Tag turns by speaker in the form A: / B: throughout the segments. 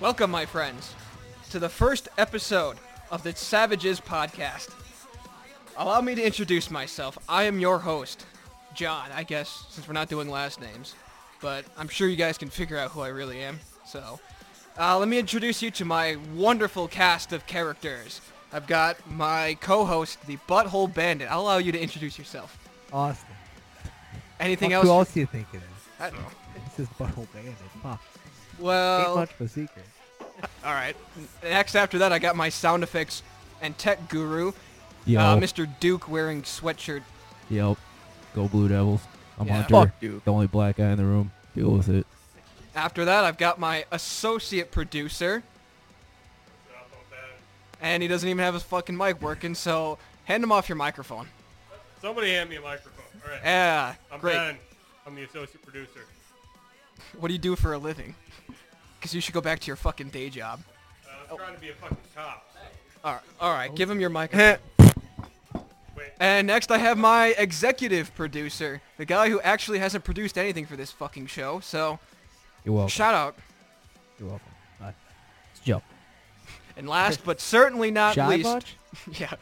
A: Welcome, my friends, to the first episode of the Savages podcast. Allow me to introduce myself. I am your host, John, I guess, since we're not doing last names. But I'm sure you guys can figure out who I really am. So, uh, let me introduce you to my wonderful cast of characters. I've got my co-host, the Butthole Bandit. I'll allow you to introduce yourself.
B: Austin.
A: Anything
B: Fuck
A: else?
B: Who else do you think it is?
A: I don't know.
B: This is Butthole Bandit. Fuck. Ain't
A: Well,
B: much of a secret.
A: all right. Next after that, I got my sound effects and tech guru,
C: Yo,
A: Uh, Mr. Duke wearing sweatshirt.
C: yo, go Blue Devils. I'm
A: Yeah.
C: Hunter,
B: Fuck you.
C: the only black guy in the room. Deal with it.
A: After that, I've got my associate producer. And he doesn't even have his fucking mic working, so hand him off your microphone.
D: Somebody hand me a microphone. All right.
A: Yeah,
D: I'm
A: great.
D: done. I'm the associate producer.
A: What do you do for a living? Because you should go back to your fucking day job.
D: Uh, I'm
A: Oh.
D: trying to be a fucking cop.
A: All right, all right give him your microphone.
D: Wait.
A: and next, I have my executive producer, the guy who actually hasn't produced anything for this fucking show. So
C: You're welcome.
A: shout out.
C: You're welcome. Bye. It's Joe.
A: And last but certainly not
B: Shy
A: least,
B: much?
A: Yeah.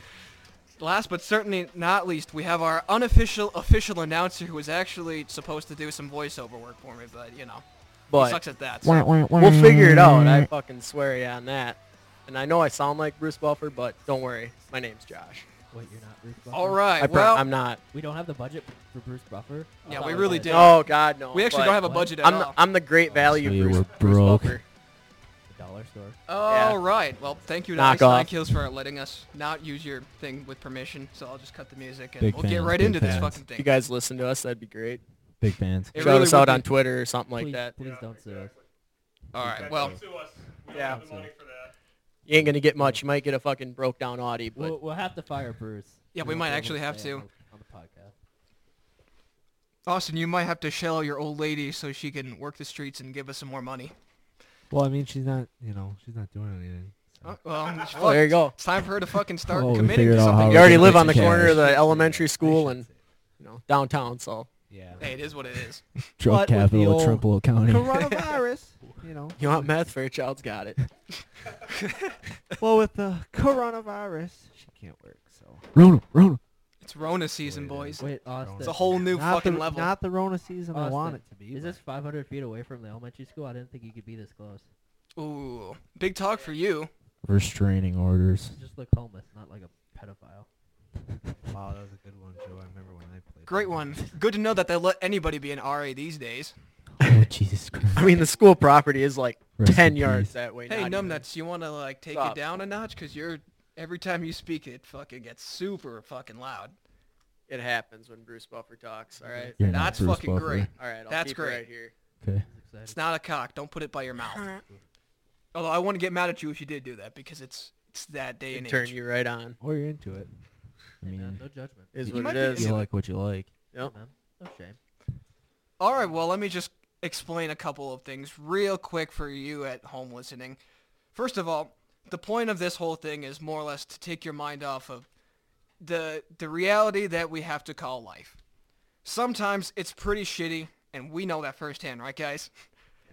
A: Last but certainly not least, we have our unofficial official announcer who was actually supposed to do some voiceover work for me, but you know, he
E: But
A: sucks at that. so-
C: We'll
E: we'll figure it out. I fucking swear you on that. And I know I sound like Bruce Buffer, but don't worry. My name's Josh.
B: Wait, you're not Ruth
A: All
E: I
A: right.
E: pro-
A: well,
E: I'm not.
C: We don't have the budget for Bruce Buffer.
A: yeah, we really did.
E: Oh God, no.
A: we actually
E: but
A: don't have a
C: What?
A: budget at
E: I'm the,
A: all.
E: I'm the great value.
C: so you
E: Bruce,
C: were
E: Bruce
C: broke.
E: Buffer.
C: The dollar store.
A: All right. Well, thank you to
E: Knock
A: Ice Nine
E: off.
A: Kills for letting us not use your thing with permission. So I'll just cut the music and
C: Big
A: we'll get
C: fans,
A: right
C: big
A: into this
C: fans.
A: fucking
E: If you
A: thing.
E: guys listen to us, that'd be great.
C: Big fans.
A: It
E: Shout
A: really
E: us out
A: would
E: on
A: be-
E: Twitter or something like
C: please,
E: that.
C: Please don't sue us.
A: All
D: Yeah,
A: right. Well,
D: don't sue us. We don't
E: Yeah.
D: have the money for that.
E: You ain't gonna get much. You might get a fucking broke down Audi, but
C: We'll, we'll have to fire Bruce.
A: Yeah, we
C: won't
A: might
C: be able
A: actually have
C: say it
A: to.
C: On the- on the podcast.
A: Austin, you might have to shell your old lady so she can work the streets and give us some more money.
B: Well, I mean, she's not, you know, she's not doing anything. so.
A: Uh, well,
E: oh, there you go.
A: It's time for her to fucking start
C: Oh, we
A: committing to
C: figured out how
A: something.
C: we're
E: You already
C: gonna
E: live
C: make
E: on the
C: some
E: corner
C: cash.
E: of the elementary
B: I
E: school
B: should
E: and
B: say.
E: you know downtown. So
B: Yeah.
A: Hey, it is what it is.
C: Drug
B: But with the
C: capital
B: old
C: of Trumbull County.
B: Coronavirus, you know.
E: you want meth? Fairchild's got it.
B: Well, with the coronavirus, she can't work, so.
C: Rona, Rona.
A: It's Rona season, boys.
C: Wait, Austin.
A: It's a whole new
B: not
A: fucking
B: the,
A: level.
B: Not the Rona season I want
C: Austin,
B: it to be.
C: Is
B: but-
C: this 500 feet away from the elementary school? I didn't think you could be this close.
A: Ooh, big talk for you.
C: Restraining orders.
F: You just look homeless, not like a pedophile.
B: Wow, that was a good one, Joe. I remember when I played.
A: Great
B: that.
A: one. Good to know that they let anybody be an RA these days.
C: Oh, Jesus Christ.
E: I mean, the school property is like
C: Rest in
E: ten
C: peace. Oh,
E: yards that way.
A: Hey,
E: not even.
A: numbnuts, you want to like take
E: Stop.
A: it down a notch? Cause you're every time you speak, it fucking gets super fucking loud.
E: It happens when Bruce Buffer talks. All right.
C: You're
A: That's
C: not Bruce
A: fucking
C: Buffer.
A: great.
E: All right. I'll
A: That's
E: keep
A: great.
E: It right here.
C: Okay.
F: Excited.
A: It's not a cock. Don't put it by your mouth. Although I wouldn't get mad at you if you did do that because it's it's that day and
E: It turn
A: age.
E: you right on.
B: Or you're into it.
C: I
F: Hey, man,
C: mean,
F: no judgment.
E: Is
C: You
E: what
A: might
E: it
A: be
E: is.
C: you like what you like.
E: Yep.
F: Man. No shame.
A: All right, well, let me just explain a couple of things real quick for you at home listening. First of all, the point of this whole thing is more or less to take your mind off of the the reality that we have to call life. Sometimes it's pretty shitty, and we know that firsthand, right, guys?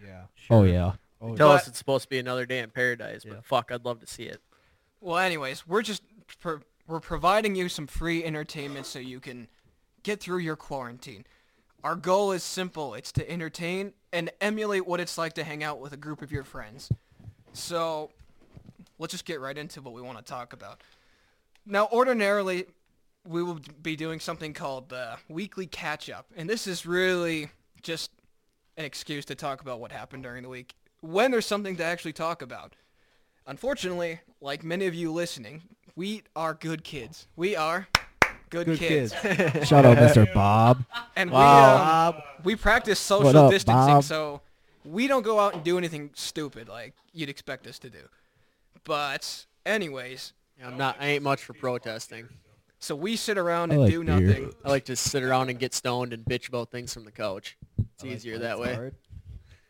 B: Yeah.
C: Oh yeah.
B: Oh,
E: Tell
A: But-
E: us it's supposed to be another day in paradise,
F: Yeah.
E: but fuck, I'd love to see it.
A: Well, anyways, we're just pro- we're providing you some free entertainment so you can get through your quarantine. Our goal is simple. It's to entertain and emulate what it's like to hang out with a group of your friends. So, let's just get right into what we want to talk about. Now, ordinarily, we will be doing something called uh, weekly catch-up, and this is really just an excuse to talk about what happened during the week when there's something to actually talk about. Unfortunately, like many of you listening, we are good kids. We are good,
B: Good
A: kids.
B: kids.
C: Shout out, Mr. Bob.
A: And
E: Wow.
A: we um, we practice
C: What
A: social
C: up,
A: distancing,
C: Bob?
A: so we don't go out and do anything stupid like you'd expect us to do. But anyways,
E: Yeah, I'm not. I ain't much for protesting.
A: so we sit around
C: I
A: and
C: like
A: do
C: beer.
A: nothing.
E: I like to sit around and get stoned and bitch about things from the couch. It's easier that way.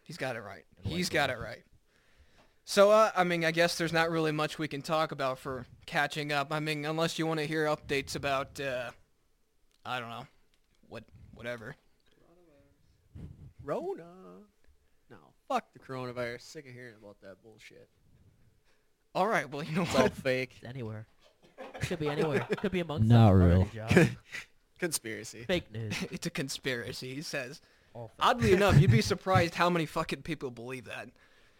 A: He's got it right. He's got it right. So uh, I mean, I guess there's not really much we can talk about for catching up. I mean, unless you want to hear updates about, uh, I don't know, what, whatever.
E: Rona. Uh, No, fuck the coronavirus. Sick of hearing about that bullshit.
A: All right, well, you know
E: It's all
A: what?
E: fake.
F: It's anywhere. Could be anywhere. Could be amongst
C: Not
F: us.
C: real.
F: Alright, Josh.
E: Conspiracy.
F: Fake news.
A: It's a conspiracy, he says.
F: All fake.
A: Oddly enough, you'd be surprised how many fucking people believe that.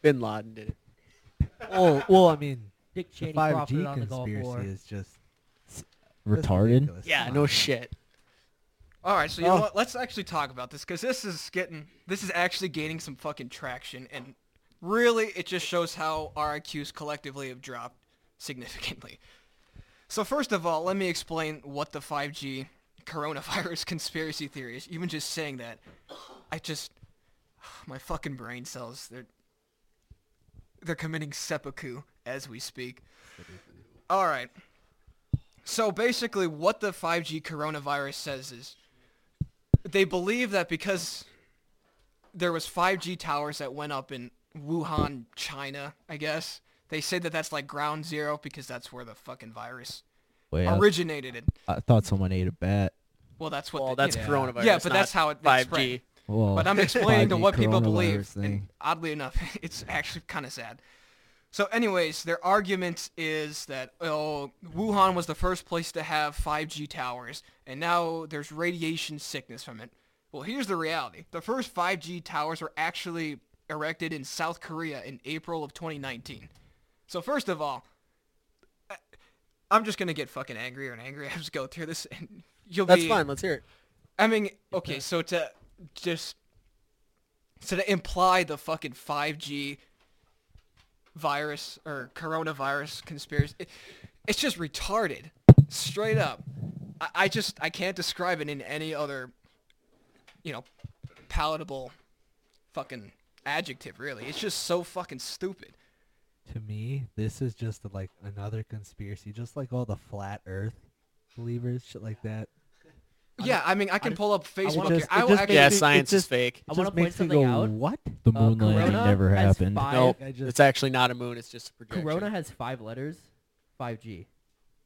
E: Bin Laden did it.
B: well, well, I mean,
F: Dick
B: the
F: Cheney profited
B: 5G
F: on the Gulf War.
B: conspiracy is just that's
C: Retarded.
B: ridiculous.
E: Yeah,
B: Come
E: no
B: on.
E: shit.
A: All right, so you
E: Oh.
A: know what? Let's actually talk about this because this is getting, this is actually gaining some fucking traction, and really, it just shows how our IQs collectively have dropped significantly. So first of all, let me explain what the 5G coronavirus conspiracy theory is. Even just saying that, I just, my fucking brain cells, they're, they're committing seppuku as we speak. All right. So basically, what the 5G coronavirus says is they believe that because there was 5G towers that went up in Wuhan, China, I guess, they say that that's like ground zero because that's where the fucking virus
C: Wait, I,
A: originated. in.
C: I thought someone ate a bat.
A: Well, that's what.
E: Well,
A: the-
E: that's
A: yeah.
E: coronavirus.
A: Yeah, but that's
E: not
A: how it they
E: 5G.
A: spread.
C: Well,
A: But I'm explaining to
C: 5G
A: what people believe.
C: coronavirus
A: And
C: thing.
A: oddly enough, it's actually kind of sad. So anyways, their argument is that oh, Wuhan was the first place to have 5G towers, and now there's radiation sickness from it. Well, here's the reality. The first 5G towers were actually erected in South Korea in April of 2019. So first of all, I- I'm just going to get fucking angrier and angrier as we go through this, and you'll
E: That's
A: be...
E: fine. Let's hear it.
A: I mean, okay, so to just so to imply the fucking five G virus or coronavirus conspiracy, it, it's just retarded, straight up. I, I just I can't describe it in any other, you know, palatable fucking adjective. Really, it's just so fucking stupid.
B: to me, this is just like another conspiracy, just like all the flat Earth believers, shit like that.
A: yeah, I mean, I can pull up Facebook.
B: wanna
A: here.
B: just-
A: I
B: it
A: will
B: just
A: actually.
E: Yeah,
B: It
E: science
B: just-
E: is fake.
F: I
B: Just
F: want to point
B: makes me
F: something
B: go,
F: out.
B: What?
C: the moon
F: uh,
C: landing
F: Corona
C: never
F: has
C: happened.
F: five-
E: Nope.
B: I just-
E: It's actually not a moon. It's just a projection.
F: Corona has five letters. 5G.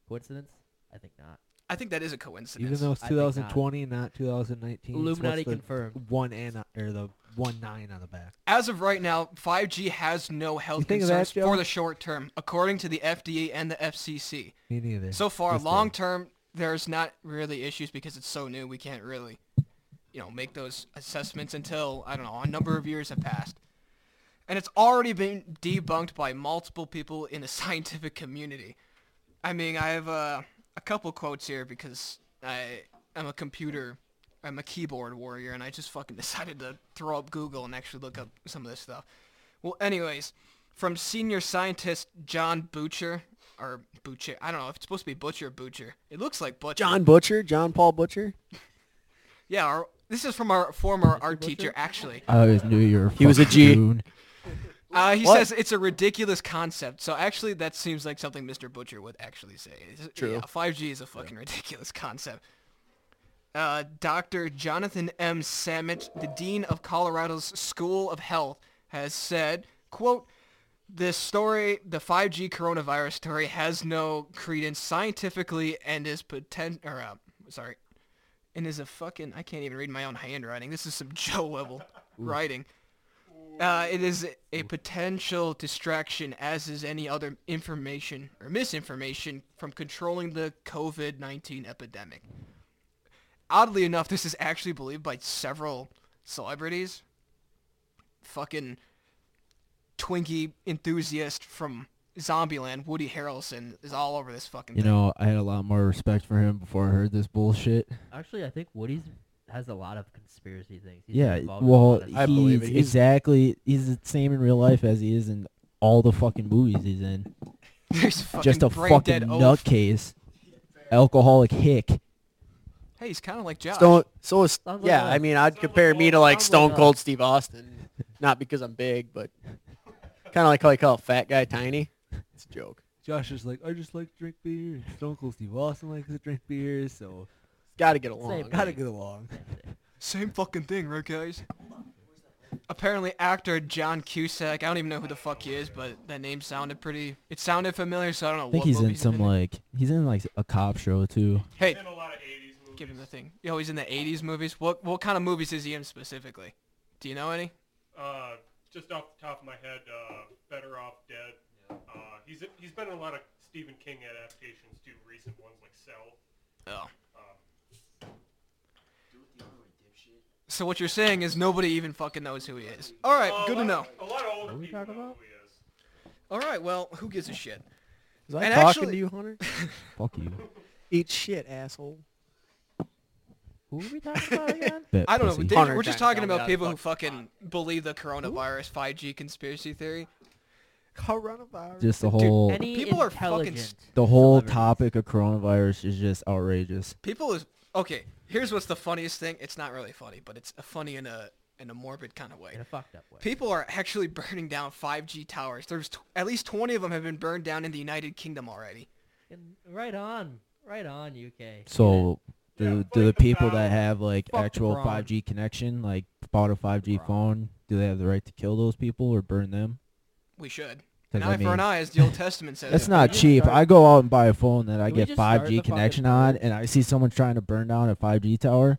F: Coincidence? I think not.
A: I think that is a coincidence.
B: Even though it's
F: I think not.
B: 2020, not. 2019. it's
F: Illuminati
B: what's the
F: confirmed.
B: One and or the one nine on the back.
A: As of right now, 5G has no health
B: think of that,
A: concerns
B: Joe?
A: for the short term, according to the FDA and the FCC.
B: Me neither.
A: So far,
B: Just
A: long
B: the-
A: term, there's not really issues because it's so new. We can't really, you know, make those assessments until I don't know a number of years have passed, and it's already been debunked by multiple people in the scientific community. I mean, I have uh, a couple quotes here because I am a computer, I'm a keyboard warrior, and I just fucking decided to throw up Google and actually look up some of this stuff. Well, anyways, from senior scientist John Butcher, or Butcher, I don't know if it's supposed to be Butcher or Butcher. It looks like Butcher.
E: John Butcher, John Paul Butcher.
A: Yeah, our, this is from our former art teacher, actually.
E: Uh,
C: I always knew you were.
E: He was a
C: fucking
E: G.
C: goon.
A: Uh, he
E: What?
A: says it's a ridiculous concept. So actually, that seems like something Mr. Butcher would actually say. It's-
E: True.
A: yeah, 5G is a fucking ridiculous concept. Uh, Dr. Jonathan M. Samet, the dean of Colorado's School of Health, has said, quote, this story, the 5G coronavirus story, has no credence scientifically and is potent, or, uh, sorry, and is a fucking, I can't even read my own handwriting. This is some Joe level writing. Uh, it is a potential distraction, as is any other information or misinformation from controlling the COVID-19 epidemic. Oddly enough, this is actually believed by several celebrities. Fucking Twinkie enthusiast from Zombieland, Woody Harrelson, is all over this fucking
C: You
A: thing.
C: know, I had a lot more respect for him before I heard this bullshit.
F: Actually, I think Woody's has a lot of conspiracy things. He's been
C: Yeah,
F: involved in a
C: well,
F: lot of
C: he's
E: I believe it. He's-
C: exactly he's the same in real life as he is in all the fucking movies he's in.
A: There's fucking
C: Just a
A: brain
C: fucking
A: dead oaf.
C: nutcase, alcoholic hick.
A: Hey, he's kind of like Josh.
E: Stone. So is,
F: Sounds like
E: yeah,
F: a-
E: I mean, I'd
D: Sounds
E: compare
D: like
E: me
D: a-
E: to like
F: sounds
E: Stone
F: like a-
E: Cold Steve Austin, not because I'm big, but kind of like how I call a fat guy tiny. It's a joke.
B: Josh is like, I just like to drink beer. and Stone Cold Steve Austin likes to drink beer, so
E: Got to get along.
F: Same.
B: gotta get along.
A: Same fucking thing, right, guys? Apparently, actor John Cusack. I don't even know who the fuck he is, but that name sounded pretty. It sounded familiar, so I don't know.
C: I think
A: what
C: he's
A: movie
C: in some like he's in like a cop show too.
A: Hey,
D: In a lot of 80s movies.
A: give him the thing. Yo, he's in the '80s movies. What what kind of movies is he in specifically? Do you know any?
D: Uh, just off the top of my head, uh, Better Off Dead. Uh, he's he's been in a lot of Stephen King adaptations too, recent ones like Cell.
A: Oh.
D: Um,
A: So what you're saying is nobody even fucking knows who he is. All right,
D: a
A: good to know.
D: lot- A lot of older
B: What are we
D: people
B: talking
D: know
B: about?
D: who he is.
A: All right, well, who gives a shit?
E: Was I
A: And
E: talking
A: actually-
E: to you, Hunter?
C: Fuck you.
E: Eat shit, asshole.
F: Who are we talking about again?
C: Fat
A: I don't know.
C: pussy.
A: Dave,
E: Hunter
A: we're just
E: trying to
A: talking
E: tell me
A: about
E: how to
A: people who
E: fucking
A: fucking believe the coronavirus 5G conspiracy theory.
E: Coronavirus.
C: Just the
A: Dude,
C: whole
F: Any
A: people are fucking
F: intelligent
A: st-
C: the whole
F: celebrity.
C: topic of coronavirus is just outrageous.
A: People is okay. Here's what's the funniest thing. It's not really funny, but it's funny in a in a morbid kind of way.
F: in a fucked up way.
A: People are actually burning down 5G towers. There's t- at least 20 of them have been burned down in the United Kingdom already.
F: And right on, right on, UK.
C: So
D: Yeah,
C: do,
D: fuck
C: do
D: the
C: the people that
D: pound.
C: have like
F: Fuck the
C: actual
F: brown.
C: 5G connection, like bought a 5G
F: Brown.
C: phone, do they have the right to kill those people or burn them?
A: We should.
C: 'Cause
A: An
C: I
A: eye for
C: mean-
A: an eye, as the Old Testament says.
C: That's
A: it.
C: not
F: we just
C: cheap.
F: start-
C: I go out and buy a phone that I
F: Can we
C: get
F: just start the
C: 5G
F: fucking
C: connection on,
F: probe?
C: and I see someone trying to burn down a 5G tower.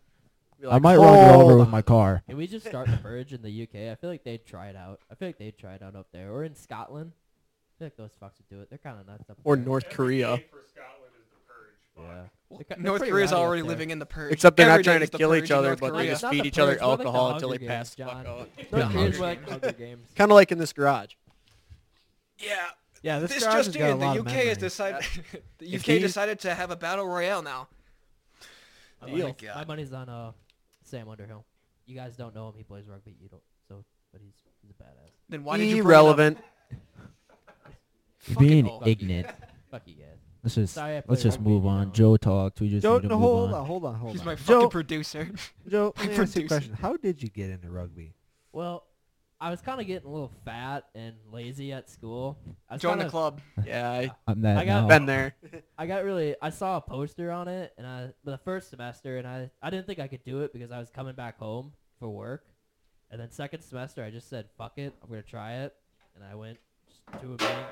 E: Be
C: I
E: like,
C: might run you over
E: "Hold
C: with
E: on."
C: my car.
F: Can we just start the purge in the UK? I feel like they'd try it out. I feel like they'd try it out up there, or in Scotland. I feel like those fucks would do it. They're kind of nuts up
E: Or
F: there.
E: North
D: Every
E: Korea.
D: date for Scotland is the purge. Fuck.
F: Yeah.
A: Well,
F: They're ki- they're
A: North
F: pretty
A: Korea's
F: rowdy up
A: already
F: there.
A: living in the purge.
E: Except they're
A: Every
E: not
A: day
E: trying to
A: is the
E: kill
A: purge
E: each
A: in
E: other,
A: North
E: but they
A: Korea.
E: just
F: Not
E: feed
F: the
E: each other
F: purge, more like the
E: alcohol until they
F: Hunger
E: pass the
F: Games,
E: fuck
F: John.
E: out.
F: North
A: Yeah.
F: Korea's more like Hunger Games.
E: Kind of like in this garage.
A: Yeah,
B: Yeah,
A: this just in. The UK has decided. the
E: If
A: UK
E: he-
A: decided to have a battle royale now.
F: My
A: Deal.
F: money's, my
A: God.
F: money's on uh, Sam Underhill. You guys don't know him. He plays rugby. You don't. So, but he's he's a badass.
A: Then why did you bring it up?
E: Irrelevant.
A: Fucking
C: Being
A: old.
C: ignorant.
F: Fuck you guys.
C: Let's just
F: Sorry, I
C: let's
F: played
C: just
F: rugby,
C: move
F: you
C: on.
F: know.
C: Joe talked. We just
B: Joe,
C: need to
B: no,
C: move
B: hold
C: on.
B: on, hold on, hold
A: He's
B: on.
A: my fucking
B: Joe,
A: producer.
B: Joe, let me ask you
A: producer.
B: a question. How did you get into rugby?
F: Well, I was kind of getting a little fat and lazy at school. I was
A: Join the
F: kinda-
A: club.
E: Yeah, I,
C: I'm that
F: I got
C: now.
E: been there.
F: I got really I saw a poster on it and I the first semester and I I didn't think I could do it because I was coming back home for work. And then second semester I just said fuck it, I'm going to try it and I went just to a meeting.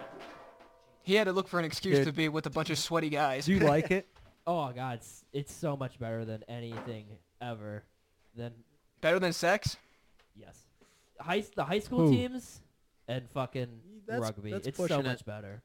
A: He had to look for an excuse
E: Dude.
A: to be with a bunch of sweaty guys.
B: Do you like it?
F: Oh god, it's, it's so much better than anything ever. Then
A: Better than sex?
F: yes. High the high school
B: Who?
F: teams and fucking
E: That's-
F: rugby.
E: that's
F: it's so
E: pushing it.
F: much better.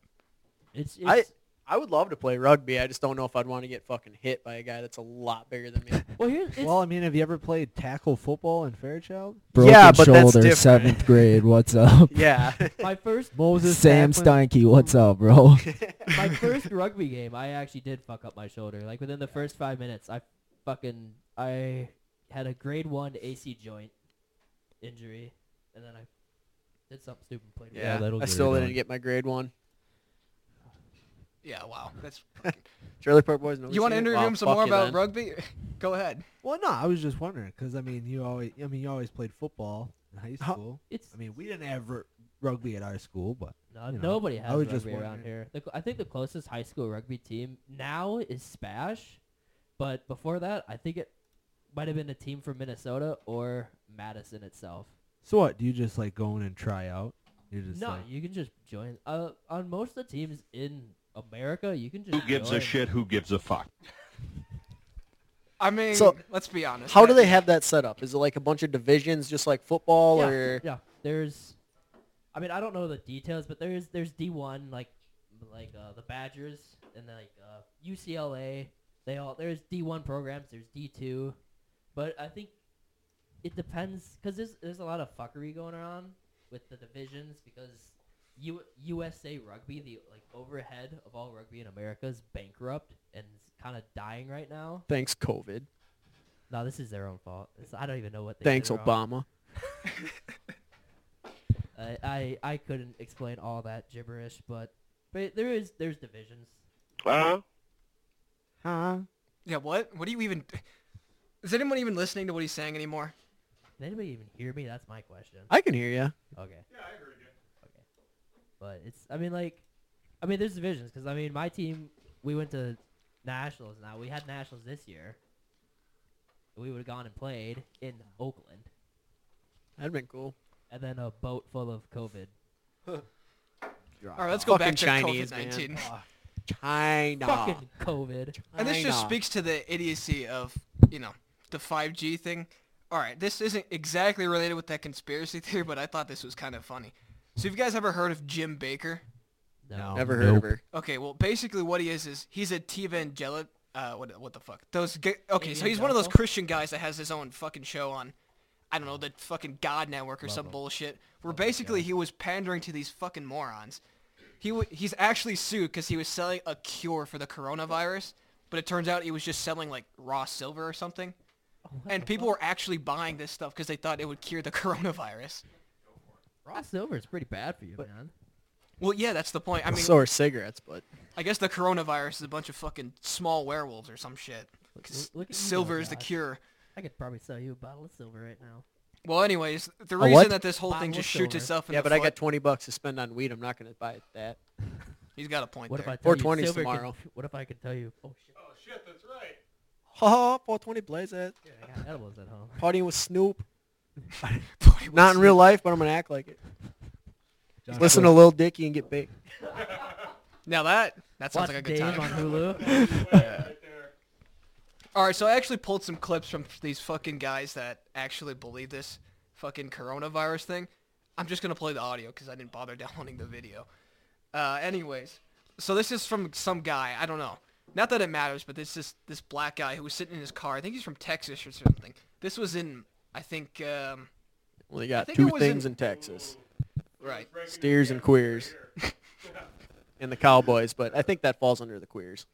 F: It's, it's
E: I- I would love to play rugby. I just don't know if I'd want to get fucking hit by a guy that's a lot bigger than me.
F: well here's it's,
B: Well, I mean, have you ever played tackle football in Fairchild?
C: Broken
E: Yeah, but that's
C: shoulder,
E: different.
C: seventh grade. What's up?
E: yeah.
F: my first
B: Moses
C: Sam
B: Backlund?
C: Steinke, what's up, bro?
F: my first rugby game, I actually did fuck up my shoulder. Like within the first five minutes, I fucking I had a grade one AC joint injury, and then I did something stupid. and Played
E: Yeah,
C: that'll
E: I
C: get it
E: still didn't
C: done.
E: get my grade one.
A: Yeah, wow. That's
E: Trailer Park Boys.
A: You want to interview him some more about rugby? Go ahead.
B: Well, no, I was just wondering because I mean, you always, I mean, you always played football in high
E: Huh.
B: school.
F: It's
B: I mean, we didn't have r- rugby at our school, but
F: no,
B: you know,
F: nobody
B: I
F: has
B: was
F: rugby
B: just
F: around
B: wondering.
F: here. The, cl- I think the closest high school rugby team now is Spash, but before that, I think it might have been a team from Minnesota or Madison itself.
B: so what? Do you just like go in and try out? You're just
F: no,
B: like,
F: you can just join. Uh, on most of the teams in America, you can just
G: Who gives a
F: join.
G: shit? Who gives a fuck?
A: I mean,
E: So,
A: let's be honest.
E: How
A: that-
E: do they have that set up? Is it like a bunch of divisions, just like football,
F: yeah,
E: or
F: yeah there's i mean i don't know the details but there's there's d1 like like uh, the badgers and then like uh, ucla they all there's d1 programs there's d2 but i think it depends because there's, there's a lot of fuckery going on with the divisions because U- usa rugby the like overhead of all rugby in america is bankrupt and kind of dying right now
E: thanks COVID,
F: no this is their own fault It's- i don't even know what they
E: thanks
F: did wrong.
E: Obama?
F: I, I I couldn't explain all that gibberish, but but there is there's divisions.
B: huh?
A: Yeah, what? What do you even? Is anyone even listening to what he's saying anymore?
F: Did anybody even hear me? That's my question.
E: I can hear you.
F: Okay,
D: Yeah, I heard you.
F: but it's I mean like, I mean there's divisions because I mean my team we went to nationals now we had nationals this year. We would have gone and played in Oakland,
E: That'd been cool.
F: and then a boat full of COVID.
A: All right, let's go back
E: Fucking
A: to
E: Chinese, man.
A: COVID-19.
E: China.
F: Fucking COVID.
A: And this just
E: China.
A: speaks to the idiocy of, you know, the 5G thing. All right, this isn't exactly related with that conspiracy theory, but I thought this was kind of funny. So, have you guys ever heard of Jim Baker?
B: No.
E: Never heard of
B: Nope.
E: her.
A: Okay, well, basically what he is is he's a evangelic. Uh, what what the fuck? Those ga- okay, so he's one of those
F: Evangelical?
A: Christian guys that has his own fucking show on, I don't know, the fucking God Network or some bullshit. Where basically he was pandering to these fucking morons. He w- he's actually sued because he was selling a cure for the coronavirus, but it turns out he was just selling like raw silver or something, and people were actually buying this stuff because they thought it would cure the coronavirus.
F: Raw silver is pretty bad for you, man.
A: Well, yeah, that's the point. I mean,
E: so are cigarettes, but
A: I guess the coronavirus is a bunch of fucking small werewolves or some shit. 'Cause
F: Look- look at you
A: silver
F: go,
A: is the
F: Josh.
A: cure.
F: I could probably sell you a bottle of silver right now.
A: Well, anyways, the
E: what?
A: reason that this whole thing
F: Bottle of
A: just shoots
F: silver.
A: itself in
E: yeah,
A: the
E: but I
A: foot-
E: got 20 bucks to spend on weed. I'm not going to buy that.
A: he's got a point
F: What if
A: there.
F: I tell you
E: 420 's
F: silver can-
E: tomorrow.
F: what if I could tell you? Oh shit!
D: Oh shit, that's right.
E: Ha 420 blaze it.
F: dude, I got edibles at home.
E: Partying with Snoop.
A: Boy,
E: Not
A: what's-
E: in real life, but I'm going to act like it.
B: Josh
E: Listen to
B: Wood-
E: Lil Dicky and get baked.
A: Now that that sounds
F: Watch
A: like a good
F: Dave on
A: time.
F: Hulu.
D: right there.
A: All right, so I actually pulled some clips from these fucking guys that actually believe this fucking coronavirus thing. I'm just gonna play the audio because I didn't bother downloading the video. Uh, anyways, so this is from some guy. I don't know. Not that it matters, but this is this black guy who was sitting in his car. I think he's from Texas or something. This was in, I think, um,
E: Well, you got
A: think it
E: two
A: was
E: things
A: in-
E: in Texas.
A: right.
E: Steers and queers. and the Cowboys, but I think that falls under the queers.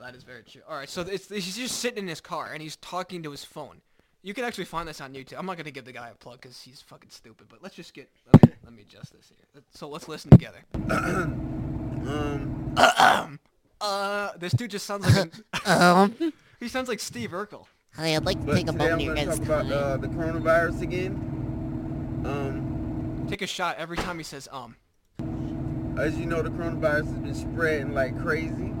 A: That is very true. All right, so it's, he's just sitting in his car and he's talking to his phone. You can actually find this on YouTube. I'm not gonna give the guy a plug because he's fucking stupid. But let's just get. Okay, let me adjust this here. Let- So let's listen together. uh, this dude just sounds like. An, he sounds like Steve Urkel.
G: Hi, I'd like to
H: But
G: take a
H: today I'm
G: moment
H: going to talk
G: of your guys'
H: about
G: time.
H: uh, the coronavirus again. Um,
A: Take a shot every time he says um.
H: as you know, the coronavirus has been spreading like crazy.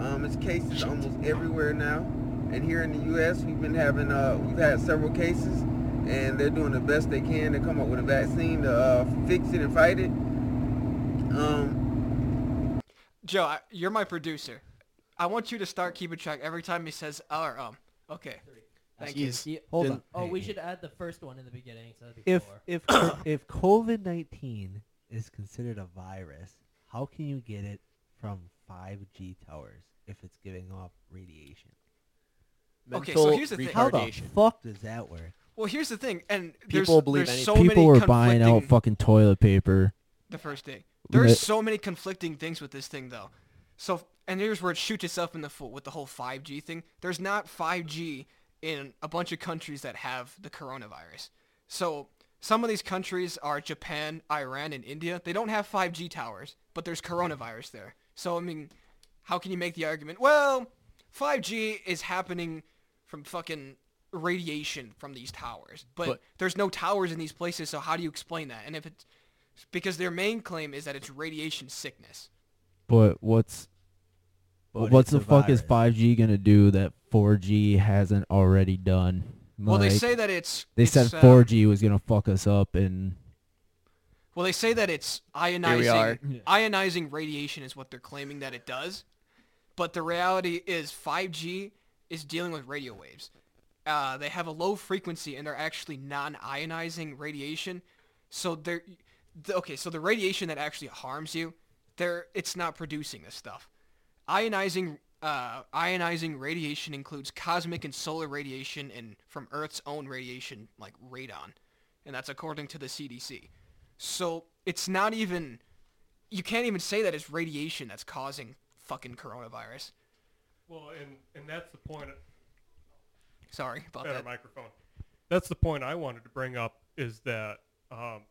H: Um, it's cases almost everywhere now, and here in the U.S., we've been having uh, we've had several cases, and they're doing the best they can to come up with a vaccine to uh, fix it and fight it. Um,
A: Joe, I, you're my producer. I want you to start keeping track every time he says or um. Okay. Thank you.
E: Jeez.
F: See, hold
E: Then-
F: on. Oh, we should add the first one in the beginning. So that'd be
B: If
F: four.
B: if co- if COVID nineteen is considered a virus, how can you get it from five G towers if it's giving off radiation?
A: Okay, so
E: Mental
A: here's the thing.
B: How the
E: retardation.
B: fuck does that work?
A: Well, here's the thing, and
E: People
A: there's,
E: believe
A: there's
E: anything.
A: so many
C: People were buying out
A: conflicting-
C: fucking toilet paper.
A: the first day.
C: Lit-
A: There's so many conflicting things with this thing though. So and here's where it shoots itself in the foot with the whole 5G thing. There's not 5G in a bunch of countries that have the coronavirus. So some of these countries are Japan, Iran, and India. They don't have 5G towers, but there's coronavirus there. So I mean, how can you make the argument? Well, 5G is happening from fucking radiation from these towers, but,
E: But-
A: there's no towers in these places. So how do you explain that? And if it's because their main claim is that it's radiation sickness.
C: But what's
B: But it's
C: what's the
B: a
C: fuck is
B: virus.
C: 5G gonna do that 4G hasn't already done?
A: well, they
C: Like,
A: say that it's
C: they
A: it's,
C: said
A: uh,
C: 4G was gonna fuck us up, and
A: Well, they say that it's
E: we are.
A: ionizing ionizing radiation is what they're claiming that it does, but the reality is 5G is dealing with radio waves. Uh, they have a low frequency and they're actually non-ionizing radiation. So they're the, okay. So the radiation that actually harms you, they're it's not producing this stuff. Ionizing uh, ionizing radiation includes cosmic and solar radiation and from Earth's own radiation like radon, and that's according to the CDC. So it's not even you can't even say that it's radiation that's causing fucking coronavirus.
D: Well, and and that's the point.
A: Sorry about
D: better
A: that.
D: microphone. That's the point I wanted to bring up is that um,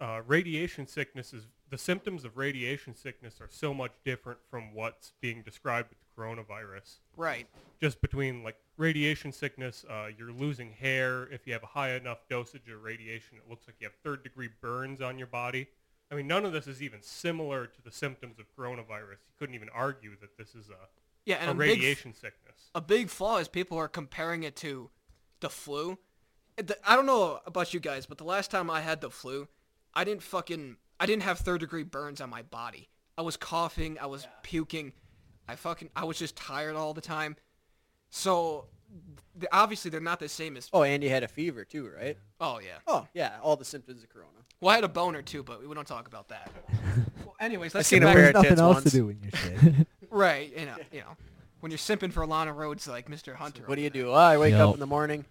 D: uh, radiation sickness is the symptoms of radiation sickness are so much different from what's being described with the coronavirus.
A: Right.
D: Just between like radiation sickness, uh, you're losing hair. If you have a high enough dosage of radiation, it looks like you have third degree burns on your body. I mean, none of this is even similar to the symptoms of coronavirus. You couldn't even argue that this is a,
A: Yeah, and
D: a
A: a big,
D: radiation sickness.
A: a big flaw is people are comparing it to the flu. It- the- I don't know about you guys, but the last time I had the flu, I didn't fucking I didn't have third degree burns on my body. I was coughing, I was puking, I fucking I was just tired all the time. So th- obviously they're not the same as.
E: Oh, and you had a fever too, right?
A: Oh yeah.
E: Oh, yeah, all the symptoms of corona.
A: Well, I had a boner too, but we don't talk about that. Well, anyways, let's
E: seen
A: get
E: a
A: back-
E: weird-
B: There's
E: Bare tits
B: nothing else to
E: once.
B: do when you're sick.
A: Right, you know, you know, when you're simping for Lana Rhodes like Mr.
E: So
A: Hunter.
E: what do you do? Oh, I wake
C: Yep.
E: up in the morning,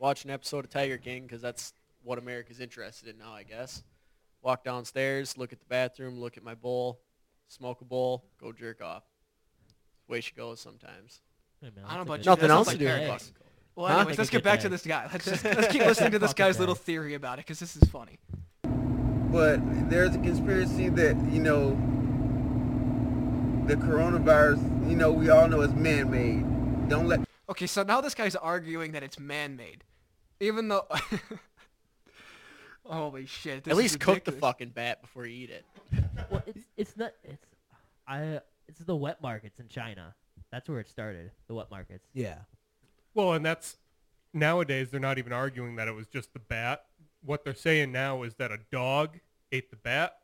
E: watch an episode of Tiger King because that's what America's interested in now, I guess. Walk downstairs, look at the bathroom, look at my bowl, smoke a bowl, go jerk off. Way she goes sometimes.
F: Hey, man,
A: I don't know
F: that's
A: about
F: a
A: you,
F: good-
E: Nothing
A: that
E: else
A: sounds
E: to do.
A: like
E: in
A: paradise.
E: fucking COVID.
A: Well,
E: Huh?
A: anyways,
F: Like a
A: let's get
F: good
A: back
F: day.
A: to this guy. Let's just let's keep listening to this
F: Fucking
A: guy's little
F: day.
A: theory about it because this is funny.
H: But there's a conspiracy that, you know, the coronavirus, you know, we all know is man-made. Don't let
A: Okay, so now this guy's arguing that it's man-made, even though. Holy shit! This
E: At
A: is
E: least cook the
A: ridiculous.
E: fucking bat before you eat it.
F: Well, it's it's not it's I it's the wet markets in China. That's where it started. The wet markets.
B: yeah.
D: Well, and that's nowadays they're not even arguing that it was just the bat. What they're saying now is that a dog ate the bat,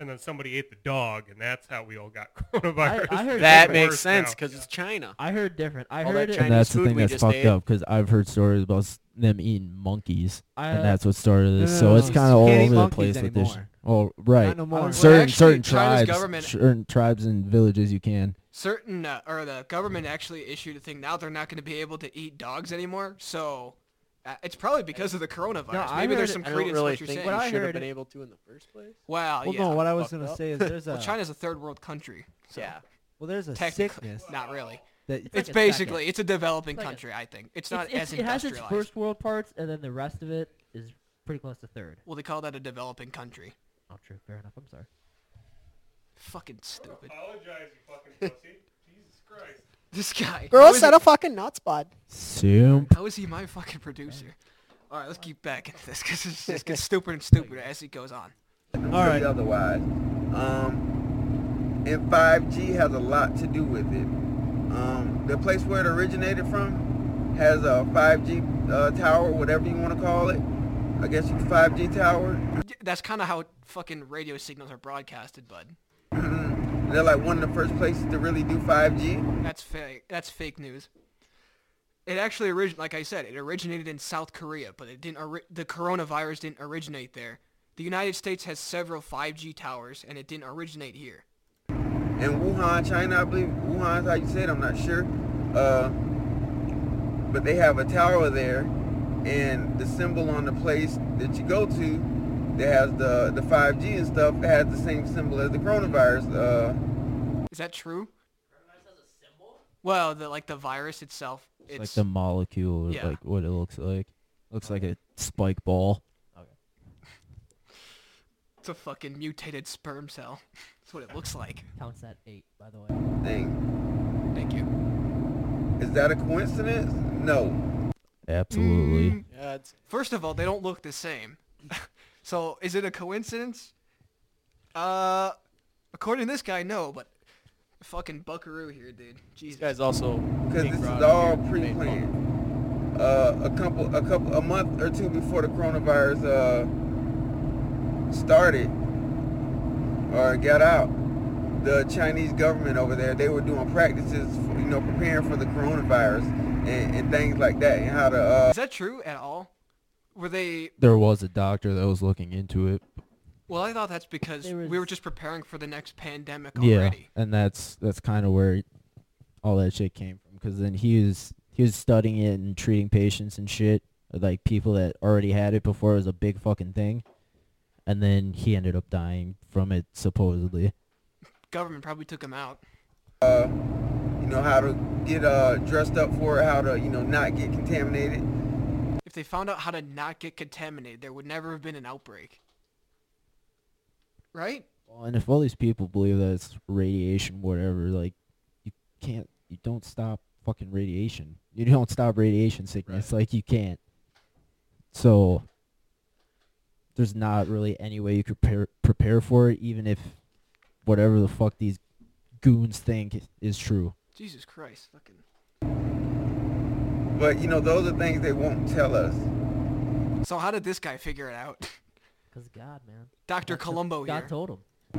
D: and then somebody ate the dog, and that's how we all got coronavirus.
F: I heard
D: It's
E: That
F: different.
E: makes
D: worse now.
E: sense because it's China.
F: I heard different. I
E: All
F: heard
E: that
F: it.
E: Chinese
C: and that's the
E: food
C: thing
E: we
C: that's
E: just
C: fucked
E: ate.
C: up because I've heard stories about s- them eating monkeys,
F: I,
C: and that's what started this. so it's
B: no,
C: kind
B: you
C: of all
B: can't eat
C: over the
B: monkeys
C: place with this.
B: anymore.
C: Oh, right.
B: Not no more.
A: Well,
C: certain
A: actually,
C: certain
A: China's
C: tribes,
A: government-
C: certain tribes and villages you can.
A: Certain uh, or the government actually issued a thing now they're not going to be able to eat dogs anymore. So uh, it's probably because of the coronavirus.
F: No, I
A: Maybe
F: heard
A: there's
F: it-
A: some
E: I don't
A: credence to
E: really
A: what you're
E: think
A: saying.
E: we
F: What I
E: should have
F: heard-
E: been able to in the first place.
A: Wow.
B: Well,
A: yeah.
B: no, what I was
E: Fucked
B: gonna
E: up.
B: say is there's a
A: Well, China's a third world country. So
E: Yeah.
B: well, there's a
A: Technically,
B: sickness
A: not really.
B: that
F: It's like
A: It's
F: a second.
A: basically it's a developing
F: It's like a-
A: country, I think. It's
F: It's-
A: not
F: it's-
A: as
F: it has its
A: industrialized.
F: first world parts, and then the rest of it is pretty close to third.
A: Well, they call that a developing country.
F: Oh, true. Fair enough. I'm sorry.
A: Fucking stupid.
D: Apologize, you fucking pussy. Jesus Christ.
A: This guy.
E: Girl
A: how is
E: said
A: he-
E: a fucking nut spot.
C: Simp.
A: How is he my fucking producer? All right, let's keep back into this because it just gets stupider and stupider as it goes on.
H: them
B: All
H: to
B: right.
H: be otherwise. Um, and 5G has a lot to do with it. Um, the place where it originated from has a 5G uh, tower, whatever you want to call it. I guess it's 5G tower.
A: Y- That's kind of how fucking radio signals are broadcasted, bud.
H: Mm-hmm. They're like one of the first places to really do 5G.
A: That's fake. That's fake news. It actually origin, like I said, it originated in South Korea, but it didn't. Ori- the coronavirus didn't originate there. The United States has several 5G towers, and it didn't originate here.
H: In Wuhan, China, I believe. Wuhan's how you say it, I'm not sure. Uh, but they have a tower there, and the symbol on the place that you go to that has the, the 5G and stuff has the same symbol as the coronavirus. Uh,
A: Is that true? Well, the like the virus itself,
C: It's
A: it's
C: like the molecule,
A: yeah.
C: like what it looks like. Looks like a spike ball.
A: it's a fucking mutated sperm cell. That's what it looks like.
F: Counts that eight, by the way.
H: thing.
A: Thank you.
H: Is that a coincidence? No.
C: Absolutely.
A: Mm.
E: Yeah, it's
A: First of all, they don't look the same. so is it a coincidence? Uh, according to this guy, no. But fucking Buckaroo here, dude.
E: These
A: Jesus.
E: guys also
H: Because
E: being
H: this
E: brought
H: is
E: up
H: all
E: here, made fun.
H: pre-planned. Uh, a couple, a couple, a month or two before the coronavirus uh, started or got out, the Chinese government over there they were doing practices, for, you know, preparing for the coronavirus and, and things like that, and how to. Uh,
A: Is that true at all? Were they?
C: There was a doctor that was looking into it.
A: Well, I thought that's because
F: There
A: we were
F: was-
A: just preparing for the next pandemic
C: Yeah,
A: already.
C: and that's that's kind of where all that shit came from. Because then he was he was studying it and treating patients and shit, like people that already had it before it was a big fucking thing, and then he ended up dying from it supposedly.
A: Government probably took him out.
H: uh, you know how to get uh, dressed up for it, how to you know not get contaminated.
A: If they found out how to not get contaminated, there would never have been an outbreak. Right?
C: Well, and if all these people believe that it's radiation, whatever, like you can't, you don't stop fucking radiation. You don't stop radiation sickness. Like you can't. So there's not really any way you could prepare prepare for it, even if whatever the fuck these goons think is true.
A: Jesus Christ, fucking.
H: But you know those are things they won't tell us.
A: So how did this guy figure it out?
F: Cause God, man.
A: Dr.
F: God-
A: Columbo
F: God
A: here.
F: told him.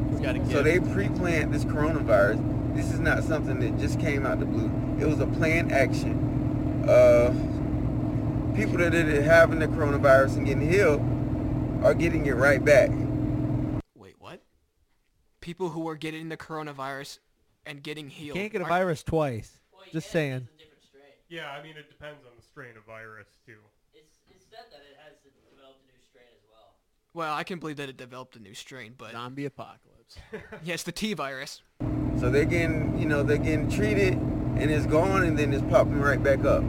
E: He's got a kid.
H: So they pre-planned this coronavirus. This is not something that just came out the blue. It was a planned action. uh, people that are having the coronavirus and getting healed are getting it right back.
A: Wait, what? People who are getting the coronavirus and getting
B: You
A: healed.
B: can't get a
A: are-
B: virus twice.
F: Well, you
B: Just
F: can,
B: saying.
F: It's a different strain.
D: Yeah, I mean it depends on the strain of virus too.
F: It's, it's said that it has developed a new strain as well.
A: Well, I can believe that it developed a new strain, but
E: Zombie apocalypse.
A: yes, the T virus.
H: So they're getting, you know, they're getting treated and it's gone and then it's popping right back up.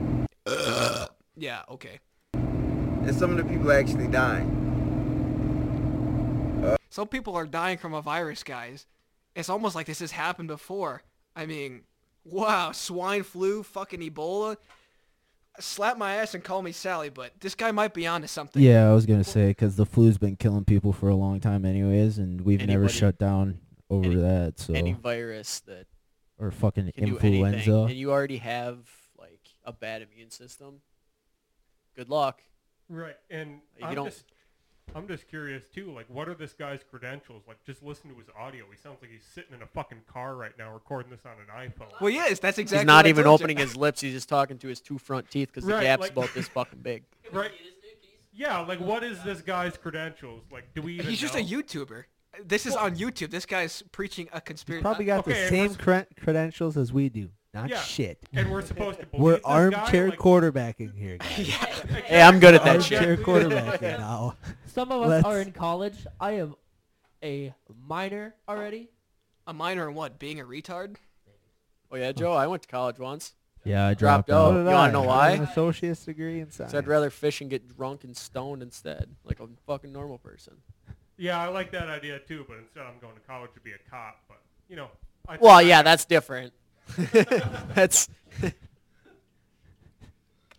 A: Yeah, okay.
H: And some of the people are actually dying.
A: Some people are dying from a virus, guys. It's almost like this has happened before. I mean, wow, swine flu, fucking Ebola. Slap my ass and call me Sally, but this guy might be onto something.
C: Yeah, I was gonna say because the flu's been killing people for a long time, anyways, and we've never
E: Anybody-
C: shut down over
E: any-
C: that. So
E: Any virus that
C: or fucking
E: can do anything,
C: influenza.
E: and you already have like a bad immune system. Good luck.
D: Right, and
E: You
D: I'm
E: don't-
D: just I'm just curious too. Like, what are this guy's credentials? Like, just listen to his audio. He sounds like he's sitting in a fucking car right now, recording this on an iPhone.
A: Well, yes, that's exactly. what
E: he's not
A: I
E: even
A: told you.
E: opening his lips. He's just talking to his two front teeth because
D: Right,
E: the gap's
D: like-
E: about this fucking big.
D: Right.
F: It is nukies.
D: Yeah, like what is this guy's credentials? Like, do we even?
A: He's just a
D: know?
A: YouTuber. This is on YouTube. This guy's preaching a conspiracy.
B: Probably got
D: Okay,
B: the
D: and
B: same
D: let's-
B: cre- credentials as we do. Not
D: Yeah.
B: shit.
D: And we're supposed to believe
B: We're
D: this guy?
B: armchair
D: Like,
B: quarterbacking here. guys.
E: Hey, I'm good at that shit.
B: armchair
D: shit.
B: quarterbacking now.
F: Some of us
B: Let's-
F: are in college. I am a minor already.
A: a minor in what? Being a retard?
E: Oh yeah, Joe, I went to college once.
C: yeah, I
E: dropped
C: dropped,
E: out.
C: out.
B: So did
E: you wanna
B: I.
E: know
B: I
E: why?
B: have An associate's degree in science.
E: So I'd rather fish and get drunk and stoned instead, like a fucking normal person.
D: Yeah, I like that idea too, but instead I'm going to college to be a cop. But you know, I think
E: Well,
D: I-
E: yeah, that's different. that's
A: I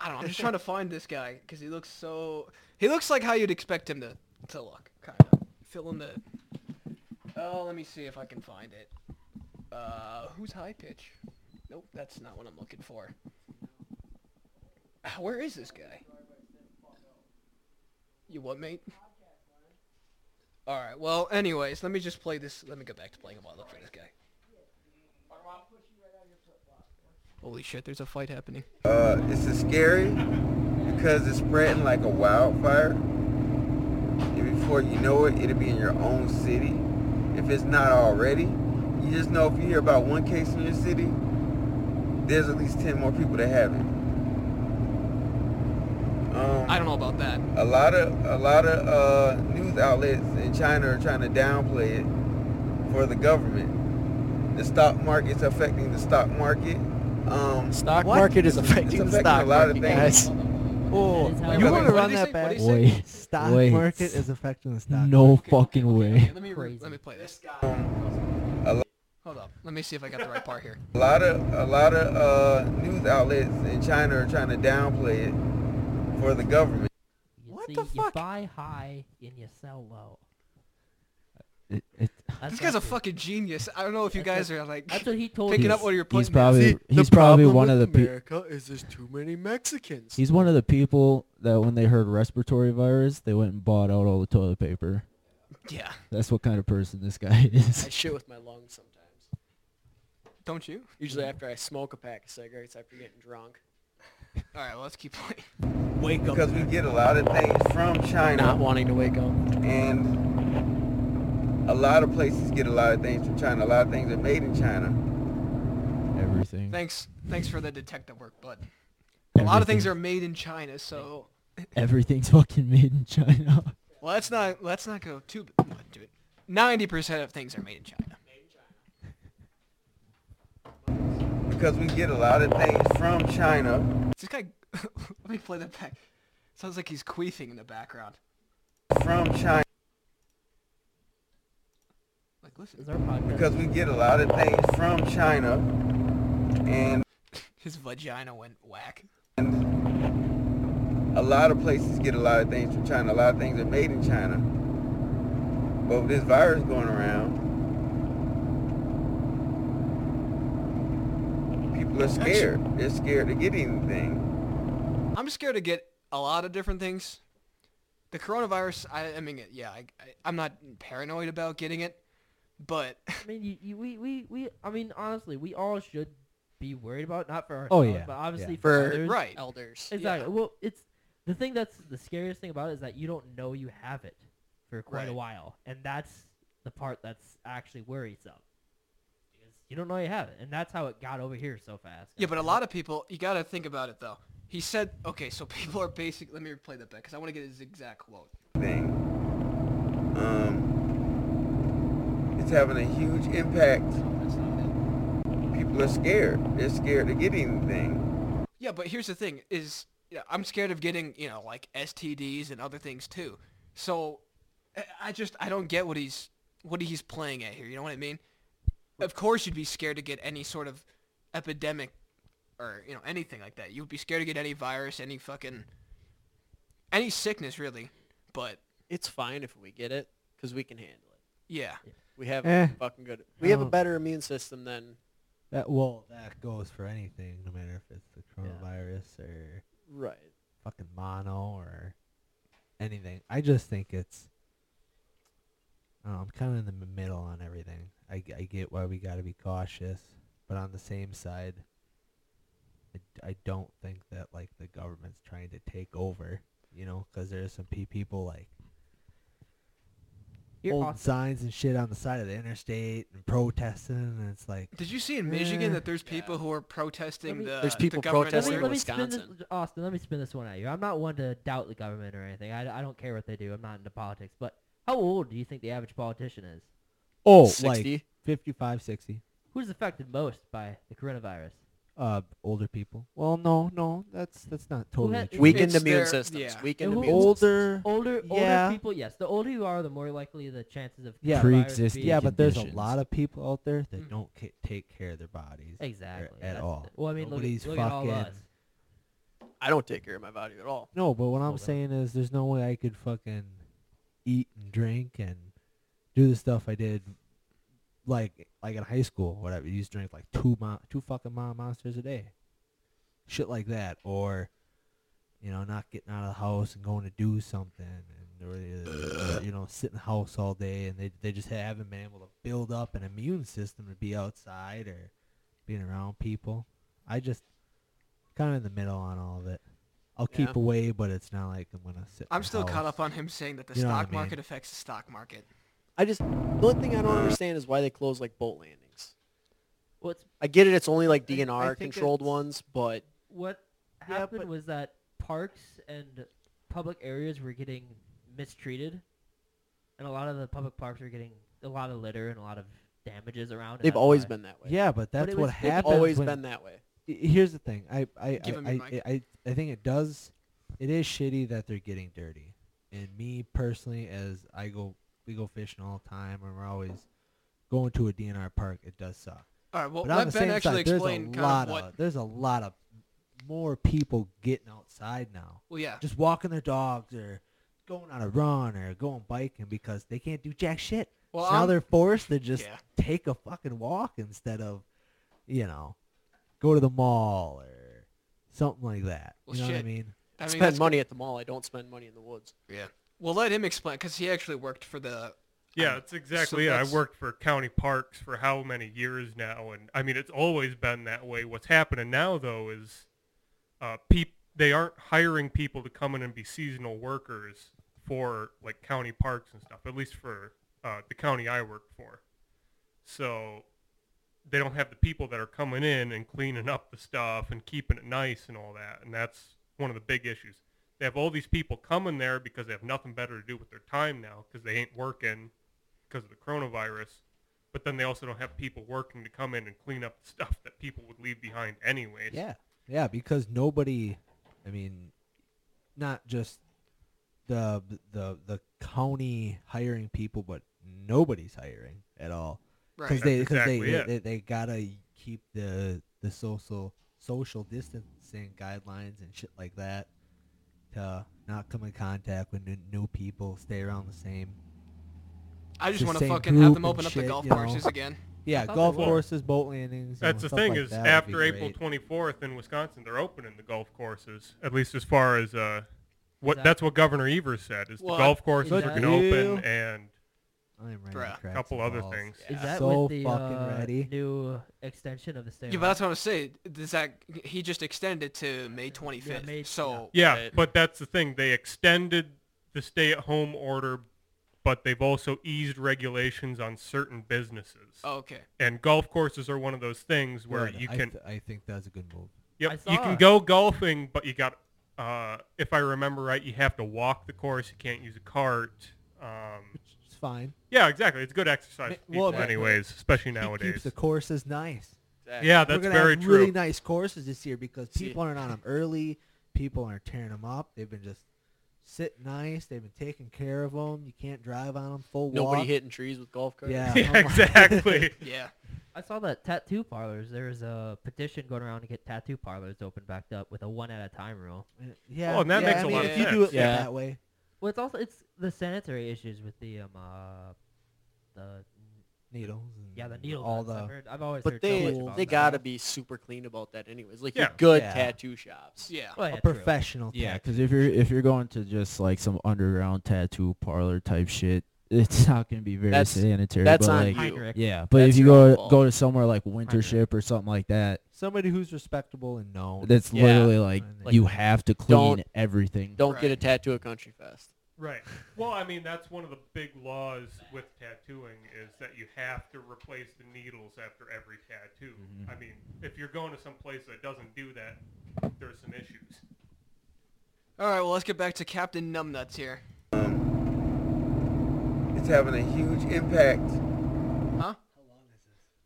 A: don't know. I'm just trying to find this guy because he looks so. He looks like how you'd expect him to to look, kind of. Fill in the. Oh, let me see if I can find it. Uh, who's high pitch? Nope, that's not what I'm looking for. Ah, Where is this guy? You what, mate? All right. Well, anyways, let me just play this. Let me go back to playing him while I look for this guy. Holy shit! There's a fight happening.
H: Uh, this is scary because it's spreading like a wildfire. And before you know it, it'll be in your own city. If it's not already, you just know if you hear about one case in your city, there's at least 10 more people that have it. Um,
A: I don't know about that.
H: a lot of a lot of uh, news outlets in China are trying to downplay it for the government. The stock market's affecting the stock market. Um,
E: stock
B: What?
E: market is
H: It's
E: affecting the
H: affecting
E: stock
H: a lot of
E: market,
H: things.
E: guys.
B: Oh,
F: That is how
B: you
F: it
A: works. Wait,
B: want to
A: what did
B: run
A: he
B: that
A: say?
B: back?
A: What did he say?
C: Wait,
B: Stock
C: wait.
B: market is affecting the stock.
C: no fucking way.
A: Let me re-
F: Crazy.
A: let me play this.
H: um, a, lo-
A: Hold up. Let me see if I got the right part here.
H: a lot of a lot of uh, news outlets in China are trying to downplay it for the government.
F: You
A: What
F: see,
A: the
F: You
A: fuck?
F: buy high and you sell low.
C: It- it-
F: That's
A: This guy's a
F: what-
A: fucking genius. I don't know if you guys are like
F: That's what he told
A: picking
F: me.
A: up what you're putting.
C: he's
A: down.
C: probably he's probably one of the people.
E: America is there's too many Mexicans.
C: He's one of the people that when they heard respiratory virus, they went and bought out all the toilet paper.
A: yeah.
C: That's what kind of person this guy is.
E: I shit with my lungs sometimes.
A: Don't you?
E: Usually after I smoke a pack of cigarettes after getting drunk.
A: All right. Well, let's keep playing.
B: Wake up.
H: Because we get a lot of things from
E: Not
H: China,
E: wanting to wake up.
H: and a lot of places get a lot of things from China. A lot of things are made in China.
C: Everything.
A: Thanks. Thanks for the detective work, bud. A lot of things are made in China, so
C: Everything's fucking made in China.
A: well, let's not let's not go too into it. Ninety percent of things are made in China.
H: Because we get a lot of things from China.
A: This guy. let me play that back. Sounds like he's queefing in the background.
H: from China
A: Like, listen,
F: Is our podcast?
H: because we get a lot of things from China and
A: his vagina went whack.
H: a lot of places get a lot of things from China. A lot of things are made in China. But with this virus going around, people are scared. They're scared to get anything.
A: I'm scared to get a lot of different things. The coronavirus, I, I mean, yeah, I, I, I'm not paranoid about getting it, but
F: I mean, you, you, we, we, we, I mean, honestly, we all should be worried about, not for
B: Oh,
F: ourselves,
B: yeah,
F: but obviously
B: yeah.
F: for
E: For-
F: others.
A: Right.
E: Elders.
F: Exactly. Well, it's the thing that's the scariest thing about it is that you don't know you have it for quite a
A: Right.
F: while, and that's the part that's actually worrisome because you don't know you have it, and that's how it got over here so fast.
A: Yeah, but a lot of people, you got to think about it though. He said, okay, so people are basic. Let me replay that back because I want to get his exact quote.
H: thing um, it's having a huge impact. People are scared. They're scared to get anything.
A: Yeah, but here's the thing: is yeah, I'm scared of getting you know like STDs and other things too. So I- I just I don't get what he's what he's playing at here. You know what I mean? Of course you'd be scared to get any sort of epidemic or you know anything like that. You'd be scared to get any virus, any fucking any sickness really. But
E: It's fine if we get it because we can handle it.
A: yeah,
E: We have
C: Eh.
E: a fucking good. We have a
B: Oh.
E: better immune system than
B: That well, that goes for anything, no matter if it's the coronavirus or
E: right.
B: fucking mono or anything. I just think it's. I don't know, I'm kind of in the m- middle on everything. I, g- I get why we got to be cautious, but on the same side, I, d- I don't think that like the government's trying to take over. You know, because there's some pe- people like
F: You're
B: holding
F: awesome.
B: signs and shit on the side of the interstate and protesting, and it's like
A: did you see in Michigan
B: Eh.
A: that there's people who are protesting
F: Let me-
A: the
E: There's people
A: the government
F: Let me,
E: protesting- That's
F: let
E: in
F: me spin this,
E: Wisconsin.
F: Austin. Let me spin this one at you. I'm not one to doubt the government or anything. I, I don't care what they do. I'm not into politics. But how old do you think the average politician is?
B: oh,
E: 60.
B: like 55, 60.
F: Who's affected most by the coronavirus?
B: uh older people. Well, no, no, that's that's not
F: Who
B: totally
F: had-
B: true.
E: Weakened
A: It's
E: immune
A: their-
E: systems.
A: yeah.
E: Weakened
F: And who-
E: immune systems.
B: older.
F: Older,
B: Yeah.
F: older people, yes. The older you are, the more likely the chances of
B: Yeah.
F: coronavirus.
C: Pre-existing.
F: being-
B: Yeah, but there's a
C: conditions.
B: lot of people out there that
A: Mhm.
B: don't ca- take care of their bodies or-
F: Exactly.
B: at
F: that's
B: all.
F: the- well, I mean, look,
B: Nobody's
F: at, look at all of
B: fucking-
F: us.
E: I don't take care of my body at all.
B: No, but what I'm
F: Hold on.
B: saying is there's no way I could fucking eat and drink and do the stuff I did like like in high school, whatever. You used to drink like two mo- two fucking mom monsters a day. Shit like that. Or you know, not getting out of the house and going to do something and or, uh, you know, sit in the house all day and they they just haven't been able to build up an immune system to be outside or being around people. I just kind of in the middle on all of it. I'll keep
E: Yeah.
B: away, but it's not like I'm gonna sit. in
A: I'm
B: my
A: still caught
B: house.
A: up on him saying that the
B: You know what I
A: stock
B: mean.
A: market affects the stock market.
E: I just the only thing I don't understand is why they close like boat landings.
F: What's
E: I get it; it's only like
B: I- I
E: DNR
B: think
E: controlled
B: it's-
E: ones, but
F: what
B: Yeah,
F: happened
B: but-
F: was that parks and public areas were getting mistreated, and a lot of the public parks were getting a lot of litter and a lot of damages around. and
E: they've
F: that's
E: always
F: why-
E: been that way.
B: Yeah, but that's
F: it
B: what
F: was- they've
E: they've
B: happens.
E: always
B: when-
E: been that way.
B: I- Here's the thing. I I
A: Give him
B: I,
A: your
B: I,
A: mic.
B: I, I think it does. It is shitty that they're getting dirty. And me personally, as I go, we go fishing all the time, and we're always going to a DNR park. It does suck.
A: All right, well,
B: but on
A: let
B: the
A: Ben
B: same
A: actually
B: side, there's a
A: explain
B: lot
A: kind of what.
B: there's a lot of more people getting outside now.
A: Well, yeah.
B: just walking their dogs or going on a run or going biking because they can't do jack shit.
A: Well,
B: so now
A: I'm-
B: they're forced to just
A: Yeah.
B: take a fucking walk instead of, you know, go to the mall or something like that.
A: Well,
B: you know what I
A: shit.
B: mean?
A: I mean,
E: spend
A: that's-
E: money at the mall. I don't spend money in the woods.
A: Yeah. We'll let him explain because he actually worked for the.
D: Yeah,
A: Um,
D: it's exactly it. I
A: that's-
D: worked for county parks for how many years now, and I mean it's always been that way. What's happening now though is, uh, peop- they aren't hiring people to come in and be seasonal workers for like county parks and stuff. At least for uh, the county I worked for, so they don't have the people that are coming in and cleaning up the stuff and keeping it nice and all that. And that's one of the big issues. They have all these people coming there because they have nothing better to do with their time now because they ain't working because of the coronavirus. But then they also don't have people working to come in and clean up the stuff that people would leave behind anyways.
B: Yeah. Yeah, because nobody, I mean, not just the the the county hiring people, but nobody's hiring at all.
A: Right.
B: because they
D: That's
B: because
D: exactly
B: they,
D: it.
B: they, they they gotta keep the the social social distancing guidelines and shit like that to not come in contact with new, new people, stay around the same.
A: I just
B: the
A: want to
B: same
A: fucking have
B: group
A: them open
B: and
A: up the
B: shit,
A: golf
B: you know.
A: courses again.
B: Yeah,
F: thought
B: golf
D: they were.
B: courses, boat landings. you
D: That's the
B: know, stuff
D: thing
B: like
D: is
B: that would be
D: after April
B: great.
D: 24th in Wisconsin, they're opening the golf courses, at least as far as uh, what
F: Exactly.
D: that's what Governor Evers said is
A: Well,
D: the golf courses
F: Good
D: are
F: for
D: going to
B: you.
D: open and
B: I am ready. to
A: Bruh.
B: crack
D: Couple
B: some
D: other
B: balls.
D: things.
F: Is that
B: So
F: with the
B: fucking
F: uh,
B: ready.
F: new extension of the state?
A: Yeah, but that's what I was saying. Does that he just extended it to May 25th?
F: May-
A: so
D: Yeah,
E: Right.
D: but that's the thing. They extended the stay-at-home order, but they've also eased regulations on certain businesses.
A: okay.
D: And golf courses are one of those things where
B: Good.
D: you
B: I
D: can,
B: th- I think that's a good move.
F: I
D: yep, you
F: saw
D: can
F: it.
D: go golfing, but you got, uh, if I remember right, you have to walk the course. You can't use a cart. Um,
B: It's fine.
D: yeah, exactly. It's good exercise
B: Ma-
D: for people
B: well, ma-
D: anyways, especially
B: He keeps
D: nowadays.
B: the courses nice.
D: Yeah,
B: We're
D: that's
B: gonna
D: very
B: have
D: true.
B: Really nice courses this year because
E: See-
B: people aren't on them early. People aren't tearing them up. They've been just sitting nice. They've been taking care of them. You can't drive on them full
E: Nobody
B: walk.
E: hitting trees with golf carts.
B: Yeah, Oh
D: yeah,
B: I'm like-
D: exactly.
A: Yeah.
F: Oh I saw that tattoo parlors. There was a petition going around to get tattoo parlors opened back up with a one at a time rule.
B: Uh, yeah.
D: Oh, and that
B: yeah,
D: makes
B: I
D: a
B: mean,
A: lot
B: if
A: of
B: you do it
D: sense.
E: Yeah.
B: that way,
F: Well, it's also it's the sanitary issues with the um uh the
B: needles. And
F: yeah the needles.
B: All
F: I've-
B: the
F: I've, heard, I've always
B: but
F: heard
B: they-
F: so much about
E: They
F: that.
E: gotta be super clean about that, anyways. Like your
D: Yeah.
E: good
B: Yeah.
E: tattoo shops.
A: Yeah.
F: Well,
B: a
F: yeah, true.
B: professional.
C: Yeah,
B: tech.
C: because if you're if you're going to just like some underground tattoo parlor type shit, it's not gonna be very
E: That's-
C: sanitary.
E: That's
C: but,
E: on
C: like,
E: you.
F: Heinrich.
C: Yeah, but
E: That's
C: if you
E: your own
C: go
E: fault.
C: go to somewhere like
F: know.
C: Wintership or something like that,
B: somebody who's respectable and known.
C: that's
E: Yeah.
C: literally like
B: Like,
C: you have to clean
E: don't-
C: everything.
E: Don't get a
A: Right.
E: tattoo at Country Fest.
D: Right. Well, I mean, that's one of the big laws with tattooing is that you have to replace the needles after every tattoo.
C: Mhm.
E: Mm-hmm.
D: I mean, if you're going to some place that doesn't do that, there's some issues.
A: All right. Well, let's get back to Captain Numbnuts here.
H: Um, It's having a huge impact.
A: Huh?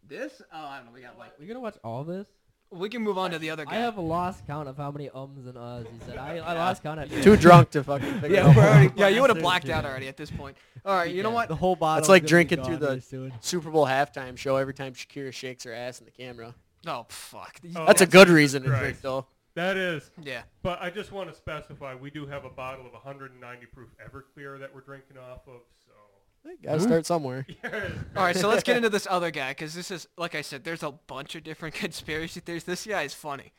H: This? Oh, I don't know. We got like.
F: We're gonna watch all this.
A: We can move on to the other guy.
F: I have lost count of how many ums and uhs you said. I, I lost count at
E: Too drunk to fucking figure
A: yeah,
E: out.
A: we're already, yeah,
F: Blast
A: you would have
F: it,
A: blacked out
F: yeah.
A: already at this point. All right. You know
F: Yeah.
A: what?
B: the whole bottle.
E: like
B: is gonna be
E: drinking through
B: gone pretty
E: the-
B: soon.
E: Super Bowl halftime show every time Shakira shakes her ass in the camera.
A: Oh, fuck. You-
D: Oh.
E: That's a good reason to
D: Christ.
E: drink, though.
D: That is,
A: Yeah.
D: but I just want to specify we do have a bottle of 190 proof Everclear that we're drinking off of. So,
E: Gotta start somewhere.
A: All right. So let's get into this other guy because this is, like I said, there's a bunch of different conspiracy theories. This guy is funny.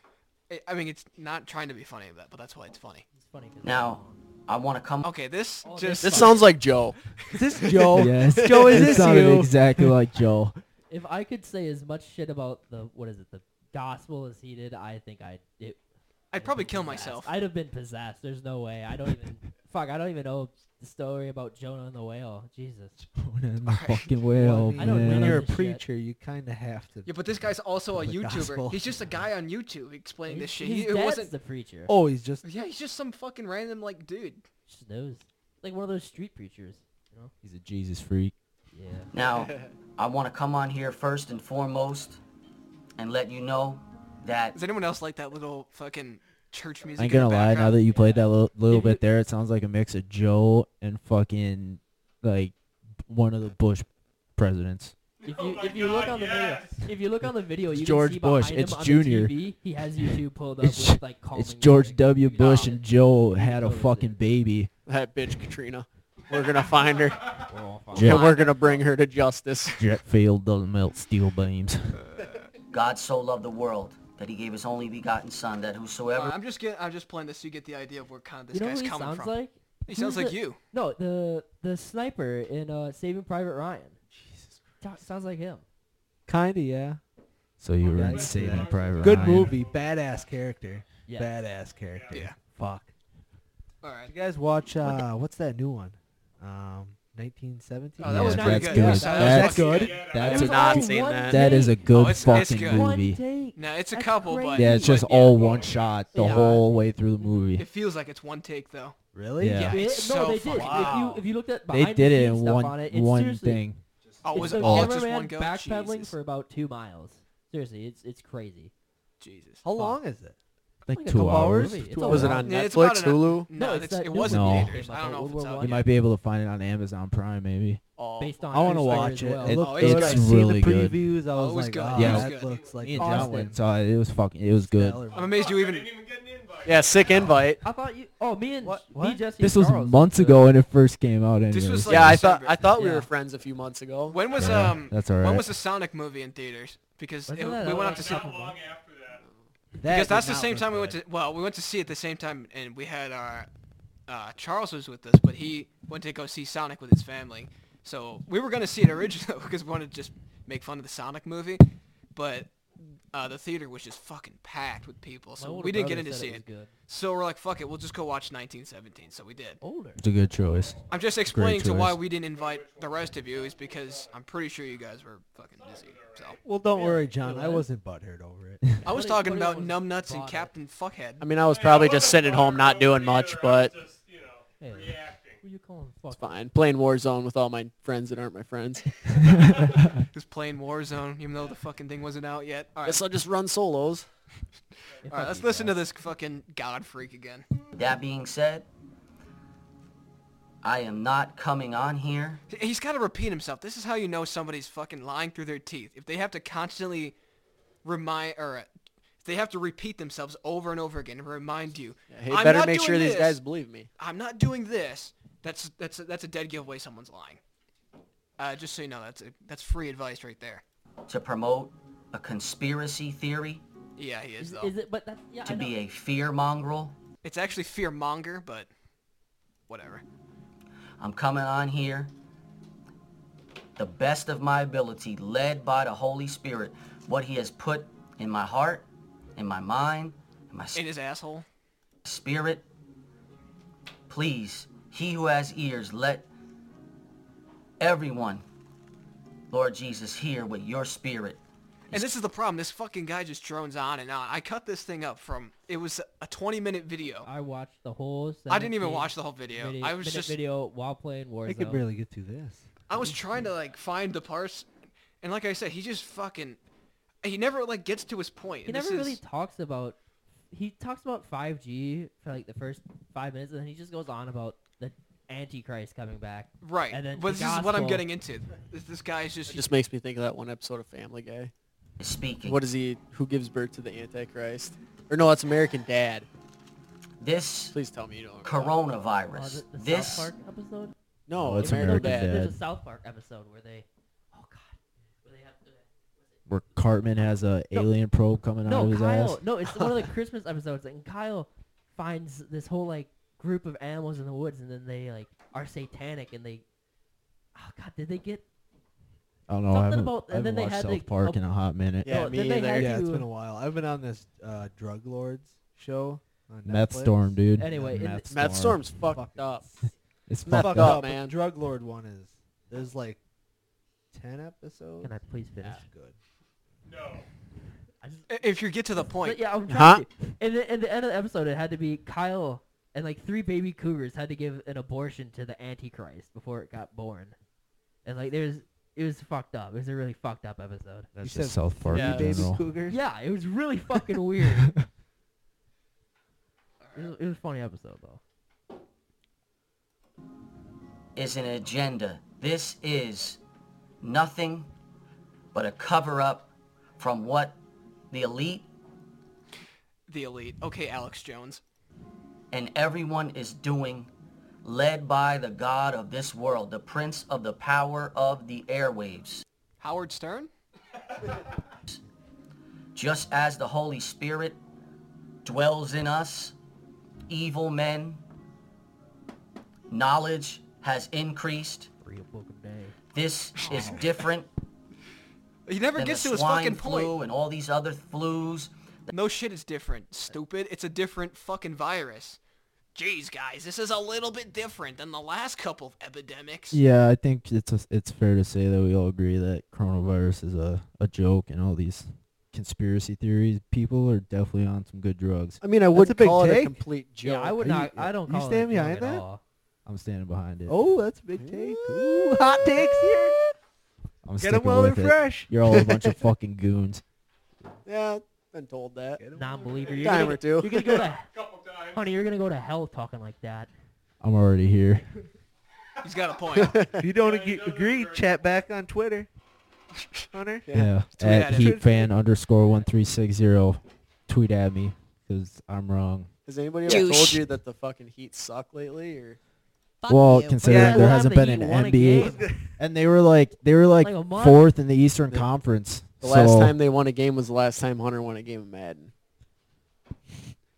A: I- I mean, it's not trying to be funny, but but that's why it's funny.
F: It's funny 'cause-
G: Now, I want to come.
A: Okay, this
F: Oh,
A: just
E: This sounds like Joe.
B: Is this Joe?
C: Yes,
B: Joe, is
C: it
B: this
C: sounded
B: you?
C: exactly like Joe.
F: if I could say as much shit about the what is it the gospel as he did, I think I'd it,
A: I'd probably
F: been
A: kill
F: possessed.
A: myself.
F: I'd have been possessed. There's no way. I don't even fuck. I don't even know the story about Jonah and the whale. Jesus.
C: And the
A: Alright.
C: fucking
B: Well,
C: whale,
B: I
F: I
B: know
F: don't
B: when
F: know
B: you're a
C: man.
F: this shit.
B: preacher, you kind of have to.
A: Yeah, but this guy's also a
B: The
A: YouTuber.
B: gospel.
A: He's just a guy on YouTube explaining this shit.
F: His
A: He, it
F: dad's
A: wasn't.
F: the preacher.
B: Oh, he's just.
A: Yeah, he's just some fucking random like dude.
F: Just knows. Like one of those street preachers. You know?
C: He's a Jesus freak.
F: Yeah.
G: Now, I want to come on here first and foremost and let you know that
A: Is anyone else like that little fucking church music?
C: I ain't
A: in the
C: gonna lie. Now
A: background?
C: that you played that little, little
F: If you-
C: bit there, it sounds like a mix of Joe and fucking like one of the Bush presidents.
F: If
D: Oh
F: you
D: my
F: if you look
D: God,
F: on the
D: yes.
F: video, if you look on the video,
C: It's
F: you
C: George
F: can see
C: Bush.
F: behind
C: It's
F: him on
C: Junior.
F: The TV, he has YouTube pulled up
C: It's
F: with like calming.
C: It's George
F: music.
C: W.
F: You
C: Bush
F: know,
C: and Joe
F: you
C: had a
F: know this
C: fucking
F: is-
C: baby.
E: That bitch Katrina. We're gonna find her,
C: Jet,
E: and we're gonna bring her to justice.
C: jet fuel doesn't melt steel beams.
G: God so loved the world that he gave his only begotten son that
A: Uh,
G: whosoever
A: I'm just getting. I'm just playing this so you get the idea of where kind of this
F: You know
A: guy's
F: what he
A: coming
F: sounds
A: from.
F: like?
A: He sounds
F: Who's
A: like
F: the-
A: you.
F: No, the the sniper in uh, Saving Private Ryan. Jesus. Sounds like him.
B: Kinda, yeah.
C: So you were in
B: That's
C: Saving
B: right.
C: Private
B: Good
C: Ryan.
B: movie, badass character,
F: Yeah.
B: badass character.
A: Yeah.
B: Fuck.
A: All
B: Did
A: right.
B: you guys watch? uh What's that new one? Um, 1917.
A: Oh, that
C: Yeah,
A: was pretty
C: that's
A: good.
C: good.
A: Yeah, that
C: That's
A: was fucking-
B: good.
C: That's
F: It
C: a
F: was
E: not
F: all
E: seen
F: one
E: that.
C: that
F: take.
C: is a good
A: Oh, it's-
C: fucking
A: it's good.
F: One
C: movie.
F: take.
A: No, it's a
F: That's
A: couple, but
F: crazy.
C: Yeah, it's
A: but
C: just
A: yeah,
C: all one shot the
F: Yeah.
C: whole way through the movie.
A: It feels like it's one take though.
B: Really?
C: Yeah.
A: Yeah,
F: They-
A: it's
F: no,
A: so
F: they did.
A: fucking-
F: If you if you looked at
C: They
F: behind
C: did
F: the
C: it
F: scenes
C: in
F: stuff
C: one
F: on it, it's
C: one
F: seriously,
C: thing.
A: Oh,
F: It's
A: was
F: the
A: it all just one
F: cameraman
A: go?
F: backpedaling
A: Jesus.
F: for about two miles. Seriously, it's it's crazy.
A: Jesus.
B: How long is it?
C: Like,
F: Like a
C: two
F: couple
C: hours.
F: hours. It's
C: Two
F: a
E: Was it
F: lot.
E: on
A: Yeah, it's
E: Netflix,
A: about an-
E: Hulu?
A: No,
F: No, it's
A: that's-
F: that
A: it
F: new
A: wasn't
C: movie.
A: theaters.
F: No.
A: I don't know if it's
F: World War
A: out
F: One.
C: You
A: yet.
C: might be able to find it on Amazon Prime, maybe.
E: Oh,
F: Based on
B: I want to
F: true story
B: watch
F: as
B: it.
F: well.
C: It
B: looked
A: Oh,
B: good.
A: it's
B: I seen the
C: really good.
B: previews. I
A: Oh,
B: was,
A: it was
B: like,
A: good.
B: wow,
C: Yeah.
B: that
A: It was good.
B: looks like
C: Me and John went and
B: Austin.
C: saw it. It was fucking. It was good.
B: Stellar.
A: I'm amazed you even.
E: yeah, sick invite.
F: I thought you. Oh, me and
B: What-
F: me,
B: what?
F: Jesse.
C: This
F: and
C: was
F: Charles
C: months
F: went to-
C: ago when it first came out. Anyways.
A: This was like
E: Yeah, I thought
A: December.
E: I thought we
F: Yeah.
E: were friends a few months ago.
A: When was
C: Yeah,
A: um?
C: that's all
A: When
C: right.
A: was the Sonic movie in theaters? Because
F: Wasn't
A: it-
F: that
A: we
F: a-
A: went out to see.
F: Not long
D: after that.
B: That
A: Because
B: did
A: that's the
B: not
A: same
B: look
A: time we went
B: good.
A: to. Well, we went to see it the same time, and we had our. Uh, Charles was with us, but he went to go see Sonic with his family, So we were going to see it originally because we wanted to just make fun of the Sonic movie, but uh, the theater was just fucking packed with people,
F: My
A: so
F: older
A: we didn't get
F: brother
A: in to
F: said
A: see
F: was
A: it.
F: Good.
A: So we're like, fuck it, we'll just go watch 1917. So we did.
F: Older.
B: It's a good choice.
A: I'm just explaining to why
B: choice.
A: we didn't invite the rest of you is because I'm pretty sure you guys were fucking busy. So
B: Well, don't worry, John. I
F: right.
B: wasn't butthaired over it.
A: I was
F: Funny-
A: talking
F: funny
A: about
F: ones
A: numbnuts and
F: bought it.
A: Captain Fuckhead.
E: I mean, I was probably just sitting at home not doing much, but
D: Just, you know,
F: Hey,
D: reacting.
F: who you calling
E: it's
F: fuck?
E: fine. Playing Warzone with all my friends that aren't my friends.
A: Just playing Warzone, even though the fucking thing wasn't out yet. All right,
E: Guess I'll just run solos.
A: all right let's listen to this fucking god freak again.
G: That being said, I am not coming on here.
A: He- He's got to repeat himself. This is how you know somebody's fucking lying through their teeth. If they have to constantly remind, or uh, if they have to repeat themselves over and over again and remind you,
E: Hey,
A: I'm
E: better
A: not
E: make
A: doing
E: sure these
A: this.
E: guys believe me.
A: I'm not doing this. That's that's that's a dead giveaway. Someone's lying. Uh, just so you know, that's a, that's free advice right there.
G: to promote a conspiracy theory,
A: Yeah, he is
F: Is,
A: though.
F: is it? But that's yeah.
G: to
F: I know.
G: be a fear mongrel.
A: It's actually fear monger, but whatever.
G: I'm coming on here the best of my ability, led by the Holy Spirit, what he has put in my heart, in my mind, in my
A: In his asshole.
G: spirit. Please, he who has ears, let everyone, Lord Jesus, hear with your spirit.
A: And this is the problem. This fucking guy just drones on and on. I cut this thing up from. It was a 20 minute video.
F: I watched the whole.
A: I didn't even
F: 17
A: watch the whole video.
F: minute-
A: I was
F: minute
A: just.
F: video while playing Warzone.
B: I could barely get through this.
A: I was trying to like find the parts, and like I said, he just fucking. He never like gets to his point.
F: He
A: and this
F: never really
A: is-
F: talks about. He talks about 5G for like the first five minutes, and then he just goes on about the Antichrist coming back.
A: right.
F: and then
A: but
F: the
A: this is what I'm
F: gospel.
A: getting into. This, this guy is just.
E: It just makes me think of that one episode of Family Guy.
G: is Speaking.
E: What is he? Who gives birth to the Antichrist? Or no, that's American Dad.
G: this
E: Please tell me you don't.
F: Uh,
B: Oh,
G: coronavirus,
F: the, the
G: this
F: South Park episode.
E: No,
C: Oh, it's
E: American,
C: American
E: Dad.
C: Dad.
F: There's a South Park episode where they. Oh God. Where they have.
C: Where Cartman has a
F: No.
C: alien probe coming out
F: No,
C: of his
F: Kyle.
C: ass.
F: No, it's one of the Christmas episodes, and Kyle finds this whole like group of animals in the woods, and then they like are satanic, and they. Oh God! Did they get?
C: I don't know. I
F: something
C: haven't,
F: about-
C: I
F: and then
C: haven't
F: they
C: watched
F: had,
C: South
F: like,
C: Park
F: a-
C: in a hot minute.
E: Yeah,
F: no,
E: me
F: then they
E: either.
F: had
B: Yeah, it's
F: you-
B: been a while. I've been on this uh, drug lords show. On
C: Meth
B: Netflix.
C: Storm, dude.
F: Anyway, and
C: Meth,
E: Matt
C: Storm.
E: Storm's fucked up.
C: It's
E: Meth
C: fucked
B: Fuck
E: up.
B: up,
E: man.
B: but Drug lord one is. There's like ten episodes.
F: Can I please finish?
B: That's good.
D: No.
F: I just-
A: I- If you get to the point,
F: But yeah, I'm trying
E: Huh?
F: to. And then at the end of the episode, it had to be Kyle and like three baby cougars had to give an abortion to the Antichrist before it got born. And like, there's it was fucked up. It was a really fucked up episode.
C: That's
B: You
C: just
B: said
C: South Park
E: Yeah,
C: in
E: baby
C: general.
F: Yeah, it was really fucking weird. It was, it was a funny episode though.
G: is an agenda. This is nothing but a cover up from what the elite
A: the elite. Okay, Alex Jones.
G: and everyone is doing, led by the God of this world, the Prince of the power of the airwaves.
A: Howard Stern?
G: Just as the Holy Spirit dwells in us, evil men, knowledge has increased.
F: Three book a day.
G: This is different
A: He Oh. never
G: than the
A: gets to his
G: swine
A: fucking point.
G: flu and all these other flus.
A: No shit, it's different. Stupid. It's a different fucking virus. Jeez, guys, this is a little bit different than the last couple of epidemics.
C: Yeah, I think it's a, it's fair to say that we all agree that coronavirus is a, a joke and all these conspiracy theories. People are definitely on some good drugs.
E: I mean, I
B: That's
E: would
B: a big
E: call it a
B: take.
E: complete joke.
F: Yeah, I would
B: Are you-
F: not. I don't.
B: you
F: call it
B: stand
F: a joke
B: behind
F: at
B: that?
F: all.
C: I'm standing behind it.
B: Oh, that's a big take. Ooh, hot takes here.
C: I'm
B: Get them
C: sticking
B: while they're
C: with it.
B: fresh.
C: You're all a bunch of fucking goons.
E: Yeah, been told that.
B: Get 'em while they're
F: Non-believer. You're
E: Time
F: gonna,
E: or two.
F: you're gonna go to,
D: Couple times.
F: honey. You're gonna go to hell talking like that.
C: I'm already here.
A: He's got a point.
B: fresh. If you don't
D: Yeah,
B: ag-
D: it doesn't
B: agree,
D: hurt.
B: chat back on Twitter. Hunter.
C: Yeah.
A: Tweet
C: at
A: at him.
C: heat fan underscore one three six zero. Tweet at me because I'm wrong.
E: Has anybody ever told you that the fucking Heat suck lately? Or
C: well, considering
B: Yeah,
C: there
B: what
C: hasn't been
F: happened?
C: an
F: He won a
C: NBA,
F: game.
C: and they were like they were like,
F: Like a month.
C: fourth in the Eastern Conference.
E: the last
C: so-
E: time they won a game was the last time Hunter won a game of Madden.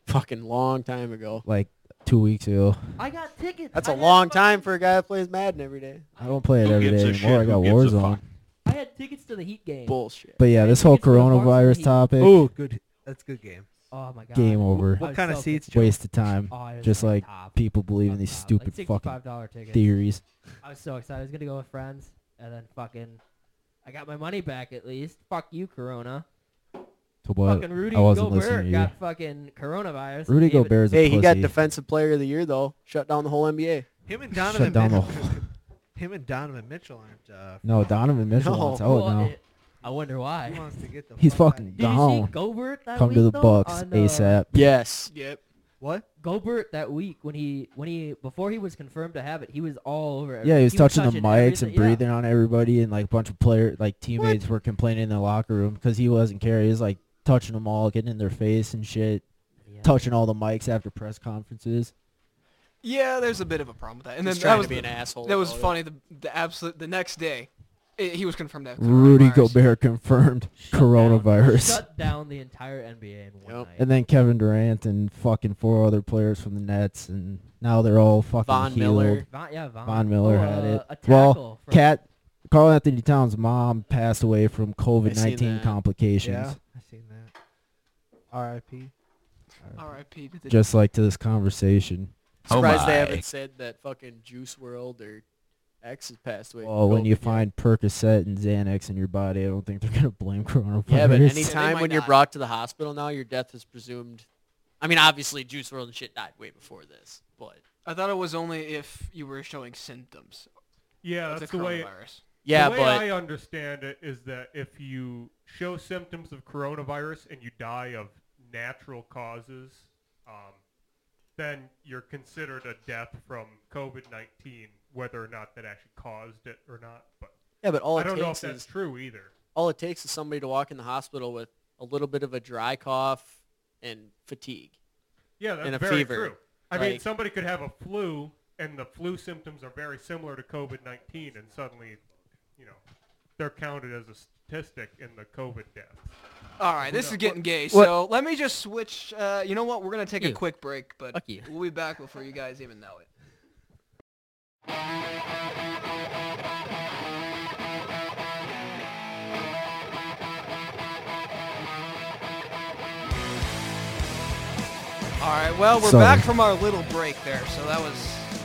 E: Fucking long time ago.
C: like two weeks ago.
F: I got tickets.
E: That's
F: a
E: a long time for a guy that plays Madden every day.
C: I don't play it
I: Who
C: every
I: gives
C: day
I: a
C: anymore. I
I: shit? Who
C: got
I: gives a
C: Warzone.
I: fuck?
F: I had tickets to the Heat game.
E: Bullshit.
C: But yeah, this whole
F: Tickets to the
C: coronavirus
F: Barcelona
C: topic,
B: Ooh, good. That's a good game.
F: Oh my god.
C: game over,
F: I
B: What
F: was
B: kind of
F: so
B: seats? Joe?
C: waste of time.
F: Oh, it was
C: Just
F: on
C: like
F: top.
C: people believe in
F: on
C: these
F: top.
C: stupid
F: like
C: fucking
F: $65 tickets.
C: theories.
F: I was so excited. I was gonna go with friends, and then fucking, I got my money back at least. Fuck you, Corona.
C: To what?
F: fucking Rudy
C: I wasn't listening
F: Gobert
C: to you.
F: got fucking coronavirus.
C: Rudy
F: Gave it-
C: Gobert's a
E: Hey, he got
C: pussy.
E: defensive player of the year though. Shut down the whole NBA.
B: Him and Donovan.
C: down the
B: Mitchell, him and Donovan Mitchell aren't. Uh,
C: No, Donovan Mitchell
E: No.
C: wants out
F: Well,
C: now.
F: it- I wonder why.
B: he wants to get the.
C: He's
B: fuck out.
C: fucking
F: Did you see
C: gone.
F: Gobert that
C: Come
F: week
C: to the
F: though?
C: Bucks
F: On, uh,
C: ASAP.
E: Yes.
A: Yep.
B: What?
F: Gobert that week when he when he before he was confirmed to have it, he was all over.
C: Yeah,
F: everything.
C: he was touching the mics
F: everything-
C: and
F: yeah.
C: breathing on everybody, and like a bunch of player, like teammates were complaining in the locker room because he wasn't care. He was like touching them all, getting in their face and shit,
F: Yeah.
C: touching all the mics after press conferences.
A: Yeah, there's a bit of a problem with that. And
E: He's
A: then that
E: trying
A: was
E: to be
A: the-
E: an asshole.
A: That was
E: about it.
A: funny. The, the absolute the next day, i he was confirmed to have
C: Rudy
A: coronavirus.
C: Gobert confirmed
F: Shut down-
C: coronavirus,
F: shut down the entire NBA in one
E: Yep.
F: night.
C: and then Kevin Durant and fucking four other players from the Nets, and now they're all fucking
E: Von
C: healed.
E: Miller.
F: Von, yeah, Von,
C: Von Miller
F: oh,
C: had
F: uh,
C: it.
F: A
C: Well,
F: tackle from-
C: Cat Carl Anthony Towns' mom passed away from COVID
E: seen
C: nineteen
E: that.
C: complications.
B: Yeah, I seen that. R.I.P.
A: R.I.P. to the-
C: Just like to this conversation.
I: Oh
E: Surprised they
I: my.
E: haven't said that fucking Juice World or X has passed away.
C: Well,
E: from
C: when you
E: COVID yet.
C: find Percocet and Xanax in your body, I don't think they're gonna blame coronavirus.
E: Yeah, but
A: Yeah, they
E: anytime
A: might
E: when you're
A: not.
E: brought to the hospital now, your death is presumed. I mean, obviously, Juice World and shit died way before this, but
A: I thought it was only if you were showing symptoms
D: Yeah,
A: of
D: that's
A: the
D: the way.
A: coronavirus.
E: yeah,
D: the way
E: but
D: I understand it is that if you show symptoms of coronavirus and you die of natural causes, um, then you're considered a death from COVID-19, whether or not that actually caused it or not. But
E: yeah, but all
D: I
E: it
D: don't know if
E: takes
D: that's
E: is
D: true either.
E: all it takes is somebody to walk in the hospital with a little bit of a dry cough and fatigue.
D: Yeah, that's
E: and a
D: very
E: fever.
D: true. I mean,
E: Like-
D: somebody could have a flu, and the flu symptoms are very similar to COVID-19, and suddenly, you know, they're counted as a statistic in the COVID death.
A: All right, this is getting gay.
C: What-
A: So let me just switch. Uh, you know what? We're gonna take a
F: You.
A: quick break, but
F: Fuck you.
A: we'll be back before you guys even know it. All right. Well, we're
C: Sorry.
A: back from our little break there, so that was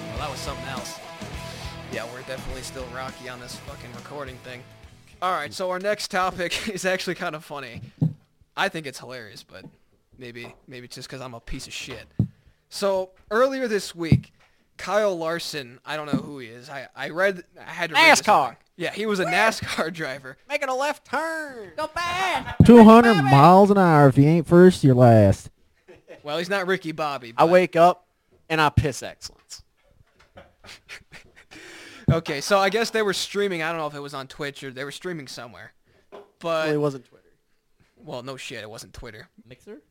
A: well, that was something else. Yeah, we're definitely still rocky on this fucking recording thing. All right, so our next topic is actually kind of funny. I think it's hilarious, but maybe maybe it's just because I'm a piece of shit. So earlier this week, Kyle Larson, I don't know who he is. I, I read I had to read this
E: NASCAR.
A: thing. Yeah, he was a NASCAR driver.
E: Making a left turn.
F: Go back.
C: Two hundred miles an hour. If you ain't first, you're last.
A: Well, he's not Ricky Bobby.
E: I
A: but-
E: wake up and I piss excellence.
A: Okay, so I guess they were streaming. I don't know if it was on Twitch or they were streaming somewhere.
E: Well, it
A: But
E: wasn't Twitter.
A: well, no shit, it wasn't Twitter.
F: Mixer.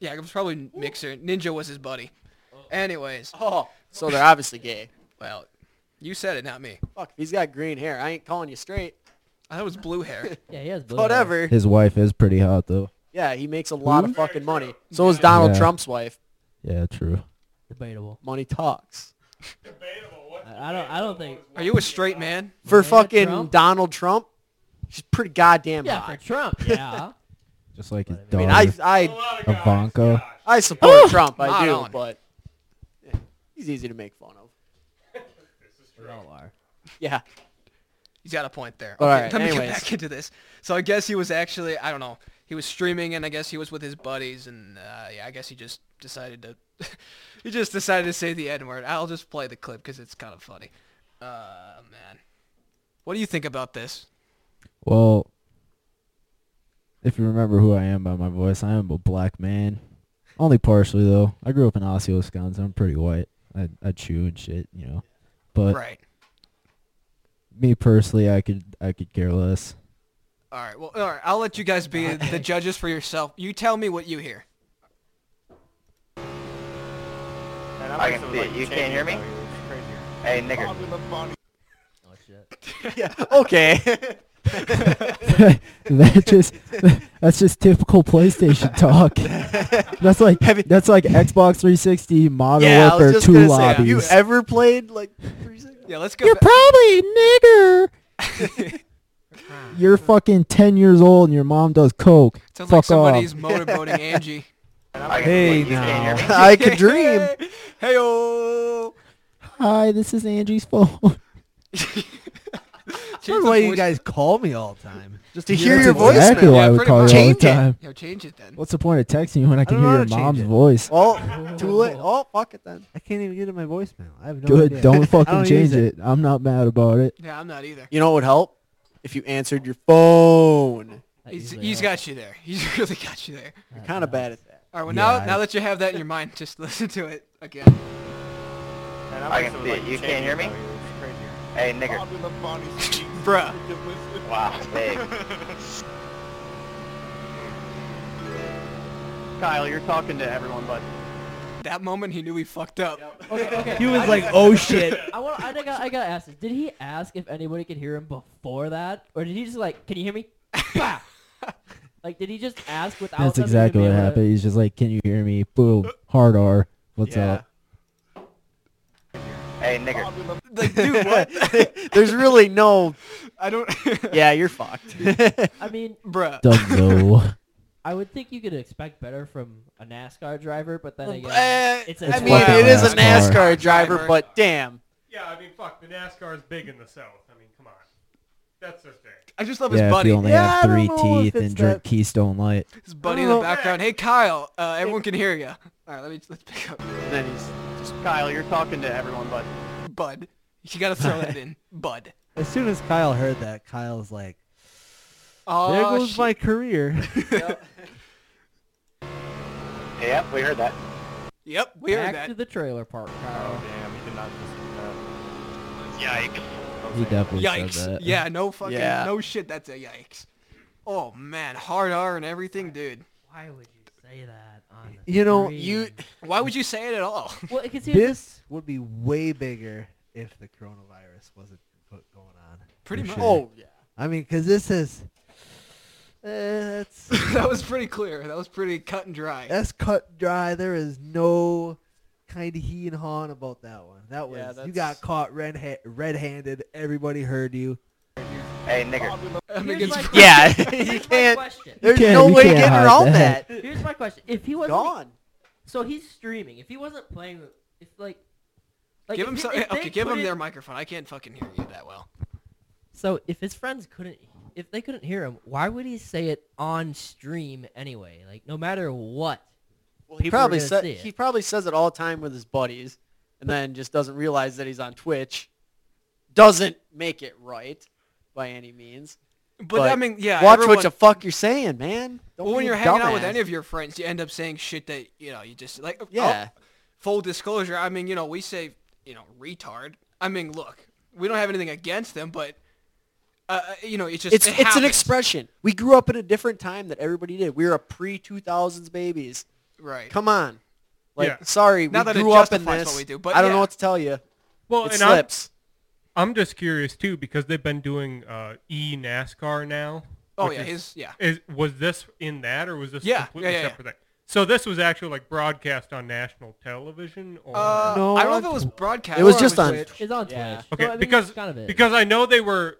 A: Yeah, it was probably Mixer. Ninja was his buddy. Anyways,
E: Oh, so they're obviously gay.
A: well, you said it, not me.
E: Fuck, if he's got green hair, I ain't calling you straight.
A: I thought it was blue hair.
F: Yeah, he has blue hair.
E: Whatever.
C: His wife is pretty hot though.
E: Yeah, he makes a lot of fucking money. So is
A: Yeah.
E: Donald
C: Yeah.
E: Trump's wife.
C: Yeah, true.
F: Debatable.
E: Money talks.
F: I I don't. I don't think.
A: Are you a straight man?
E: For
F: Melania
E: fucking
F: Trump?
E: Donald Trump, she's pretty goddamn
F: Yeah, for
E: hot.
F: Trump. Yeah.
C: Just like his
F: I mean,
E: I
C: daughter,
E: mean, I, I,
C: Ivanka.
E: I support
C: Oh,
E: Trump, I
A: not
E: do,
A: on.
E: but yeah, he's easy to make fun of.
F: they all are.
E: Yeah,
A: He's got a point there. Okay,
E: All right,
A: let me
E: anyways.
A: get back into this. So I guess he was actually, I don't know, he was streaming and I guess he was with his buddies and uh, yeah, I guess he just decided to, he just decided to say the N word. I'll just play the clip because it's kind of funny. Uh, man. What do you think about this?
C: Well, if you remember who I am by my voice, I am a black man. Only partially though. I grew up in Osseo, Wisconsin. I'm pretty white. I I chew and shit, you know. But
A: right.
C: me personally, I could I could care less.
A: All right. Well, all right. I'll let you guys be the judges for yourself. You tell me what you hear.
J: I can see it. You can't hear me? Hey, nigger.
F: Oh shit.
E: okay.
C: that just that's just typical PlayStation talk. That's like
I: Have you-
C: that's like Xbox 360 Modern
I: yeah, I was
C: Warfare
I: just
C: 2
I: gonna say, have
C: lobbies.
I: you ever played like?
A: Yeah, let's go.
C: You're
A: back-
C: probably a nigger. You're fucking 10 years old and your mom does coke.
A: Sounds like
C: Fuck
A: somebody's
C: off.
A: motorboating Angie.
C: Hey
J: hear
C: now.
I: I could dream.
A: Hey oh.
C: Hi, this is Angie's phone.
B: That's why you guys call me all the time. Just
I: To
B: get
I: hear
B: out
I: your
B: the
I: voice,
B: way.
C: exactly
I: man.
C: why
A: Yeah,
C: I would
A: pretty
C: call
A: much.
C: you all the
I: Change it.
C: time.
A: Yo, change it then.
C: What's the point of texting you when I can
B: don't know
C: hear
B: how
C: your
B: to change
C: mom's
B: it.
C: voice?
I: Oh, too late. Oh, fuck it then.
B: I can't even get in my voicemail. I have no
C: Good,
B: idea.
C: don't fucking
B: I don't
C: change
B: use it.
C: it. I'm not mad about it.
A: Yeah, I'm not either.
E: You know what would help? If you answered your phone.
F: That
A: He's,
F: usually
A: he's
F: helps.
A: got you there. He's really got you there.
E: You're kind of bad at that.
A: All right. Well,
C: Yeah,
A: now
C: I-
A: now that you have that in your mind, just listen to it again.
J: I can see it. You can't hear me? Hey, nigger.
A: Bruh.
J: Wow, big. Kyle, you're talking to everyone, but
A: That moment, he knew he fucked up.
F: Okay, okay.
B: He was like, "Oh shit."
F: I want. I gotta. I gotta ask this. Did he ask if anybody could hear him before that, or did he just like, "Can you hear me?" Bah! like, did he just ask without?
C: That's
F: them even
C: exactly
F: being
C: what
F: able to-
C: happened. He's just like, "Can you hear me?" Boom, hard R. What's
E: Yeah.
C: up?
J: hey, nigger.
A: Like, dude, what?
I: There's really no.
A: I don't.
E: Yeah, you're fucked.
F: I mean,
A: Bruh.
C: Don't know.
F: I would think you could expect better from a NASCAR driver, but then again,
E: Eh,
F: it's a
E: I
C: It's
E: mean,
C: fucking
E: it is a
C: NASCAR.
E: NASCAR driver,
A: Driver.
E: but damn.
D: Yeah, I mean, fuck, the NASCAR is big in the South. I mean, come on. That's their thing.
A: I just love his
C: yeah, if you
A: buddy.
C: only
I: Yeah, I
C: have
I: don't
C: three
I: know if
C: teeth
I: it's
C: and drink
I: that-
C: Keystone Light.
A: His buddy
I: I
A: in
I: don't
A: the
F: Oh.
I: know.
A: background. Hey, Kyle. Uh, everyone can hear you. All right, let me let's pick up.
E: And then he's
J: Kyle, you're talking to everyone, but
A: Bud. You gotta throw that in. Bud.
B: As soon as Kyle heard that, Kyle's like,
A: Oh,
B: "There goes
A: shit.
B: my career."
J: yeah, we heard that.
A: Yep, we heard
F: back
A: that.
F: to the trailer park, Kyle.
J: Damn, he did not Yikes.
C: He definitely said
A: Yikes.
C: that.
A: Yeah, no fucking,
E: Yeah.
A: no shit, that's a yikes. Oh, man, hard R and everything, dude.
F: Why would you say that? On the
B: You know,
F: screen?
B: you-
A: Why would you say it at all?
F: Well, because here's the
B: this would be way bigger if the coronavirus wasn't go- going on.
A: Pretty
C: For
A: much.
F: Oh,
C: sure.
E: yeah.
B: I mean, because this is eh, that's
A: that was pretty clear. That was pretty cut and dry.
B: that's cut dry. There is no kind of he and hawing about that one. That was
E: Yeah,
B: you
E: that's-
B: got caught red ha- red-handed. Everybody heard you.
J: Hey, nigger.
A: I mean,
F: Here's
A: it's-
F: my question.
I: Yeah,
F: Here's
I: you
F: my
I: can't.
F: question.
I: There's
C: can't-
I: no
C: you
I: way
C: can't
I: getting
C: hide
I: around
C: that.
I: that.
F: Here's my question. If he wasn't
I: Gone.
F: so he's streaming. If he wasn't playing, if like, like
A: give
F: if
A: him
F: he-
A: some,
F: if they
A: okay, give
F: couldn't-
A: him their microphone. I can't fucking hear you that well.
F: So if his friends couldn't, if they couldn't hear him, why would he say it on stream anyway? Like no matter what.
E: Well, he
F: People are
E: probably
F: gonna
E: sa-
F: see it.
E: he probably says it all the time with his buddies, and then just doesn't realize that he's on Twitch. Doesn't make it right by any means.
A: But,
E: But
A: I mean, yeah,
E: Watch
A: everyone,
E: what the fuck you're saying, man. Don't
A: well, when
E: be a
A: you're hanging out with
E: dumbass.
A: any of your friends, you end up saying shit that, you know, you just, like, I'll-
E: yeah,
A: full disclosure, I mean, you know, we say, you know, retard. I mean, look, we don't have anything against them, but, uh, you know, it's just
E: it's
A: it
E: it's an
A: happens.
E: expression. We grew up in a different time that everybody did. We were a pre two thousands babies.
A: right?
E: Come on, like
D: Yeah.
E: sorry,
A: Not
E: we
A: that it
E: grew up in
A: justifies
E: this.
A: what we do, but
E: I don't
A: yeah.
E: know what to tell you.
D: Well,
E: it
D: and I'm,
E: slips.
D: I'm just curious too because they've been doing uh, e NASCAR now.
A: Oh
D: which
A: yeah,
D: is-
A: his yeah.
D: Is, was this in that, or was this
A: Yeah,
D: completely
A: yeah, yeah, yeah.
D: separate? Thing? So this was actually like broadcast on national television, or
A: Uh,
B: No,
A: I don't know if
B: on
A: it was broadcast.
E: It was
A: or
E: just on-
A: Twitch.
F: It's on
E: Yeah.
F: Twitch.
D: okay,
F: So, I think
D: because
F: it's kind of it.
D: because I know they were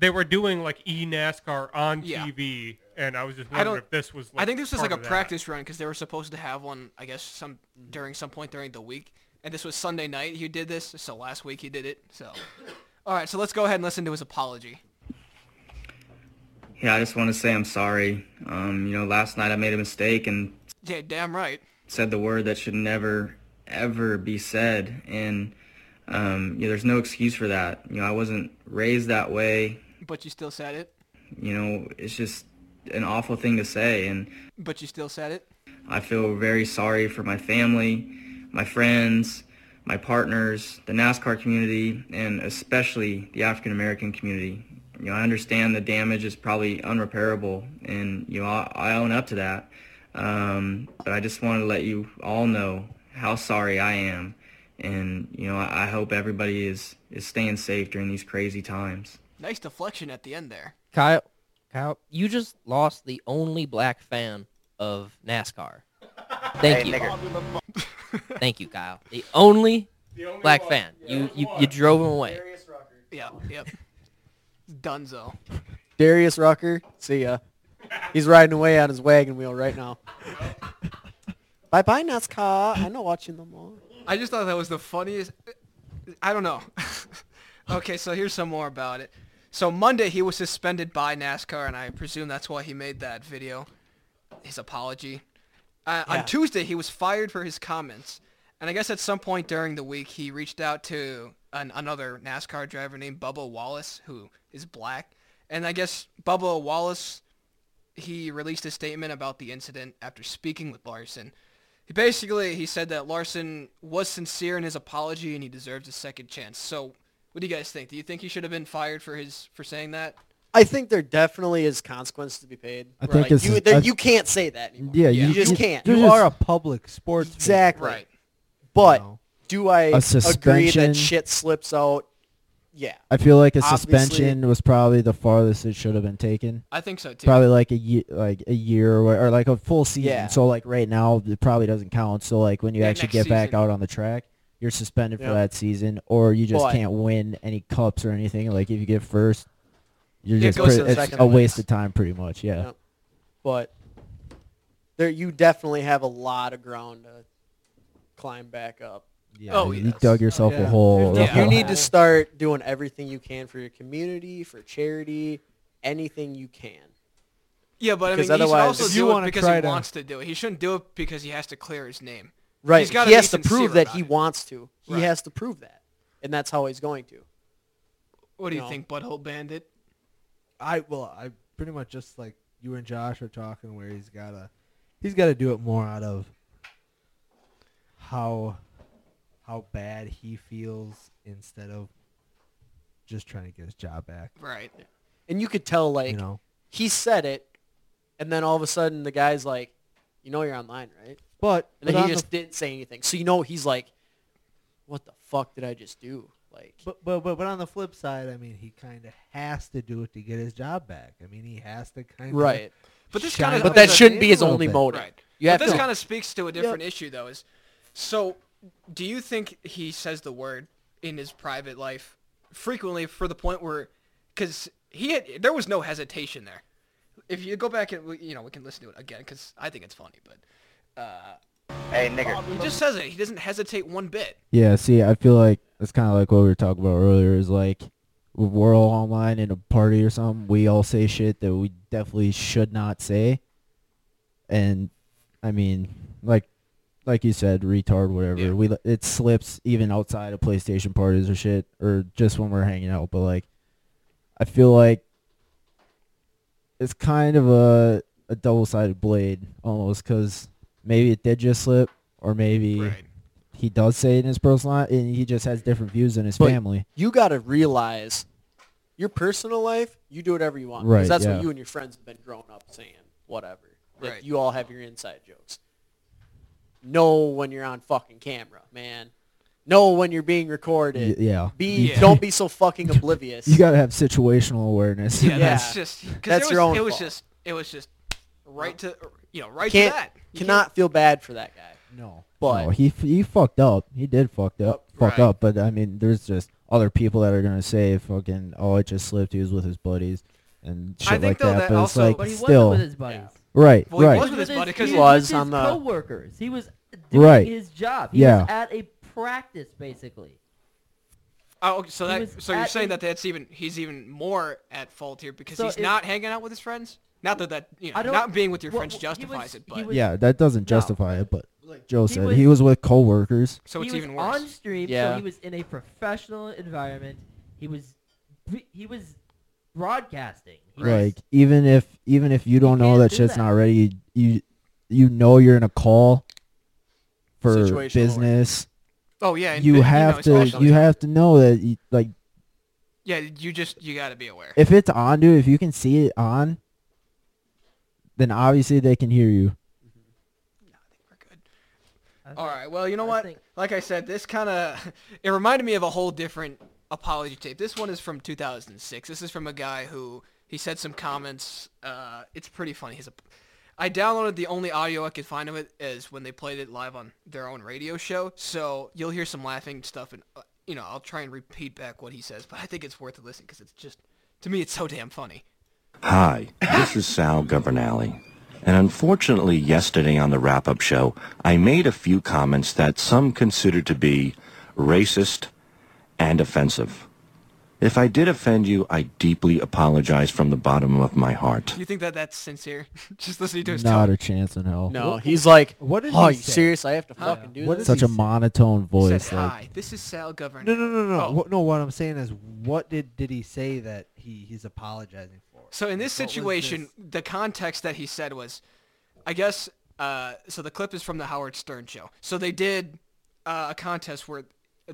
D: they were doing like e NASCAR on
A: Yeah.
D: TV, and I was just
A: I don't-
D: wondering if this was. Like,
A: I think this was
D: part
A: like a
D: of that.
A: practice run because they were supposed to have one, I guess, some during some point during the week, and this was Sunday night. He did this, so last week he did it. So, all right, so let's go ahead and listen to his apology.
K: Yeah, I just want to say I'm sorry. Um, you know, last night I made a mistake and
A: Yeah, damn right.
K: said the word that should never, ever be said. And um, yeah, there's no excuse for that. You know, I wasn't raised that way.
A: But you still said it.
K: You know, it's just an awful thing to say. And
A: But you still said it.
K: I feel very sorry for my family, my friends, my partners, the NASCAR community, and especially the African American community. You know, I understand the damage is probably unrepairable, and you know I, I own up to that. Um, but I just wanted to let you all know how sorry I am, and you know I, I hope everybody is is staying safe during these crazy times.
A: Nice deflection at the end there.
L: Kyle, Kyle, you just lost the only black fan of NASCAR. Thank
J: Hey,
L: you.
J: nigger.
L: Thank you, Kyle. The only,
A: The only
L: black
A: one.
L: fan.
A: Yeah,
L: you
A: there's
L: you, you
A: one.
L: drove him away.
A: Yeah, yep. Dunzo.
E: Darius Rucker, see ya. He's riding away on his wagon wheel right now. bye bye, NASCAR. I know watching them all.
A: I just thought that was the funniest. I don't know. okay, so here's some more about it. So Monday he was suspended by NASCAR, and I presume that's why he made that video, his apology. Uh,
E: Yeah.
A: On Tuesday he was fired for his comments, and I guess at some point during the week he reached out to an, another NASCAR driver named Bubba Wallace, who is black, and I guess Bubba Wallace he released a statement about the incident after speaking with Larson. He basically he said that Larson was sincere in his apology and he deserves a second chance. So, what do you guys think? Do you think he should have been fired for his for saying that?
E: I think there definitely is consequence to be paid.
C: I think it's-
E: you, there,
C: I-
E: you can't say that anymore.
C: Yeah,
E: you,
C: you-
E: just
C: you-
E: can't.
C: you just-
B: You're a public sports.
E: Exactly.
A: Right.
E: But do I
C: A
E: agree
C: suspension-
E: that shit slips out? Yeah.
C: I feel like a
E: Obviously-
C: suspension was probably the farthest it should have been taken.
A: I think so too.
C: Probably like a year, like a year or, or like a full season.
E: Yeah.
C: So like right now, it probably doesn't count. So like when you
A: Yeah,
C: actually
A: next
C: get back
A: season.
C: out on the track, you're suspended
E: Yeah.
C: for that season, or you just
E: But-
C: can't win any cups or anything. Like if you get first, you're
A: Yeah, it
C: just
A: goes
C: pretty-
A: to the
C: it's
E: second
C: a
E: place.
C: waste of time, pretty much. Yeah.
E: Yeah. But there, you definitely have a lot of ground to climb back up.
C: yeah
A: Oh,
C: you
A: yes.
C: dug yourself a hole.
A: Yeah.
E: You
A: Yeah.
E: need to start doing everything you can for your community, for charity, anything you can.
A: Yeah, but I mean,
E: Because
A: he should
E: otherwise-
A: also
E: If
B: you
A: do it
B: wanna
A: because
B: try
A: he
B: to-
A: wants to do it. He shouldn't do it because he has to clear his name.
E: Right.
A: He's gotta
E: he
A: be
E: has to
A: sincere
E: prove that
A: about
E: he
A: it.
E: wants to. He
A: Right.
E: has to prove that. And that's how he's going to.
A: What do you
E: No.
A: think, Butthole Bandit?
B: I well, I pretty much just like you and Josh are talking, where he's gotta, he's gotta do it more out of how, how bad he feels instead of just trying to get his job back.
A: Right.
E: And you could tell like
B: you know,
E: he said it and then all of a sudden the guy's like, You know you're online, right?
B: but,
E: And
B: but
E: then
B: on
E: he
B: the
E: just didn't say anything. So you know he's like, What the fuck did I just do? Like
B: But but but but on the flip side, I mean, he kind of has to do it to get his job back. I mean, he has to kind of
E: Right.
A: But this
B: Shine
A: kind of
E: But that
B: Okay,
E: shouldn't be
B: a
E: his
B: little
E: only
B: bit.
E: motive.
A: Right.
E: You
A: but
E: have
A: this
E: to
A: kind of speaks to a different issue, though. Is so? Do you think he says the word in his private life frequently for the point where, because he had, there was no hesitation there. If you go back and we- you know we can listen to it again because I think it's funny, but uh,
J: Hey, nigger.
A: he just says it. He doesn't hesitate one bit.
C: Yeah, see, I feel like it's kind of like what we were talking about earlier. Is like if we're all online in a party or something, we all say shit that we definitely should not say. And I mean, like, like you said, retard, whatever.
A: Yeah.
C: We it slips even outside of PlayStation parties or shit, or just when we're hanging out. But like, I feel like it's kind of a a double sided blade almost because maybe it did just slip, or maybe he does say it in his personal life, and he just has different views than his
E: But-
C: family.
E: you got to realize your personal life, you do whatever you want.
C: Right,
E: Because that's
C: yeah.
E: what you and your friends have been growing up saying, whatever. That
A: Right.
E: You all have your inside jokes. Know when you're on fucking camera, man. Know when you're being
C: Y-
E: recorded.
C: yeah,
E: Be
A: Yeah.
E: Don't be so fucking oblivious.
C: you gotta have situational awareness.
A: Yeah,
E: Yeah.
A: that's just because
E: That's
A: it was,
E: your own
A: it was
E: fault.
A: just it was just right to you know right
E: can't,
A: to that. You
E: cannot feel bad for that guy.
C: no,
E: But-
C: no, Oh, he f- he fucked up. He did fucked up, fuck
A: right.
C: up. But I mean, there's just other people that are gonna say, "Fucking, oh, it just slipped. He was with his buddies." And shit
A: think,
C: like
A: though,
C: that,
A: that
C: but
A: also-
C: it's
A: But
F: But
C: like
F: he
C: still
F: wasn't with his buddies.
C: right,
A: Well, he
C: right.
A: wasn't with his buddy 'cause
F: he
A: he
E: was
F: was with
E: on
F: his
E: the-
F: coworkers. He was doing
C: Right.
F: his job. He
C: Yeah.
F: was at a practice basically.
A: Oh, okay, so
F: He
A: that
F: was
A: so you're
F: at
A: saying
F: a-
A: that that's even he's even more at fault here because
F: So
A: he's
F: if-
A: not hanging out with his friends. Not that that you know,
F: I don't-
A: not being with your
F: Well,
A: friends
F: well, he was-
A: justifies it,
F: he
A: but
F: was-
C: yeah, that doesn't
F: No.
C: justify it. But like Joe
F: he
C: said,
F: was-
C: he was with coworkers.
A: so it's
F: he
A: even
F: was
A: worse.
F: on stream,
E: Yeah.
F: so he was in a professional environment. He was he was broadcasting. He was-
C: Like even if even if you don't know
F: can't
C: that
F: do
C: shit's
F: that.
C: not ready, you, you you know you're in a call for
E: Situational
C: business.
A: Oh yeah, and
C: You
A: vi-
C: have
A: know,
C: to
A: especially-
C: you have to know that you, like
A: yeah. You just you got to be aware.
C: if it's on, dude, if you can see it on, then obviously they can hear you.
A: I think we're good.
F: I
A: All
F: think-
A: right. Well, you know
F: I
A: what?
F: think-
A: Like I said, this kind of it reminded me of a whole different apology tape. This one is from 2006. This is from a guy who he said some comments. Uh, it's pretty funny. His, ap- I downloaded the only audio I could find of it is when they played it live on their own radio show. So you'll hear some laughing stuff, and uh, you know I'll try and repeat back what he says. But I think it's worth a listen because it's just to me it's so damn funny.
M: Hi, this is Sal Governale. And unfortunately, yesterday on the wrap up show, I made a few comments that some consider to be racist and offensive. If I did offend you, I deeply apologize from the bottom of my heart.
A: You think that that's sincere? just listening to his
C: Not
A: tone.
C: a chance in hell.
E: No, he's like,
A: what did
E: oh,
A: he
E: you
A: say?
E: serious? I have to
A: Huh?
E: fucking do
A: What
E: this.
C: Such a monotone voice.
A: said,
C: like,
A: "Hi, this is Sal Governale."
B: No, no, no, no. What, no, what I'm saying is, what did did he say that he he's apologizing for?
A: So in this
B: What was
A: situation, the context that he said was, I guess. Uh, so the clip is from the Howard Stern show. So they did uh, a contest where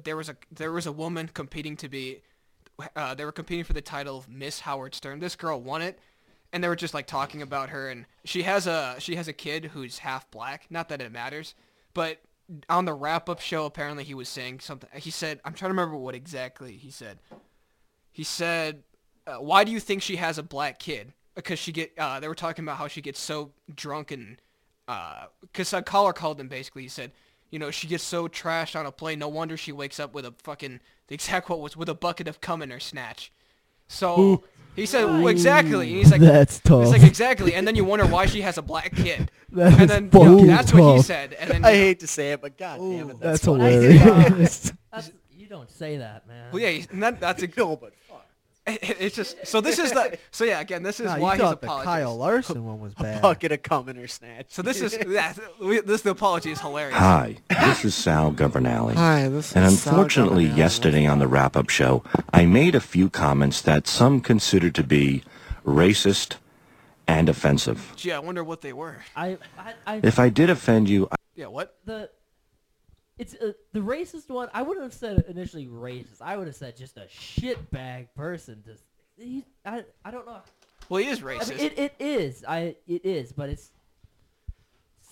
A: there was a there was a woman competing to be. Uh, they were competing for the title of Miss Howard Stern. This girl won it, and they were just like talking about her. And she has a she has a kid who's half black. Not that it matters, but on the wrap up show, apparently he was saying something. He said, "I'm trying to remember what exactly he said." he said, uh, "Why do you think she has a black kid? Because she get uh, they were talking about how she gets so drunk and because a caller called him basically. He said, you know, she gets so trashed on a plane. No wonder she wakes up with a fucking the exact quote was with a bucket of cum in her snatch. So
C: Ooh.
A: he said well,
C: Ooh.
A: exactly. And he's like,
C: That's tough.
A: He's like exactly, and then you wonder why she has a black kid.
C: That is
A: and then you know,
C: fucking
A: that's what he
C: tough.
A: said. And then
E: I
A: you know,
E: hate to say it, but god damn it, that's,
C: That's
E: what I
C: hilarious.
E: think.
C: Hilarious.
F: That's, you don't say that, man.
A: Well, yeah, he's- and that, that's a no, but fuck. It's just so this is the so yeah again this is
B: Nah, you
A: why he's
B: thought the
A: apologizing.
B: Kyle Larson one was bad.
E: Bucket of cum in her snatch.
A: So this is yeah, we, this the apology is hilarious.
M: Hi, this is Sal Governale.
A: Hi, this
M: and
A: is Sal
M: unfortunately, yesterday on the wrap up show, I made a few comments that some consider to be racist and offensive.
A: Gee, I wonder what they were.
F: I, I, I
M: If I did offend you, I
A: Yeah, what?
F: The it's uh, the racist one. I wouldn't have said initially racist. I would have said just a shitbag person. Just he, I, I don't know.
A: Well, he is
F: I mean,
A: racist.
F: it, it is. I it is, but it's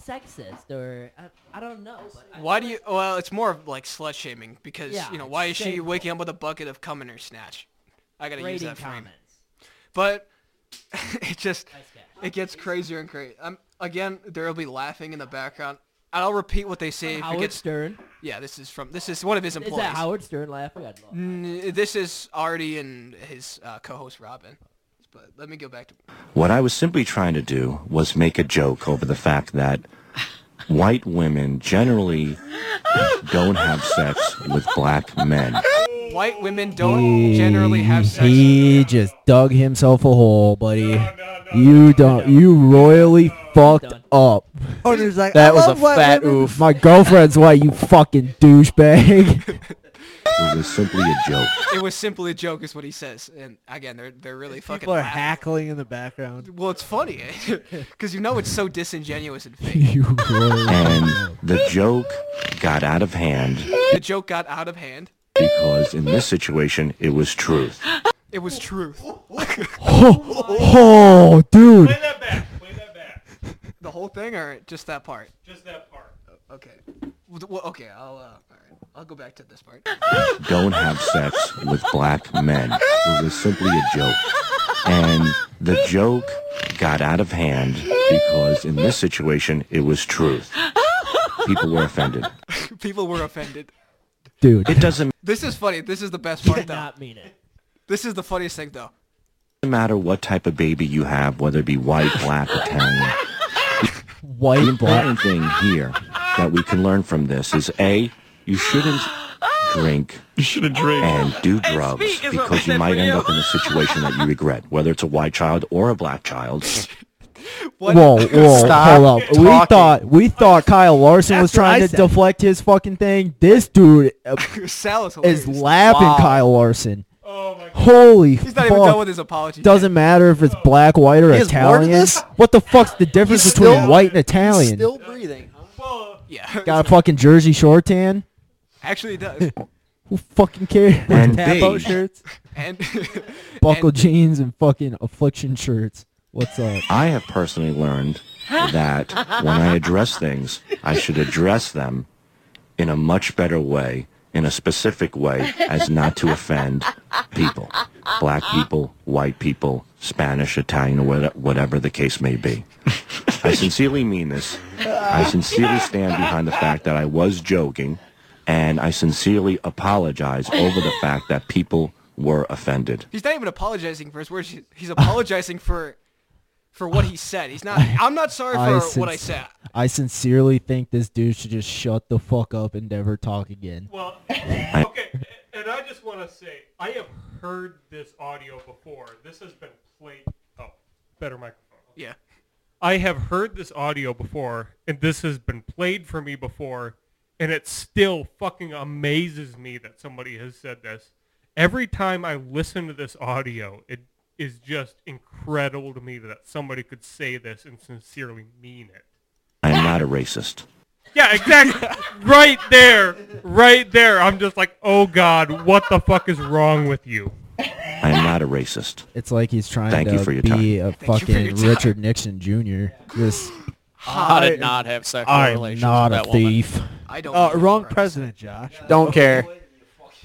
F: sexist or I, I don't know. But I,
A: Why do you? Well, it's more of like slut shaming because
F: Yeah,
A: you know
F: it's
A: why is she
F: shameful.
A: waking up with a bucket of cum in her snatch? I gotta use
F: Rating
A: that frame. But it just it gets crazier and crazier. Um, again, there will be laughing in the background. And I'll repeat what they say. if it
F: Howard
A: gets,
F: Stern.
A: Yeah, this is from this is one of his
F: Is
A: employees.
F: that Howard Stern laughing? I'd love-
A: Mm, This is Artie and his uh, co-host Robin. But let me go back to
M: What I was simply trying to do was make a joke over the fact that white women generally don't have sex with black men.
A: white women don't generally have sex.
C: He just dug himself a hole, buddy. you don't. You royally fucked up.
B: Hunter's like,
C: that
B: "I
C: was a
B: love white
C: fat
B: women."
C: oof. My girlfriend's white. You fucking douchebag.
M: It was simply a joke.
A: It was simply a joke, is what he says. And again, they're they're really fucking.
B: People are
A: laughing.
B: hackling in the background.
A: Well, it's funny because you know it's so disingenuous and fake.
C: you royally.
M: And the joke got out of hand
A: The joke got out of hand.
M: because in this situation it was truth.
A: It was truth.
C: Oh, oh, dude.
A: The whole thing, or just that part? Just that part. Okay. Well, well, okay. I'll uh, all right. I'll go back to this part.
M: Don't have sex with black men. It was simply a joke. And the joke got out of hand because in this situation it was truth. People were offended.
A: People were offended.
C: Dude.
M: It doesn't
A: This is funny. This is the best part, though. Not
F: mean it.
A: This is the funniest thing, though.
M: matter what type of baby you have, whether it be white, black, Italian.
C: White,
M: the important thing here that we can learn from this is A, you shouldn't drink you shouldn't drink and do drugs
N: speak is what we
M: because you
N: said
M: might
N: for
M: end
N: you.
M: up in a situation that you regret, whether it's a white child or a black child.
C: Whoa, whoa, hold up. We thought we thought Kyle Larson was
A: That's what I
C: trying to
A: said.
C: deflect his fucking thing. This dude uh,
A: Sal is
C: is
A: hilarious.
C: laughing Kyle Larson. Holy
A: Oh He's not even
C: fuck.
A: done with his apology.
C: Doesn't matter if it's black, white, or
A: He has more to
C: Italian.
A: this?
C: What the fuck's the difference
E: He's
C: between
E: still-
C: white and Italian?
E: Still breathing. Huh?
A: yeah.
C: Got a fucking Jersey Shore tan?
A: Actually, he does.
C: Who fucking cares?
M: And
C: Tapo
M: B.
C: shirts,
A: and
C: buckle jeans, and fucking affliction shirts. What's up?
M: I have personally learned that when I address things, I should address them in a much better way in a specific way as not to offend people black people, white people, Spanish, Italian, what- whatever the case may be. I sincerely mean this. I sincerely stand behind the fact that I was joking, and I sincerely apologize over the fact that people were offended.
A: He's not even apologizing for his words. He's, he's apologizing for for what he said. He's not. I'm not sorry for what I
C: sinc-
A: said.
C: I sincerely think this dude should just shut the fuck up and never talk again.
D: Well, okay, and I just want to say I have heard this audio before. This has been played. Oh, better microphone.
A: Yeah.
D: I have heard this audio before, and this has been played for me before, and it still fucking amazes me that somebody has said this. Every time I listen to this audio, it is just incredible to me that somebody could say this and sincerely mean it.
M: I am not a racist.
D: Yeah, exactly. right there. Right there. I'm just like, oh God, what the fuck is wrong with you?
M: I am not a racist.
C: It's like he's trying
M: Thank
C: to
M: you for your
C: be
M: time.
C: a
M: Thank you for
C: fucking
M: your time.
C: Richard Nixon Jr. Just
E: I did not have sexual
C: I'm
E: relations
C: not
E: with
C: a
E: that woman.
C: thief.
A: I
I: don't. Uh, wrong president, Josh.
E: Don't care.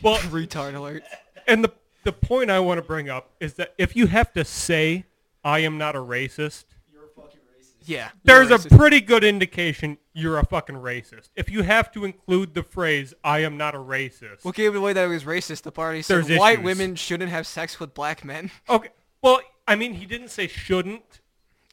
D: Well,
A: retard alert.
D: And the the point I want to bring up is that if you have to say I am not a racist,
A: Yeah.
D: there's a pretty good indication you're a fucking racist. If you have to include the phrase I am not a racist.
A: What gave it away that it was racist? The party said
D: There's
A: white
D: issues.
A: women shouldn't have sex with black men.
D: Okay. Well, I mean he didn't say shouldn't.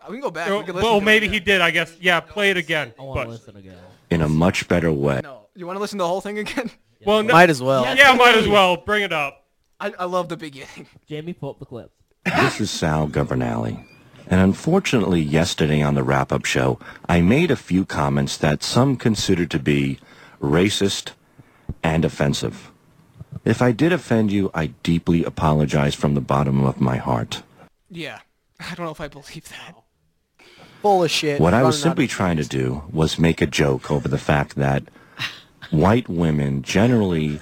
A: We can go back.
D: Oh,
A: we can listen
D: well,
A: to it
D: maybe
A: again.
D: he did, I guess. Yeah, play it again. I want to listen
F: again.
M: In a much better way.
A: You want to listen to the whole thing again?
D: Well, no-
A: Yes,
D: Yeah, might as
A: please.
D: well. Bring it up.
A: I, I love the beginning.
F: Jamie, pull up the clip.
M: This is Sal Governale. And unfortunately, yesterday on the wrap up show, I made a few comments that some consider to be racist and offensive. If I did offend you, I deeply apologize from the bottom of my heart.
A: Yeah. I don't know if I believe that.
I: Full of shit.
M: What I
I: Running
M: was
I: out
M: simply trying to do was make a joke over the fact that white women generally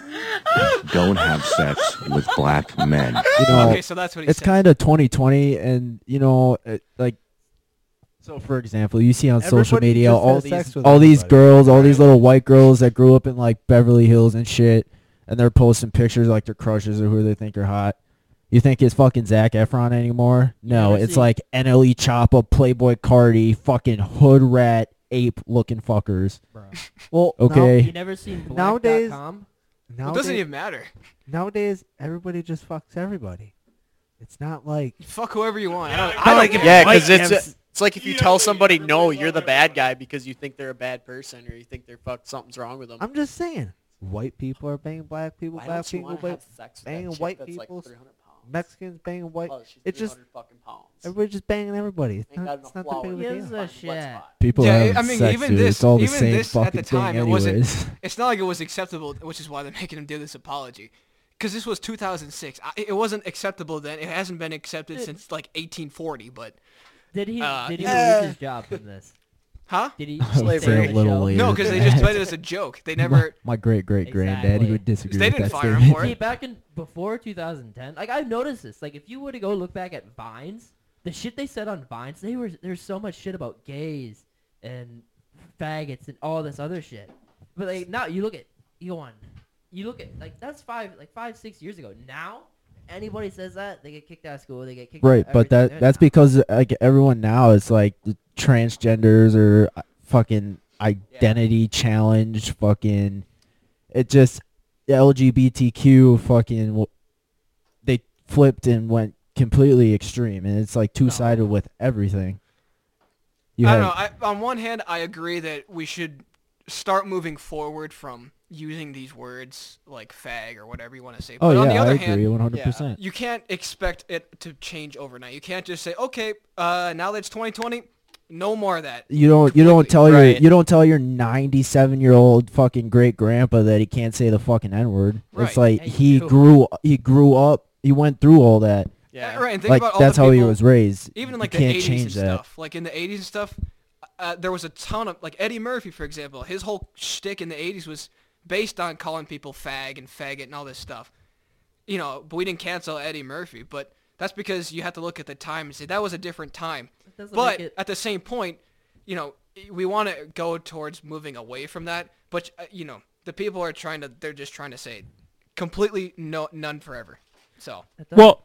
M: don't have sex with black men.
C: you know,
A: what
M: he
C: it's
M: said.
C: kind of 2020, and you know, it, like, so for example, you see on social
B: Everybody
C: media
B: just
C: all
B: has sex
C: these
B: with
C: all these
B: everybody,
C: girls, all these little white girls that grew up in like Beverly Hills and shit, and they're posting pictures like their crushes or who they think are hot. You think it's fucking Zach Efron anymore? No,
B: ever
C: it's
B: seen-
C: like NLE Choppa, Playboy Cardi, fucking hood rat ape looking fuckers.
I: Well, now-
C: okay.
F: You never seen black
B: Nowadays-
F: com?
B: Nowadays,
A: it doesn't even matter.
B: Nowadays, everybody just fucks everybody. It's not like
A: Fuck whoever you want. I, don't,
B: I
A: I
B: like
A: like
B: it.
A: it.
E: Yeah,
B: Mike
E: because it's
B: Epps-
E: it's like if you tell somebody no, you're the bad guy because you think they're a bad person or you think they're fucked something's wrong with them.
B: I'm just saying, white people are banging black people,
E: Why
B: black
E: don't you
B: people
E: wanna
B: ba-
E: have sex with that
B: banging
E: chick
B: white
E: that's like
B: people,
E: 300
B: Mexicans banging white.
E: Oh, she's
B: it's just
E: 300 fucking pounds.
B: everybody just banging everybody. It's
E: Ain't
B: not,
E: got
B: it's
E: enough
B: not that big
E: flowers.
B: of a deal.
E: Gives a
F: shit.
C: People
A: yeah,
C: having
A: I mean,
C: sex,
A: even
C: dude.
A: this,
C: It's all the
A: even
C: same
A: this at
C: fucking
A: the time,
C: thing,
A: it wasn't.
C: anyways.
A: It's not like it was acceptable, which is why they're making him do this apology. Because this was 2006. I, it wasn't acceptable then. It hasn't been accepted
F: Did-
A: since like 1840. But
F: Did he
A: Uh,
F: did he
A: yeah.
F: lose his job from this?
A: Huh?
F: Did he
C: I would say a little later.
A: No, 'cause they just
C: than
A: played it
C: that.
A: as a joke. They never-
C: My, my great great granddaddy would disagree.
A: They
C: with
A: didn't
C: that
A: fire him
C: statement.
A: for
F: See,
A: it.
F: back in before 2010, like I've noticed this. Like if you were to go look back at Vines, the shit they said on Vines, they were there's so much shit about gays and faggots and all this other shit. But like now you look at you go on, you look at like that's five like five six years ago. Now anybody says that they get kicked out of school, they get kicked
C: Right,
F: out of
C: but
F: everything.
C: that
F: They're
C: that's because like everyone now is like transgenders or uh, fucking identity challenge fucking it just the LGBTQ fucking w- they flipped and went completely extreme and it's like two-sided with everything. You
A: I
C: have
A: don't know. I, on one hand, I agree that we should start moving forward from using these words like fag or whatever you want to say.
C: Oh,
A: but on the
C: yeah, I
A: other
C: agree,
A: hand,
C: 100%.
A: you can't expect it to change overnight. You can't just say, okay, uh, now that it's 2020, no more of that.
C: you don't you don't tell your you don't tell your 97-year-old fucking great grandpa that he can't say the fucking n-word. It's
A: Right.
C: like he grew he grew up, he went through all that.
A: Yeah. Uh, Right, and think
C: like
A: about all
C: that's
A: the
C: how he
A: people-
C: was raised.
A: Even
C: You
A: in like
C: can't
A: the 80s
C: change
A: and
C: that.
A: stuff. Like in the 80s and stuff, uh, there was a ton of like Eddie Murphy, for example. His whole shtick in the 80s was based on calling people fag and faggot and all this stuff. You know, but we didn't cancel Eddie Murphy, but that's because you have to look at the time and say that was a different time.
F: doesn't
A: But
F: make it-
A: at the same point, you know, we want to go towards moving away from that, but uh, you know, the people are trying to they're just trying to say completely no none forever. So
F: That doesn't-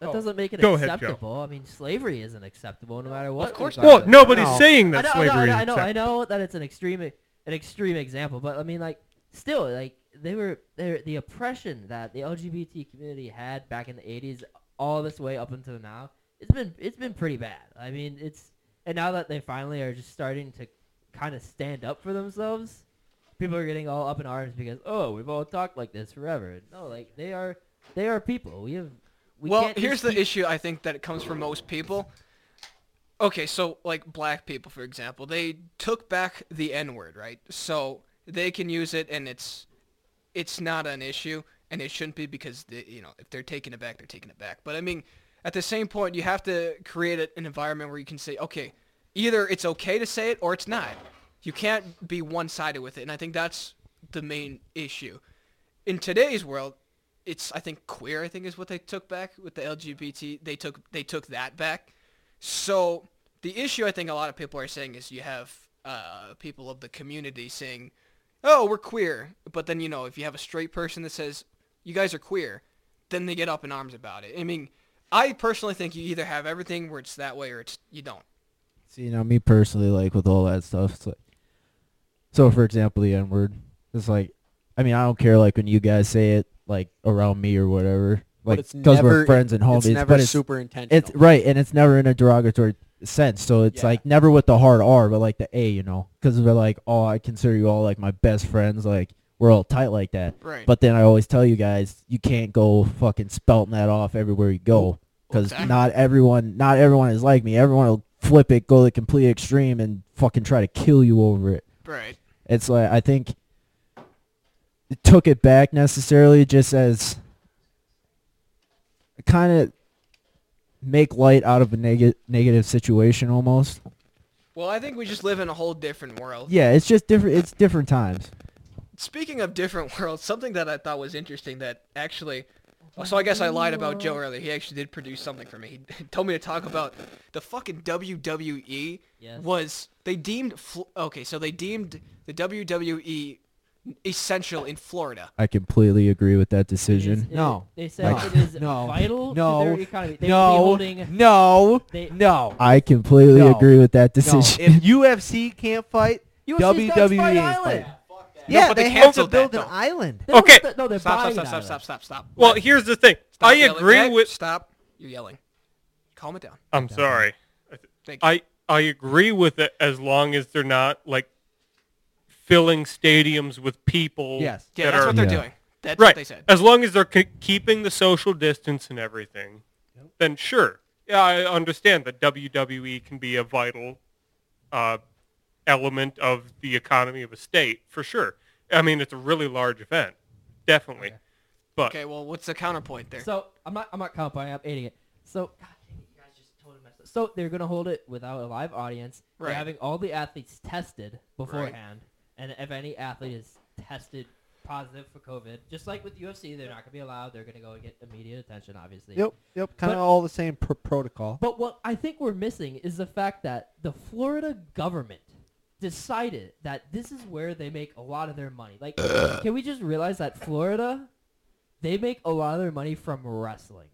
F: that
A: Oh,
F: doesn't make it
D: go ahead, Joe.
F: acceptable. I mean, slavery isn't acceptable no matter what. Of
A: course
D: not. Well, nobody's saying that
F: I know,
D: slavery is
F: I know, I know, I know that it's an extreme an extreme example, but I mean, like, still, like they were they the oppression that the LGBT community had back in the '80s, all this way up until now. It's been it's been pretty bad. I mean, it's and now that they finally are just starting to kind of stand up for themselves, people are getting all up in arms because oh, we've all talked like this forever. No, like they are they are people. We have we
A: well,
F: can't just
A: here's
F: keep-
A: the issue I think that it comes from most people. Okay, so like black people, for example, they took back the N word, right? So they can use it, and it's it's not an issue, and it shouldn't be because they, you know if they're taking it back, they're taking it back. But I mean, at the same point, you have to create a- an environment where you can say, okay, either it's okay to say it or it's not. You can't be one-sided with it, and I think that's the main issue. In today's world, it's I think queer I think is what they took back with the LGBT they took they took that back. So the issue I think a lot of people are saying is you have uh, people of the community saying, "Oh, we're queer," but then you know if you have a straight person that says, "You guys are queer," then they get up in arms about it. I mean, I personally think you either have everything where it's that way or it's you don't.
C: See, now me personally, like with all that stuff, it's like, so for example, the N word, it's like, I mean, I don't care like when you guys say it like around me or whatever, like
E: it's
C: because we're
E: never-
C: friends and
E: it's
C: homies,
E: never
C: but it's
E: super
C: It's right, and it's never in a derogatory sense. So it's like never with the hard R, but like the A, you know, because they're like, oh, I consider you all like my best friends, like we're all tight like that.
A: Right.
C: But then I always tell you guys, you can't go fucking spelting that off everywhere you go because
A: Exactly.
C: not everyone not everyone is like me everyone will flip it go to the complete extreme and fucking try to kill you over it
A: Right.
C: it's like i think it took it back necessarily just as kind of make light out of a neg- negative situation almost
A: Well, I think we just live in a whole different world.
C: yeah it's just different it's different times
A: Speaking of different worlds, something that I thought was interesting that actually, so I guess I lied about Joe earlier. He actually did produce something for me. He told me to talk about the fucking WWE
F: Yes.
A: was they deemed Fl- okay, so they deemed the WWE essential in Florida.
C: i completely agree with that decision
F: It- They said
C: Like-
F: it is
B: no,
F: vital
B: no,
F: to their economy. They
B: no,
F: will be holding
B: no,
F: they,
B: no.
C: i completely
B: No.
C: agree with that
B: No.
C: decision
B: If UFC can't fight,
F: UFC's
B: WWE
F: got Fight
B: ain't
F: Island.
B: fighting.
D: No,
B: Yeah,
D: but
B: they,
D: they
B: have to
D: canceled that,
B: build an
D: though.
B: island.
F: They don't-
D: Okay.
F: they- No, they're
A: Stop,
F: buying
A: stop,
F: an
A: stop,
F: island.
A: stop, stop, stop.
D: Well, here's the thing. I
A: yelling,
D: agree
A: Jack.
D: with.
A: Stop. You're yelling. Calm it down.
D: I'm sorry.
A: Thank you.
D: I I agree with it as long as they're not like filling stadiums with people.
B: Yes.
A: Yeah,
D: that
A: that's
D: are-
A: what they're doing. That's
D: right.
A: what they said.
D: As long as they're c- keeping the social distance and everything, then sure. Yeah, I understand that WWE can be a vital uh, element of the economy of a state for sure. I mean, it's a really large event, definitely. But
A: Okay, well, what's the counterpoint there?
F: So I'm not I'm not counterpointing. I'm aiding it. So God dang it, you guys just totally messed up. So they're gonna hold it without a live audience.
A: Right.
F: They're having all the athletes tested beforehand, and if any athlete is tested positive for COVID, just like with UFC, they're not gonna be allowed. They're gonna go and get immediate attention, obviously.
B: Yep, yep. Kind of
F: But-
B: all the same pr- protocol.
F: But what I think we're missing is the fact that the Florida government decided that this is where they make a lot of their money. Like, can we just realize that Florida, they make a lot of their money from wrestling,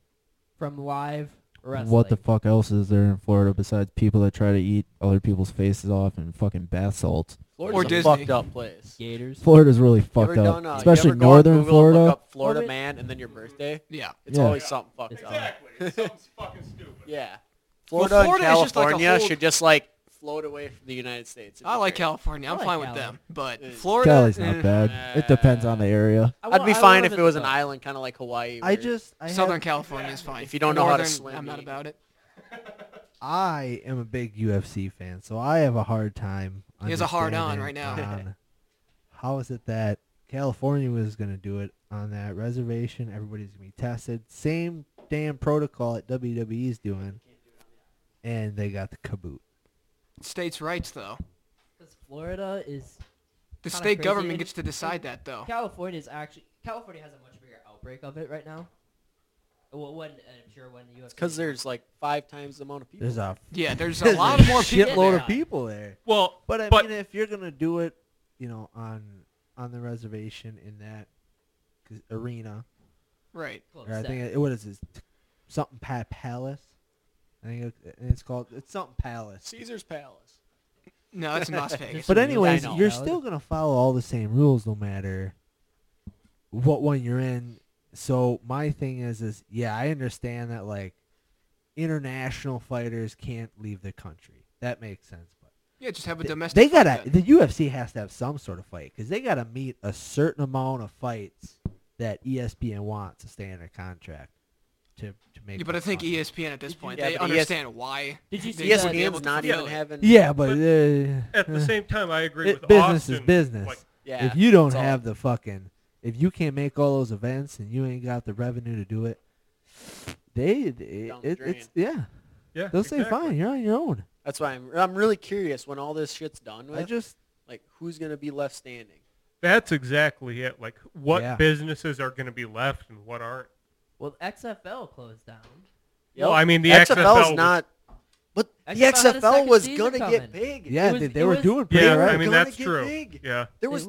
F: from live wrestling.
C: What the fuck else is there in Florida besides people that try to eat other people's faces off and fucking bath salts?
E: Florida's
A: Or
E: a
A: Disney.
E: fucked up place.
F: Gators.
C: Florida's really
E: You
C: fucked
E: ever
C: up,
E: done, uh, you
C: especially
E: ever go on
C: northern
E: Google and look
C: Florida.
E: up Florida
F: Well, it-
E: man, and then your birthday.
A: Yeah.
E: It's
C: Yeah.
E: always something fucked up.
D: Something's fucking stupid.
E: Yeah.
A: Well,
E: Florida,
A: Florida
E: and
A: is just like a
E: California
A: whole-
E: should just like float away from the United States. It'd
A: I
E: be
A: like
E: great.
A: California. I'm
F: I like
A: fine with
F: Cali.
A: them, but
E: Uh,
A: Florida.
C: Cali's not
A: eh.
C: bad. It depends on the area.
F: I
E: I'd
F: wa-
E: be
F: I
E: fine
F: love
E: if it was an
F: though.
E: island, kind of like Hawaii.
B: I
E: where-
B: just I
A: Southern
B: have,
A: California is fine.
E: If you don't know how to
A: Northern,
E: swim,
A: I'm not
E: you-
A: about it.
B: I am a big UFC fan, so I have a hard time.
A: He has a hard on right
B: understanding
A: now.
B: on how is it that California was going to do it on that reservation? Everybody's going to be tested. Same damn protocol that WWE's doing, and they got the kaboot.
A: States' rights, though.
F: 'Cause Florida is
A: The
F: kinda
A: state
F: crazy,
A: government
F: and-
A: gets to
F: and
A: decide that, though.
F: California is actually California has a much bigger outbreak of it right now. Well, when I'm sure when the UFC
E: because there's like five times the amount of people.
B: There's a
A: Yeah, there's a
B: there's
A: lot more people.
B: shitload
A: there.
B: of people there.
D: Well,
B: But I
D: But-
B: mean, if you're going to do it, you know, on on the reservation in that c- arena.
A: Right.
B: Or I think it, what is this? Something pa- Palace. I think it, it's called it's something Palace.
E: Caesar's Palace.
A: No, it's in Las Vegas.
B: But anyways, you're still gonna follow all the same rules no matter what one you're in. So my thing is, is yeah, I understand that like international fighters can't leave the country. That makes sense. But
A: Yeah, just have a
B: they-
A: domestic.
B: They
A: fight
B: gotta the UFC has to have some sort of fight because they gotta meet a certain amount of fights that E ESPN wants to stay in their contract to to
A: then.
B: make.
A: Yeah, but I
B: it
A: think E
B: fun.
A: ESPN at this point
E: Yeah,
A: they
E: but ES
A: understand why.
E: Did you
A: they
E: see
A: should
E: that-
A: be able
E: ESPN's
A: to
E: not
A: feel
E: even
A: it.
E: having-
B: Yeah, but, uh,
D: at the same time, I agree
B: it-
D: with
B: business
D: Austin,
B: is business.
D: like-
E: Yeah,
B: if you don't
E: that's all.
B: have the fucking, if you can't make all those events and you ain't got the revenue to do it, they, they
E: Down the
B: it,
E: drain.
B: it's yeah,
E: Yeah,
B: they'll say
E: exactly.
B: fine, you're on your own.
E: That's why I'm I'm really curious when all this shit's done with.
B: I just
E: like who's gonna be left standing.
D: That's exactly it. Like, what
E: Yeah.
D: businesses are going to be left and what aren't?
F: Well, XFL closed down.
D: Well, I mean, the
E: XFL
D: XFL
E: is
D: was-
E: not. But the
F: XFL had a
E: XFL
F: second
E: was
F: season
E: gonna
F: coming.
E: get big.
B: Yeah,
E: It was-
B: they, they
E: it
B: were
E: was-
B: doing pretty
D: Yeah,
B: right.
D: I mean,
E: gonna
D: that's
E: get
D: true.
E: big.
D: Yeah.
E: There was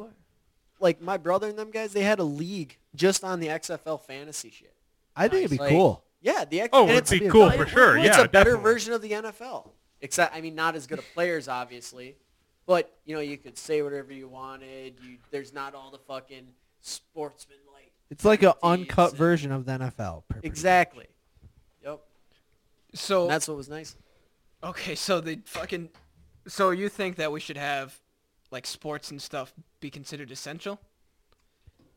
E: like my brother and them guys. They had a league just on the XFL fantasy shit.
B: I think it'd be
E: Like,
B: cool.
E: Yeah, the X-
D: Oh,
E: and
D: it'd
E: it's-
D: be cool for
E: it's
D: sure,
E: It's
D: yeah,
E: a better
D: definitely.
E: version of the NFL. Except, I mean, not as good of players, obviously. But you know, you could say whatever you wanted. You, there's not all the fucking sportsman like.
B: It's like an uncut version of the NFL. per-
E: Exactly. Yep.
A: So
E: that's what was nice.
A: Okay, so they fucking. So you think that we should have, like, sports and stuff be considered essential?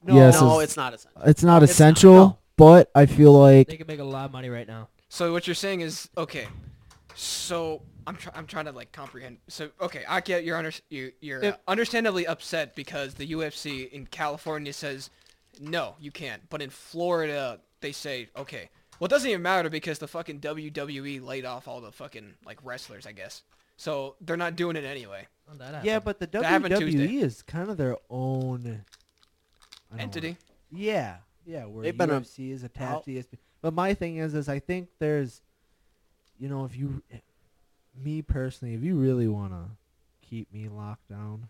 E: No,
C: yes,
E: no, it's not essential.
C: It's not essential, but I feel like
F: They could make a lot of money right now.
A: So what you're saying is okay. So I'm try- I'm trying to like comprehend. So okay, I get you're under- you you're uh,
F: If-
A: understandably upset because the UFC in California says no, you can't. But in Florida they say okay. Well, it doesn't even matter because the fucking WWE laid off all the fucking like wrestlers, I guess. So they're not doing it anyway.
B: Yeah, but the E
A: That happened Tuesday.
B: WWE is kind of their own I don't
A: entity.
B: wanna- yeah, yeah, where
A: They've been a-
B: UFC is attached to E ESPN. But my thing is, is I think there's, you know, if you, me personally, if you really want to keep me locked down,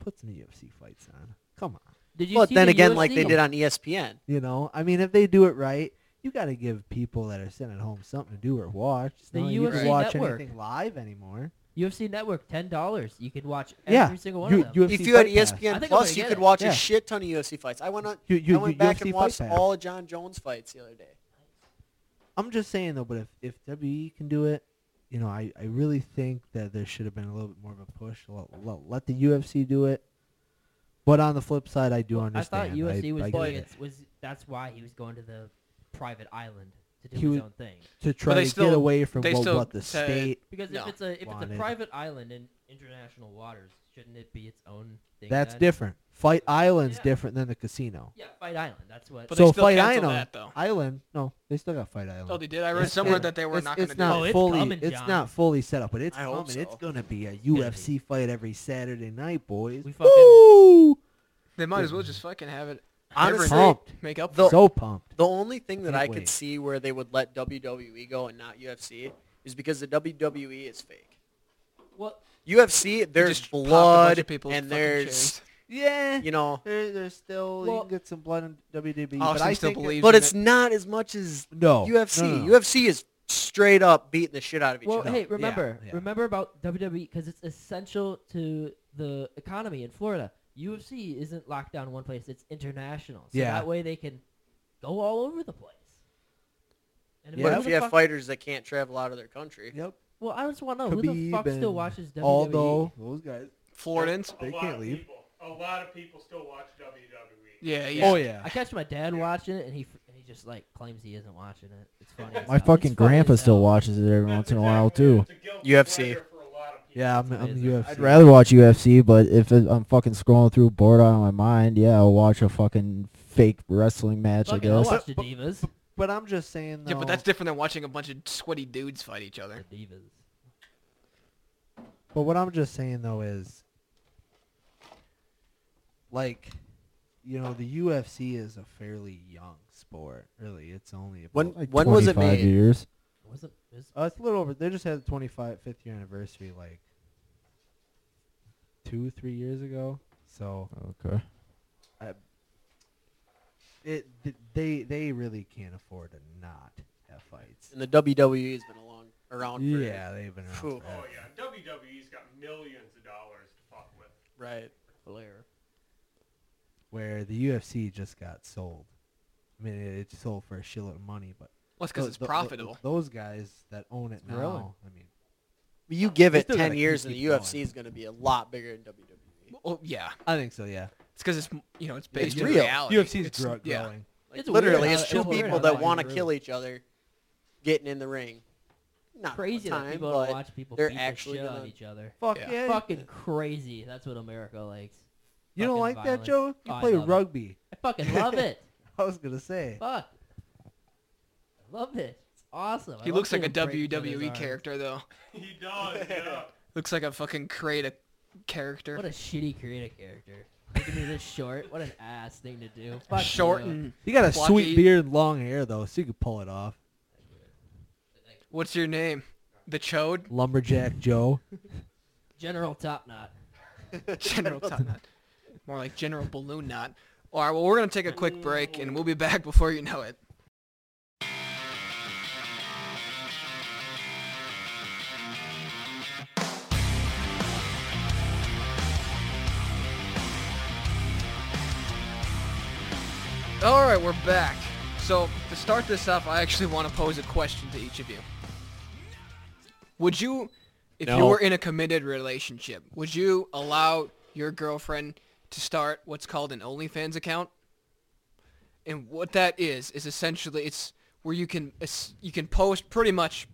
B: put some UFC fights on. Come on.
F: Did
E: but then again, like they did on E
B: E
E: ESPN.
B: You know, I mean, if they do it right, you got to give people that are sitting at home something to do or watch. It's
F: The
B: not like you can
F: UFC
B: watch
F: Network.
B: anything live anymore.
F: UFC Network, ten dollars. You could watch every
B: Yeah,
F: single one
B: you-
F: of them.
B: UFC
E: if you had E
B: Fight Pass.
F: I
E: ESPN
F: think I'm
E: Plus,
F: gonna
E: you
F: get
E: could
F: it.
E: watch
B: Yeah.
E: a shit ton of UFC fights. I went on,
B: You- you-
E: I went
B: you-
E: back
B: UFC
E: and
B: Fight
E: watched
B: Pass.
E: all of John Jones fights the other day.
B: I'm just saying though, but if if WWE can do it, you know, I, I really think that there should have been a little bit more of a push. Let, let, let the UFC do it. But on the flip side, I do
F: I
B: understand.
F: thought UFC was
B: I get
F: doing
B: it.
F: it. Was that's why he was going to the private island to do
B: He
F: his
B: would-
F: own thing
B: to try
A: they
B: to
A: still-
B: get away from
A: they
B: what,
A: still
B: what the
A: said-
B: state.
F: Because
A: No.
F: if it's a if it's
B: Wanted.
F: a private island in international waters, shouldn't it be its own thing?
B: That's
F: then?
B: different. Fight Island's different than the casino.
F: Yeah, Fight Island. That's what.
B: so Fight Island, Island, no, they still got Fight Island.
A: Oh, they did? I read
B: It's-
A: somewhere
B: it's-
A: that they were
B: it's-
A: not
B: It's
A: gonna do
B: not
A: it. Oh, it's
B: fully.
A: coming,
B: it's
A: John.
B: not fully set up, but it's
A: I hope
B: coming. It's
A: so.
B: gonna be a UFC fight every Saturday night, boys. We
F: fucking-
A: They might as well just fucking have it.
E: Honestly,
B: pumped.
A: make up
E: the,
A: for
B: So pumped.
E: The only thing that
B: Can't
E: I could
B: wait.
E: see where they would let WWE go and not UFC is because the WWE is fake.
F: What?
E: UFC, there's
A: pop a bunch
E: blood
A: of people's
E: and
A: fucking
E: there's,
A: cherries.
B: Yeah,
E: you know,
B: there, there's still you can get some blood in WWE, but
A: Austin
B: I
A: still
B: think
A: believes
E: but
A: in
E: it's
A: it.
E: not as much as
B: No,
E: UFC.
B: no, no, no.
E: UFC is straight up beating the shit out of each
F: Well,
E: other.
F: Oh, hey, remember, remember about WWE because it's essential to the economy in Florida. UFC isn't locked down in one place; it's international, so
E: Yeah.
F: that way they can go all over the place. And
E: But
F: who
E: if
F: the
E: you have
F: fuck-
E: fighters that can't travel out of their country,
B: yep.
F: well, I just want to know Oh, who the
B: Khabib
F: fuck still
B: and
F: watches E? WWE.
B: Aldo, those guys,
A: Floridans.
B: they
D: A lot
B: can't
D: of
B: leave.
D: people- a lot of people still watch E. WWE.
A: Yeah,
B: yeah. Oh, yeah.
F: I catch my dad watching it, and he fr- and he just like claims he isn't watching it. It's funny. as
C: my
F: hell.
C: fucking
F: It's funny as
C: grandpa
F: hell.
C: still watches it every once in a while too.
E: UFC.
B: Yeah, I'm, I'm UFC.
C: I'd rather watch UFC, but if it, I'm fucking scrolling through bored out of my mind, yeah, I'll watch a fucking fake wrestling match. I
F: Fucking, I'll
C: guess.
F: watch the divas.
B: But I'm just saying though.
A: Yeah, but that's different than watching a bunch of sweaty dudes fight each other.
F: divas.
B: But what I'm just saying though is, like, you know, the UFC is a fairly young sport. Really, it's only about
E: When-
B: like
E: when was it
C: 25
E: made?
C: years.
F: Was it? Is,
B: Uh, it's a little over. They just had the 25th year anniversary like two, three years ago. So
C: Okay.
B: I, it th- they they really can't afford to not have fights.
E: And the WWE has been along around. For,
B: Yeah, they've been around
E: Phew.
D: Oh yeah, WWE's got millions of dollars to fuck with.
E: Right, Blair.
B: where the UFC just got sold. I mean, it, it sold for a shitload of money, but
A: Well, it's 'cause
B: tho-
A: it's
B: tho- tho-
A: profitable.
B: Those guys that own it now,
E: Really?
B: I mean,
E: You give
B: they
E: it
B: still
E: ten
B: gotta
E: years,
B: keep-
E: and the
B: keep going.
E: UFC is going to be a lot bigger than E. WWE.
A: Well, yeah,
B: I think so. Yeah,
A: it's because it's you know it's
E: It's
A: based in
E: real.
A: reality.
B: UFC is
A: It's-
B: grow-
A: yeah.
B: growing.
E: Like,
F: It's
E: literally,
F: weird
E: it's
F: how-
E: two
F: Uh, it's weird
E: people
F: how
E: that
F: that
E: want to
F: grew.
E: kill each other, getting in the ring. Not all the
F: crazy that
E: time,
F: people
E: but
F: don't watch people
E: they're
F: beat
E: actually
F: the shit out
E: gonna-
F: of each other.
B: Fuck Yeah. yeah.
F: Fucking crazy. That's what America likes.
B: you don't
F: Fucking
B: like that,
F: violence.
B: Joe? You
F: Oh, I
B: play
F: love it.
B: rugby.
F: I fucking love it.
B: I was gonna say.
F: Fuck. I love it. It's awesome. I
A: He
F: love
A: looks like a
F: seeing him break each other's
A: WWE
F: arms.
A: character though.
D: He does, yeah.
A: Looks like a fucking creative character.
F: What a shitty creative character. Look at me this short. What an ass thing to do. Fuck
A: Short
F: you.
A: and-
B: You got a
A: Plucky.
B: sweet beard and long hair though, so you could pull it off.
A: What's your name? The Chode?
B: Lumberjack Joe.
F: General Top Knot.
A: General Top Knot. More like General Balloon Knot. All right, well, we're going to take a quick break, and we'll be back before you know it. All right, we're back. So, to start this off, I actually want to pose a question to each of you. Would you, if you
E: No.
A: were in a committed relationship, would you allow your girlfriend to start what's called an OnlyFans account? And what that is is essentially it's where you can it's- you can post pretty much.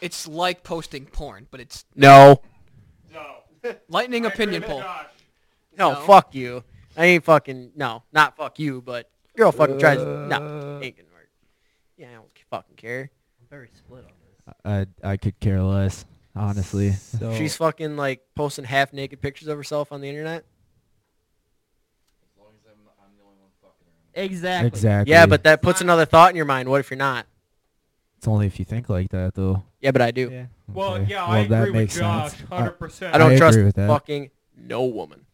A: It's like posting porn, but it's
E: No.
A: lightning opinion poll.
E: No,
A: No.
E: fuck you. I ain't fucking no, not fuck you, but girl fucking tries. No, ain't gonna work. Yeah, I don't fucking care.
F: I'm Uh. very split on this.
C: I I could care less, honestly.
B: So
E: She's fucking like posting half naked pictures of herself on the internet.
F: Exactly.
C: Exactly.
E: Yeah, but that puts another thought in your mind. What if you're not?
C: it's only if you think like that, though.
E: Yeah, but I do.
D: Well,
C: Okay.
D: yeah,
C: well,
D: I
C: that
D: agree with
C: makes
D: Josh,
C: sense.
D: hundred percent.
E: I don't trust
C: agree with that.
E: fucking no woman.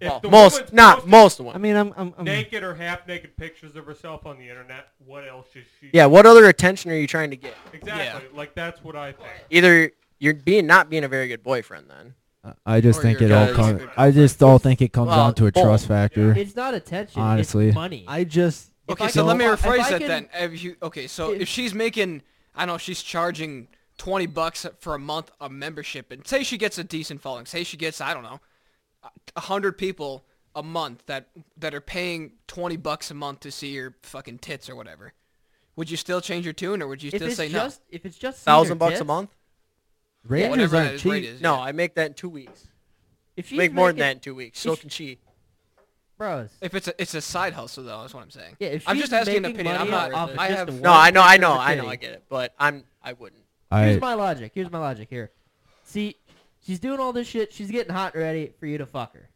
D: If
E: Well,
D: the
E: most,
D: woman's
E: not
D: posting
E: most women.
B: I mean, I'm, I'm, I'm
D: naked or half naked pictures of herself on the internet. What else is she?
E: Yeah, what other attention are you trying to get?
D: Exactly. Like that's what I think.
E: Either you're being not being a very good boyfriend then.
C: I just
E: Or
C: think
E: your
C: it all
E: guys-
C: comes. I just all think it comes
E: Well,
C: down to a
E: both.
C: trust factor.
F: It's not attention.
C: Honestly.
F: It's money.
B: I just
A: Okay,
F: I
A: so
F: can-
A: let me
F: if
A: rephrase
F: I
A: that
F: can-
A: then. If you, okay, so if, she's making, I don't know, she's charging 20 bucks for a month of membership, and say she gets a decent following, say she gets, I don't know, a 100 people a month that that are paying 20 bucks a month to see your fucking tits or whatever. Would you still change your tune, or would you
F: if
A: still
F: it's
A: say
F: just if it's just seeing her
E: Thousand bucks a
F: tits,
E: month?
A: no?
B: Rangers
A: Whatever
B: aren't
A: that
B: cheap.
A: rate is.
E: No,
A: yeah.
E: I make that in two weeks.
F: If she's
E: Make more than
F: making-
E: that in two weeks. So
F: if-
E: can she.
F: bros.
A: If it's a, it's a side hustle though, that's what I'm saying.
F: Yeah, if
A: I'm
F: she's
A: just asking an
F: making
A: opinion. I'm
F: money
A: not.
F: off of
A: I
F: just
A: have
F: the
E: No, I
F: picture
E: know, I know,
F: of her
E: I know, I
F: titty.
E: get it. But I'm I wouldn't.
C: I
F: Here's my logic. Here's my logic here. See, she's doing all this shit. She's getting hot and ready for you to fuck her.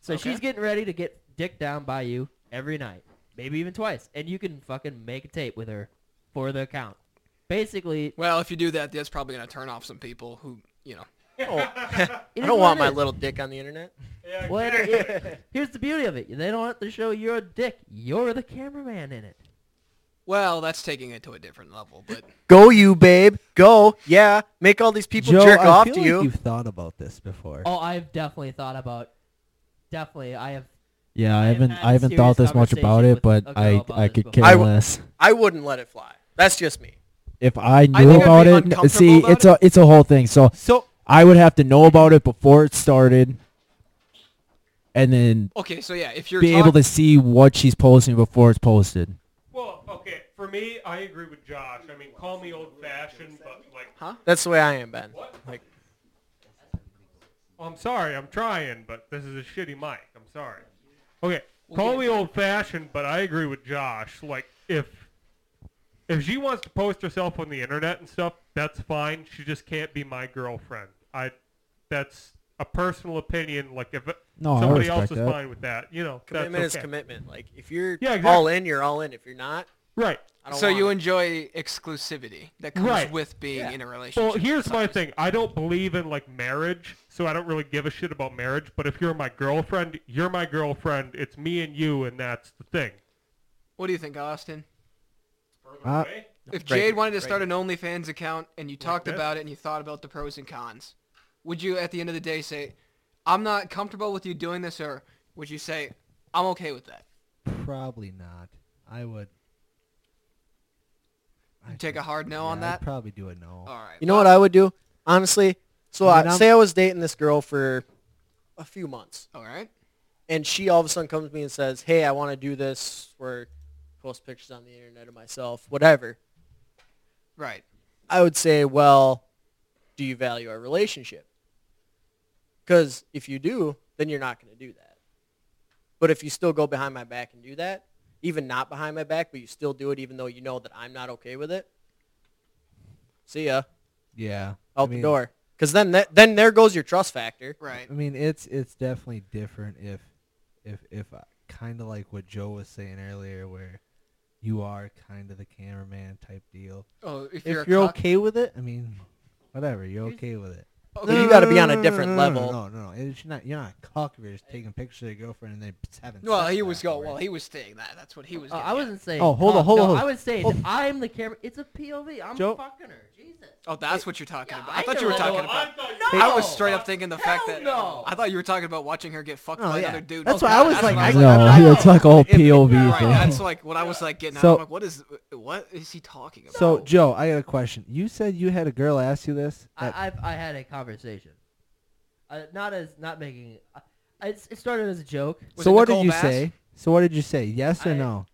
F: So
A: Okay.
F: she's getting ready to get dick down by you every night, maybe even twice, and you can fucking make a tape with her for the account. Basically,
A: Well, if you do that, that's probably gonna turn off some people who you know.
E: Oh. I
F: is
E: don't
F: what
E: want
F: it
E: my
F: is.
E: little dick on the internet.
F: well, it- here's the beauty of it. They don't have to show you're a dick. You're the cameraman in it.
A: Well, that's taking it to a different level, but
E: Go you babe. Go. Yeah. Make all these people
B: Joe,
E: jerk
B: I
E: off
B: feel
E: to
B: like
E: you.
B: You've thought about this before.
F: Oh, I've definitely thought about. Definitely, I have.
C: yeah, I
F: have
C: haven't
F: had
C: I haven't
F: serious
C: thought this much about
F: conversation
C: it,
F: with
C: but
F: a girl
C: I
F: about
C: I
F: this
C: could
F: before.
C: care
E: I w-
C: less.
E: I wouldn't let it fly. That's just me.
C: If I
A: think
C: knew
A: I'd
C: about
A: be
C: it, n-
A: uncomfortable
C: see,
A: about
C: it's a it's a whole thing. So
B: So
C: I would have to know about it before it started, and then
A: okay. So yeah, if you're
C: be able
A: talk-
C: to see what she's posting before it's posted.
D: Well, okay. For me, I agree with Josh. I mean, call me old fashioned, but like,
E: That's the way I am, Ben. Like
D: well, I'm sorry, I'm trying, but this is a shitty mic. I'm sorry. Okay, call me old fashioned, but I agree with Josh. Like, if if she wants to post herself on the internet and stuff, that's fine. She just can't be my girlfriend. I, that's a personal opinion. Like, if it-
C: No, I
D: somebody else
C: respect
D: is
C: that.
D: fine with that, you know, that's
E: commitment is
D: okay.
E: commitment. Like if you're
D: Yeah, exactly.
E: all in, you're all in. If you're not,
D: Right.
E: I don't
A: so
E: want
A: you
E: it.
A: enjoy exclusivity that comes
D: Right.
A: with being
D: Yeah.
A: in a relationship.
D: Well, here's my thing. I don't believe in like marriage, so I don't really give a shit about marriage. But if you're my girlfriend, you're my girlfriend. It's me and you, and that's the thing.
A: What do you think, Austin?
B: Uh,
A: If
D: Right
A: Jade
D: here,
A: wanted to
D: right
A: start an OnlyFans account and you talked
D: this?
A: about it and you thought about the pros and cons, would you at the end of the day say, "I'm not comfortable with you doing this," or would you say, "I'm okay with that"?
B: Probably not. I would.
A: You take a hard no on
B: yeah, I'd
A: that.
B: probably do a no.
A: All right.
I: You know what I would do? Honestly, so
A: I
I: I
A: mean, I'm-
I: say I was dating this girl for a few months.
A: All right.
I: And she all of a sudden comes to me and says, hey, I want to do this. We're post pictures on the internet of myself, whatever.
A: Right.
I: I would say, well, do you value our relationship? Because if you do, then you're not going to do that. But if you still go behind my back and do that, even not behind my back, but you still do it even though you know that I'm not okay with it, see ya.
B: Yeah.
I: Out
B: I mean-
I: the door. Because then, that, then there goes your trust factor.
A: Right.
B: I mean, it's it's definitely different if if if kind of like what Joe was saying earlier, where you are kind of the cameraman type deal.
A: Oh, if you're a cock-
B: okay with it, I mean, whatever, you're okay with it.
A: Okay. But you gotta be on a
B: Oh, no,
A: different
B: no, no,
A: level.
B: No, no, no, it's not. You're not a cock if you're just taking pictures of your girlfriend and then having.
A: Well,
B: sex
A: he was
B: afterwards.
A: going. Well, he was saying that. That's what he was.
F: Oh,
A: getting
F: I
A: at.
F: wasn't saying.
B: Oh, hold on,
F: cock.
B: hold on,
F: No,
B: hold on.
F: I was saying
B: Hold-
F: I'm the camera. It's a POV. I'm
B: Joe-
F: fucking her. Jesus.
A: Oh, that's what you're talking about. I
F: I
A: thought you were
F: know.
A: talking
F: I
A: about.
F: thought you
A: I
F: were-
A: was straight up thinking the fact that
F: no.
A: I thought you were talking about watching her get fucked
B: Oh,
A: by
B: yeah.
A: another dude.
B: That's
A: Oh,
B: why I
A: God,
B: was
A: that's
B: like,
A: what I
B: I-
A: was like,
B: I- it's like all
A: If-
B: POV
A: Right,
B: thing.
A: that's like what I was like getting. out.
B: So-
A: I'm like, what is what is he talking about?
B: So, Joe, I got a question. You said you had a girl ask you this. at-
F: I, I've, I had a conversation. Uh, not as not making. Uh, it's, it started as a joke.
B: so what did you say? So what did you say? Yes or no?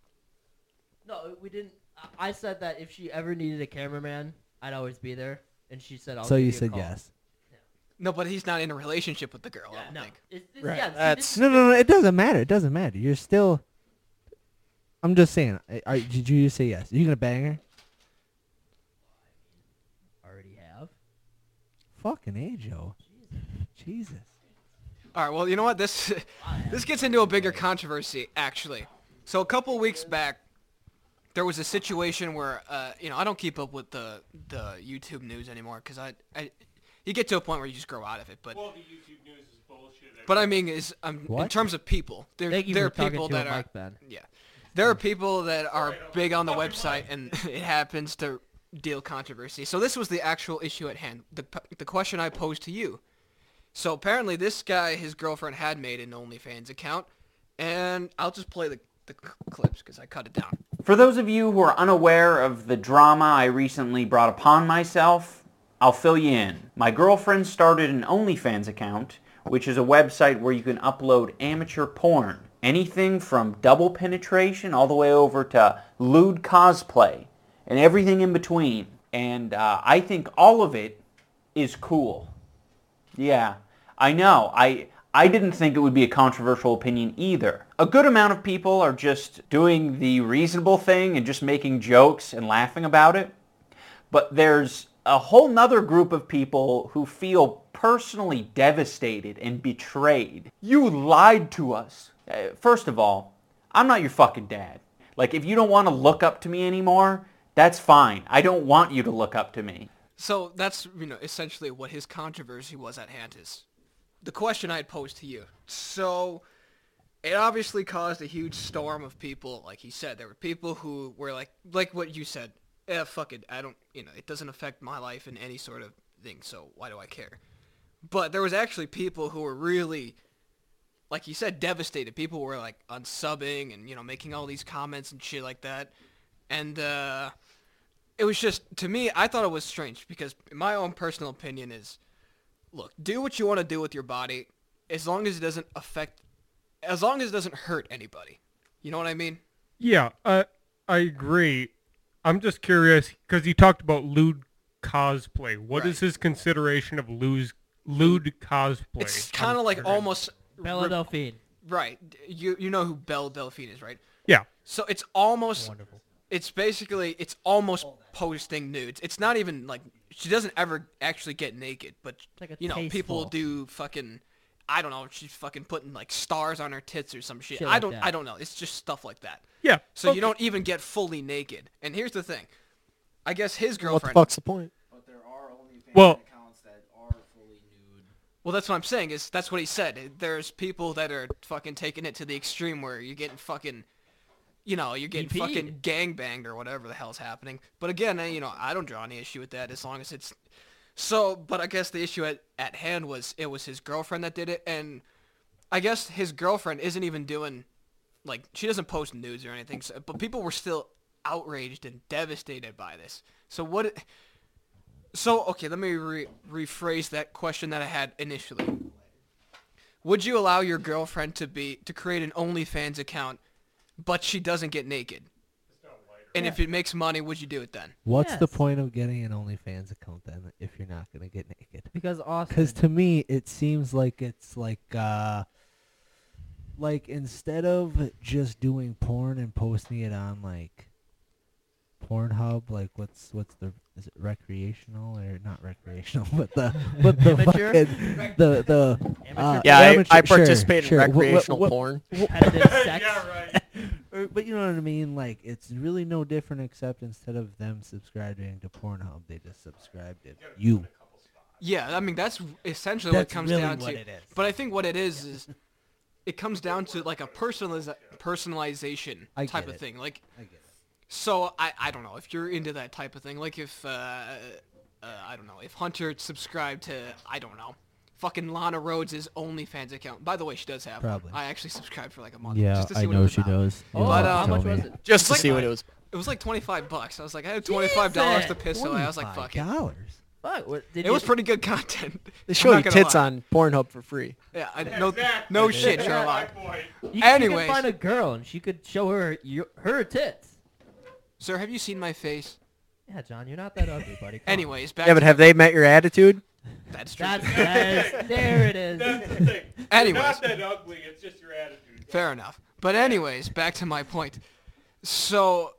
F: No, we didn't. I- I said that if she ever needed a cameraman, I'd always be there. And she said, "I'll."
B: so
F: give
B: you
F: a
B: said
F: call."
B: yes.
A: No, but he's not in a relationship with the girl. I don't think.
F: It's- Yeah, see, this-
B: no, no, no. It doesn't matter. It doesn't matter. You're still. I'm just saying. I- I- did you say yes? Are you gonna bang her?
F: already have.
B: Fucking a Joe. Jesus.
A: All right. Well, you know what? This this gets into a bigger controversy, actually. So a couple weeks back, there was a situation where, uh, you know, I don't keep up with the the YouTube news anymore because I, I, you get to a point where you just grow out of it. But
D: Well, the YouTube news is bullshit.
A: but I mean, is um, in
D: What?
A: terms of people, there
D: Thank you
A: there
D: for
A: are
D: talking
A: people
D: to
A: that
D: a
A: are
D: mic, Ben.
A: yeah, there are people that are big on the website, and it happens to deal controversy. So this was the actual issue at hand. The p- the question I posed to you. So apparently, this guy, his girlfriend had made an OnlyFans account, and I'll just play the the c- clips because I cut it down.
N: For those of you who are unaware of the drama I recently brought upon myself, I'll fill you in. My girlfriend started an OnlyFans account, which is a website where you can upload amateur porn. Anything from double penetration all the way over to lewd cosplay and everything in between. And uh, I think all of it is cool. Yeah, I know. I I didn't think it would be a controversial opinion either. A good amount of people are just doing the reasonable thing and just making jokes and laughing about it. But there's a whole nother group of people who feel personally devastated and betrayed. You lied to us. Uh, First of all, I'm not your fucking dad. Like, if you don't want to look up to me anymore, that's fine. I don't want you to look up to me.
A: So that's you know essentially what his controversy was at hand is. The question I had posed to you. So it obviously caused a huge storm of people. Like he said, there were people who were like, like what you said. Eh, fuck it. I don't. You know, it doesn't affect my life in any sort of thing. So why do I care? But there was actually people who were really, like you said, devastated. People were like unsubbing and you know making all these comments and shit like that. And uh, it was just to me i thought it was strange because my own personal opinion is look do what you want to do with your body as long as it doesn't affect as long as it doesn't hurt anybody you know what i mean
D: Yeah, uh, I agree. I'm just curious because you talked about lewd cosplay. What is his consideration of lewd, lewd cosplay?
A: it's kind of like almost
F: Bella
A: re-
F: Delphine.
A: right you you know who belle delphine is right
D: Yeah.
A: so it's almost it's basically it's almost posting nudes it's not even like she doesn't ever actually get naked but
F: like a
A: you know people
F: tasteful.
A: do fucking I don't know. She's fucking putting like stars on her tits or some shit.
F: Shit
A: I
F: like
A: don't.
F: that.
A: I don't know. It's just stuff like that.
D: Yeah,
A: So
D: okay.
A: you don't even get fully naked. And here's the thing. I guess his girlfriend.
E: What the fuck's the point?
D: Well,
A: Well, that's what I'm saying. Is that's what he said. There's people that are fucking taking it to the extreme where you're getting fucking, you know, you're getting
F: DP'd.
A: fucking gang banged or whatever the hell's happening. But again, eh, you know, I don't draw any issue with that as long as it's. So, but I guess the issue at, at hand was it was his girlfriend that did it, and I guess his girlfriend isn't even doing, like, she doesn't post nudes or anything. So, but people were still outraged and devastated by this. So what? So okay, let me re- rephrase that question that I had initially. Would you allow your girlfriend to be to create an OnlyFans account, but she doesn't get naked? And if it makes money, would you do it then?
B: What's the point of getting an OnlyFans account then if you're not gonna get naked?
F: Because
B: Because to me, it seems like it's like, uh, like instead of just doing porn and posting it on like Pornhub, like what's what's the is it recreational or not recreational, but the but the
F: Amateur?
B: fucking, the the uh,
I: Yeah, I-
B: amateur-
I: I
B: sure,
I: participate in
B: sure. What- what-
I: recreational
B: what-
I: porn.
B: what-
I: Competitive sex.
B: Or- but you know what I mean? Like it's really no different except instead of them subscribing to Pornhub, they just subscribe to you.
A: Yeah, I mean that's essentially what it
B: That's
A: comes
B: really
A: down
B: what
A: to.
B: it is.
A: But I think what it is is it comes down to like a personaliz- personalization
B: I
A: type
B: get
A: of
B: it.
A: thing. Like,
B: I
A: so I I don't know if you're into that type of thing. Like if uh, uh I don't know if Hunter subscribed to I don't know. Fucking Lana Rhodes' OnlyFans account. By the way, she does have. one.
B: Probably.
A: I actually subscribed for like a month.
C: Yeah,
A: just to see
C: I
A: what it
C: know
A: was
C: she
A: about.
C: does. You
A: but,
C: didn't
A: um,
C: How much tell was me. it?
E: Just to
A: like-
E: see what it was.
A: It was like twenty five bucks. I was like, I had twenty five dollars to piss away. I was
B: Oh
A: like, fuck it.
B: dollars.
F: Fuck. What, did
A: It
F: you,
A: was pretty good content.
E: They
A: I'm
E: show
A: not
E: you
A: gonna
E: tits
A: lie.
E: on Pornhub for free.
A: Yeah, I, no, no shit, Sherlock.
F: You, you
A: Anyways,
F: could find a girl and she could show her your, her tits.
A: sir, have you seen my face?
F: Yeah, John, you're not that ugly, buddy. Come on.
A: Anyways, back.
E: Yeah, but
A: to-
E: have they met your attitude?
A: That's true.
F: That's, that's there it is.
D: that's the thing.
A: Anyways.
D: You're not that ugly. It's just your attitude.
A: Fair enough. But anyways, back to my point. So,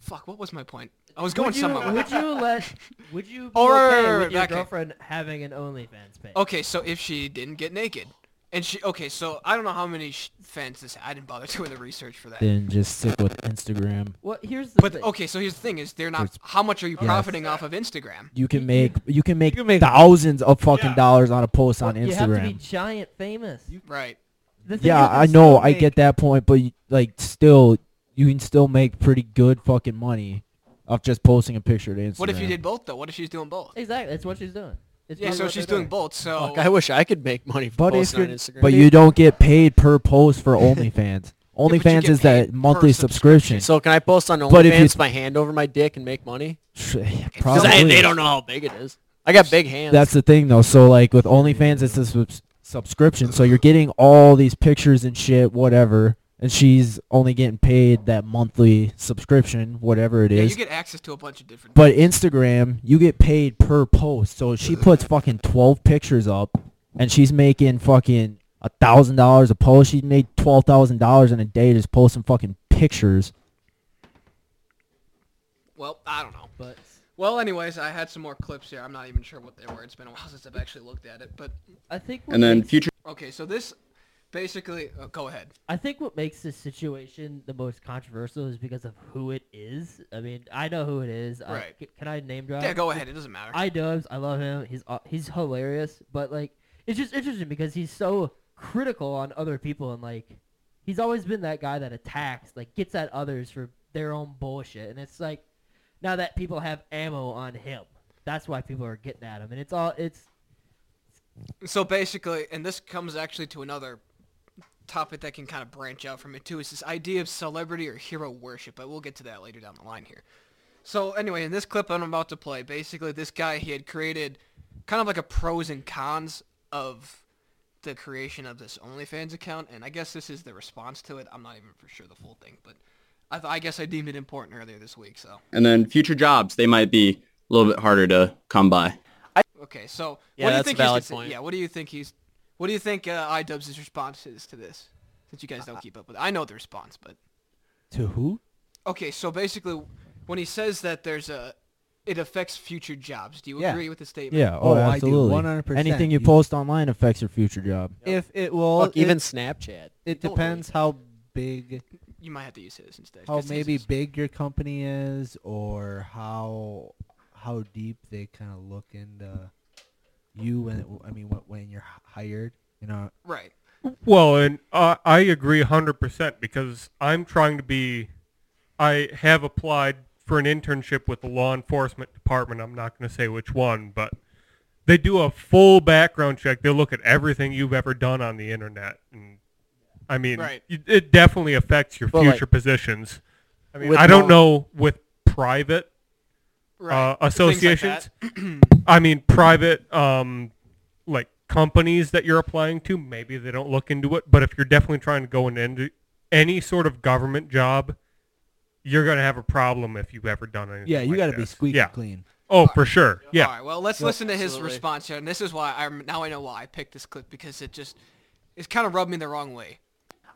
A: fuck. What was my point? I was going
F: would you,
A: somewhere. with
F: Would
A: it.
F: you let? Would you be
A: Oh, right,
F: okay
A: right, right,
F: with your
A: back here.
F: girlfriend having an OnlyFans
C: Oh,
F: page?
A: Okay, so if she didn't get naked, and she okay, so I don't know how many sh- fans this. I didn't bother doing the research for that.
C: Then just stick with Instagram.
F: Well, here's the
A: But
F: thing.
A: okay, so here's the thing: is they're not. How much are you
C: Yes.
A: profiting off of Instagram?
C: You can make you can make, thousands of fucking dollars on a post on
F: You have to be
C: Instagram.
F: giant famous.
A: Right.
F: The thing
C: Yeah,
F: is,
C: I
F: it's
C: know.
F: so
C: I
F: big.
C: get that point, but you, like, still, you can still make pretty good fucking money off just posting a picture to Instagram.
A: What if you did both though? What if she's doing both?
F: Exactly, that's what she's doing. It's
A: Yeah,
F: really
A: so
F: what
A: she's
F: they're
A: doing both. So
E: Fuck, I wish I could make money from
C: But if
E: posting on
C: you're,
E: Instagram.
C: but you don't get paid per post for OnlyFans. OnlyFans
E: get
C: is that monthly subscription.
E: So can I post on
C: But if you-
E: OnlyFans my hand over my dick and make money? Because
C: Probably.
E: they don't know how big it is. I got big hands.
C: That's the thing, though. So like with OnlyFans, it's a subs- subscription, so you're getting all these pictures and shit, whatever. And she's only getting paid that monthly subscription, whatever it
A: yeah,
C: is.
A: you get access to a bunch of different.
C: but Instagram, you get paid per post. So she puts fucking twelve pictures up, and she's making fucking a thousand dollars a post. She made twelve thousand dollars in a day just posting fucking pictures.
A: Well, I don't know.
F: But
A: Well, anyways, I had some more clips here. I'm not even sure what they were. It's been a while since I've actually looked at it, but
F: I think. what
J: And then
F: makes-
J: future.
A: okay. So this, basically, oh, go ahead.
F: I think what makes this situation the most controversial is because of who it is. I mean, I know who it is. I-
A: Right.
F: c- can I name drop?
A: Yeah, go ahead. It doesn't matter.
F: I Dubs, I love him. He's aw- he's hilarious, but like it's just interesting because he's so critical on other people and like he's always been that guy that attacks, like gets at others for their own bullshit. And it's like now that people have ammo on him, that's why people are getting at him. And it's all it's
A: So basically, and this comes actually to another topic that can kind of branch out from it too, is this idea of celebrity or hero worship. But we'll get to that later down the line here. So anyway, in this clip I'm about to play, basically this guy he had created kind of like a pros and cons of the creation of this OnlyFans account, and I guess this is the response to it. I'm not even for sure the full thing, but I, th- I guess I deemed it important earlier this week. So
J: And then future jobs, they might be a little bit harder to come by.
A: okay, so
E: Yeah,
A: what do you
E: that's
A: think
E: a
A: he's
E: valid
A: consi-
E: point.
A: Yeah, what do you think he's? What do you think uh, iDubbbz's response is to this? Since you guys don't keep up with, I know the response, but
B: To who?
A: okay, so basically, when he says that there's a it affects future jobs. Do you
C: Yeah.
A: agree with the statement?
C: Yeah. Oh, absolutely. Anything you, post online affects your future job.
B: If it will,
E: Fuck, even
B: it-
E: Snapchat.
B: It
A: Don't
B: depends how big,
A: You might have to use his instead.
B: how
A: 'cause his
B: Oh, maybe
A: is-
B: big your company is, or how how deep they kind of look into you. When I mean, when- when you're h- hired, you know.
A: Right.
D: Well, and uh, I agree 100% because I'm trying to be, I have applied for an internship with the law enforcement department. I'm not going to say which one, but they do a full background check. They look at everything you've ever done on the internet. And I mean,
A: Right.
D: it, it definitely affects your
A: But, like,
D: future positions. I mean,
A: with
D: I don't
A: law-
D: know with private
A: Right.
D: uh,
A: Things like
D: associations.
A: that.
D: I mean, private, um, like companies that you're applying to, maybe they don't look into it. But if you're definitely trying to go into any sort of government job, you're gonna have a problem if you've ever done anything.
B: Yeah, you
D: got to
B: be squeaky
D: yeah.
B: clean.
D: Oh, for sure. Yeah.
A: All right. Well, let's
D: Yeah.
A: listen to his
D: Absolutely.
A: response here, and this is why I'm now I know why I picked this clip because it just it kind of rubbed me the wrong way.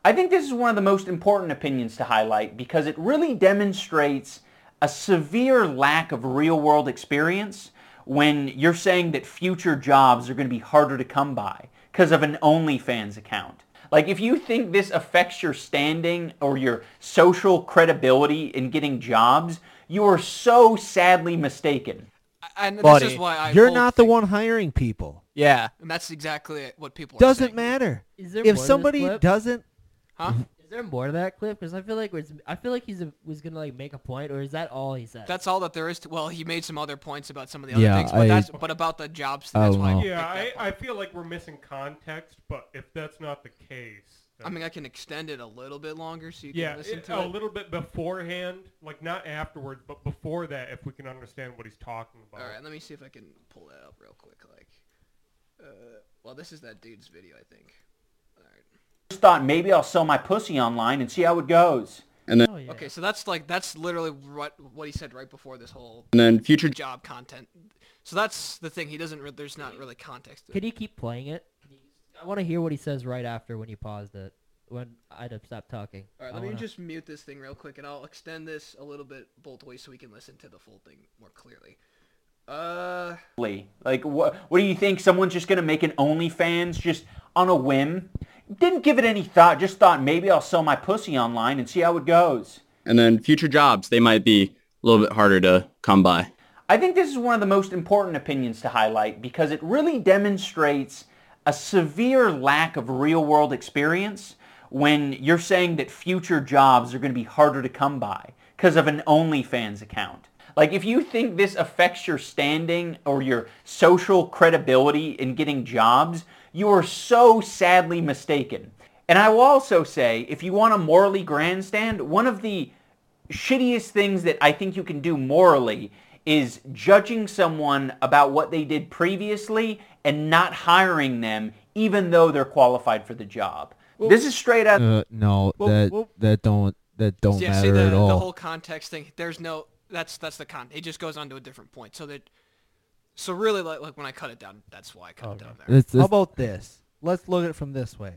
N: I think this is one of the most important opinions to highlight because it really demonstrates a severe lack of real world experience when you're saying that future jobs are going to be harder to come by because of an OnlyFans account. Like if you think this affects your standing or your social credibility in getting jobs, you are so sadly mistaken.
A: And this is why I
B: you're
A: hold-
B: not the one hiring people.
N: Yeah.
A: and that's exactly it, what people are
B: Doesn't
A: saying.
B: matter.
F: Is there more
B: if
F: to this
B: somebody
F: clip?
B: doesn't,
A: huh?
F: Is there more to that clip? Because I feel like was, I feel like he's a, was gonna like make a point, or is that all he said?
A: That's all that there is. To, well, he made some other points about some of the other
F: Yeah,
A: things, but
F: I- Oh,
A: that's but about the jobs.
F: I
A: That's
F: don't
A: why. I
F: know.
A: picked
D: Yeah,
A: that
D: I,
A: part.
D: I feel like we're missing context, but if that's not the case,
A: I mean, I can extend it a little bit longer so you can
D: yeah,
A: listen
D: it-
A: to
D: a
A: it.
D: little bit beforehand, like not afterwards, but before that, if we can understand what he's talking about.
A: All right, let me see if I can pull that up real quick. Like, uh, well, this is that dude's video, I think.
N: Just thought maybe I'll sell my pussy online and see how it goes.
O: And
F: Oh,
O: then-
A: Okay, so that's like that's literally what what he said right before this whole
O: And then future-
A: job content. So that's the thing. He doesn't. Re- there's not really context. to
F: Can
A: it.
F: you keep playing it? I want to hear what he says right after when you paused it, when I'd have stopped talking.
A: All right,
F: I
A: let me
F: wanna-
A: just mute this thing real quick, and I'll extend this a little bit both ways so we can listen to the full thing more clearly. Uh,
N: Lee. Like, what? What do you think? Someone's just gonna make an OnlyFans just on a whim? Didn't give it any thought. Just thought maybe I'll sell my pussy online and see how it goes.
O: And then future jobs, they might be a little bit harder to come by.
N: I think this is one of the most important opinions to highlight because it really demonstrates a severe lack of real-world experience when you're saying that future jobs are going to be harder to come by because of an OnlyFans account. Like if you think this affects your standing or your social credibility in getting jobs, you are so sadly mistaken. And I will also say, if you want to morally grandstand, one of the shittiest things that I think you can do morally is judging someone about what they did previously and not hiring them even though they're qualified for the job. this is straight up
C: Uh, no,
N: Well,
C: that
N: well-
C: that don't that don't
A: yeah, see
C: matter
A: the,
C: at all.
A: the whole context thing. There's no that's that's the con. It just goes on to a different point. So that so really like, like when I cut it down, that's why I cut it down there.
C: It's-
B: How
C: it's-
B: about this? Let's look at it from this way.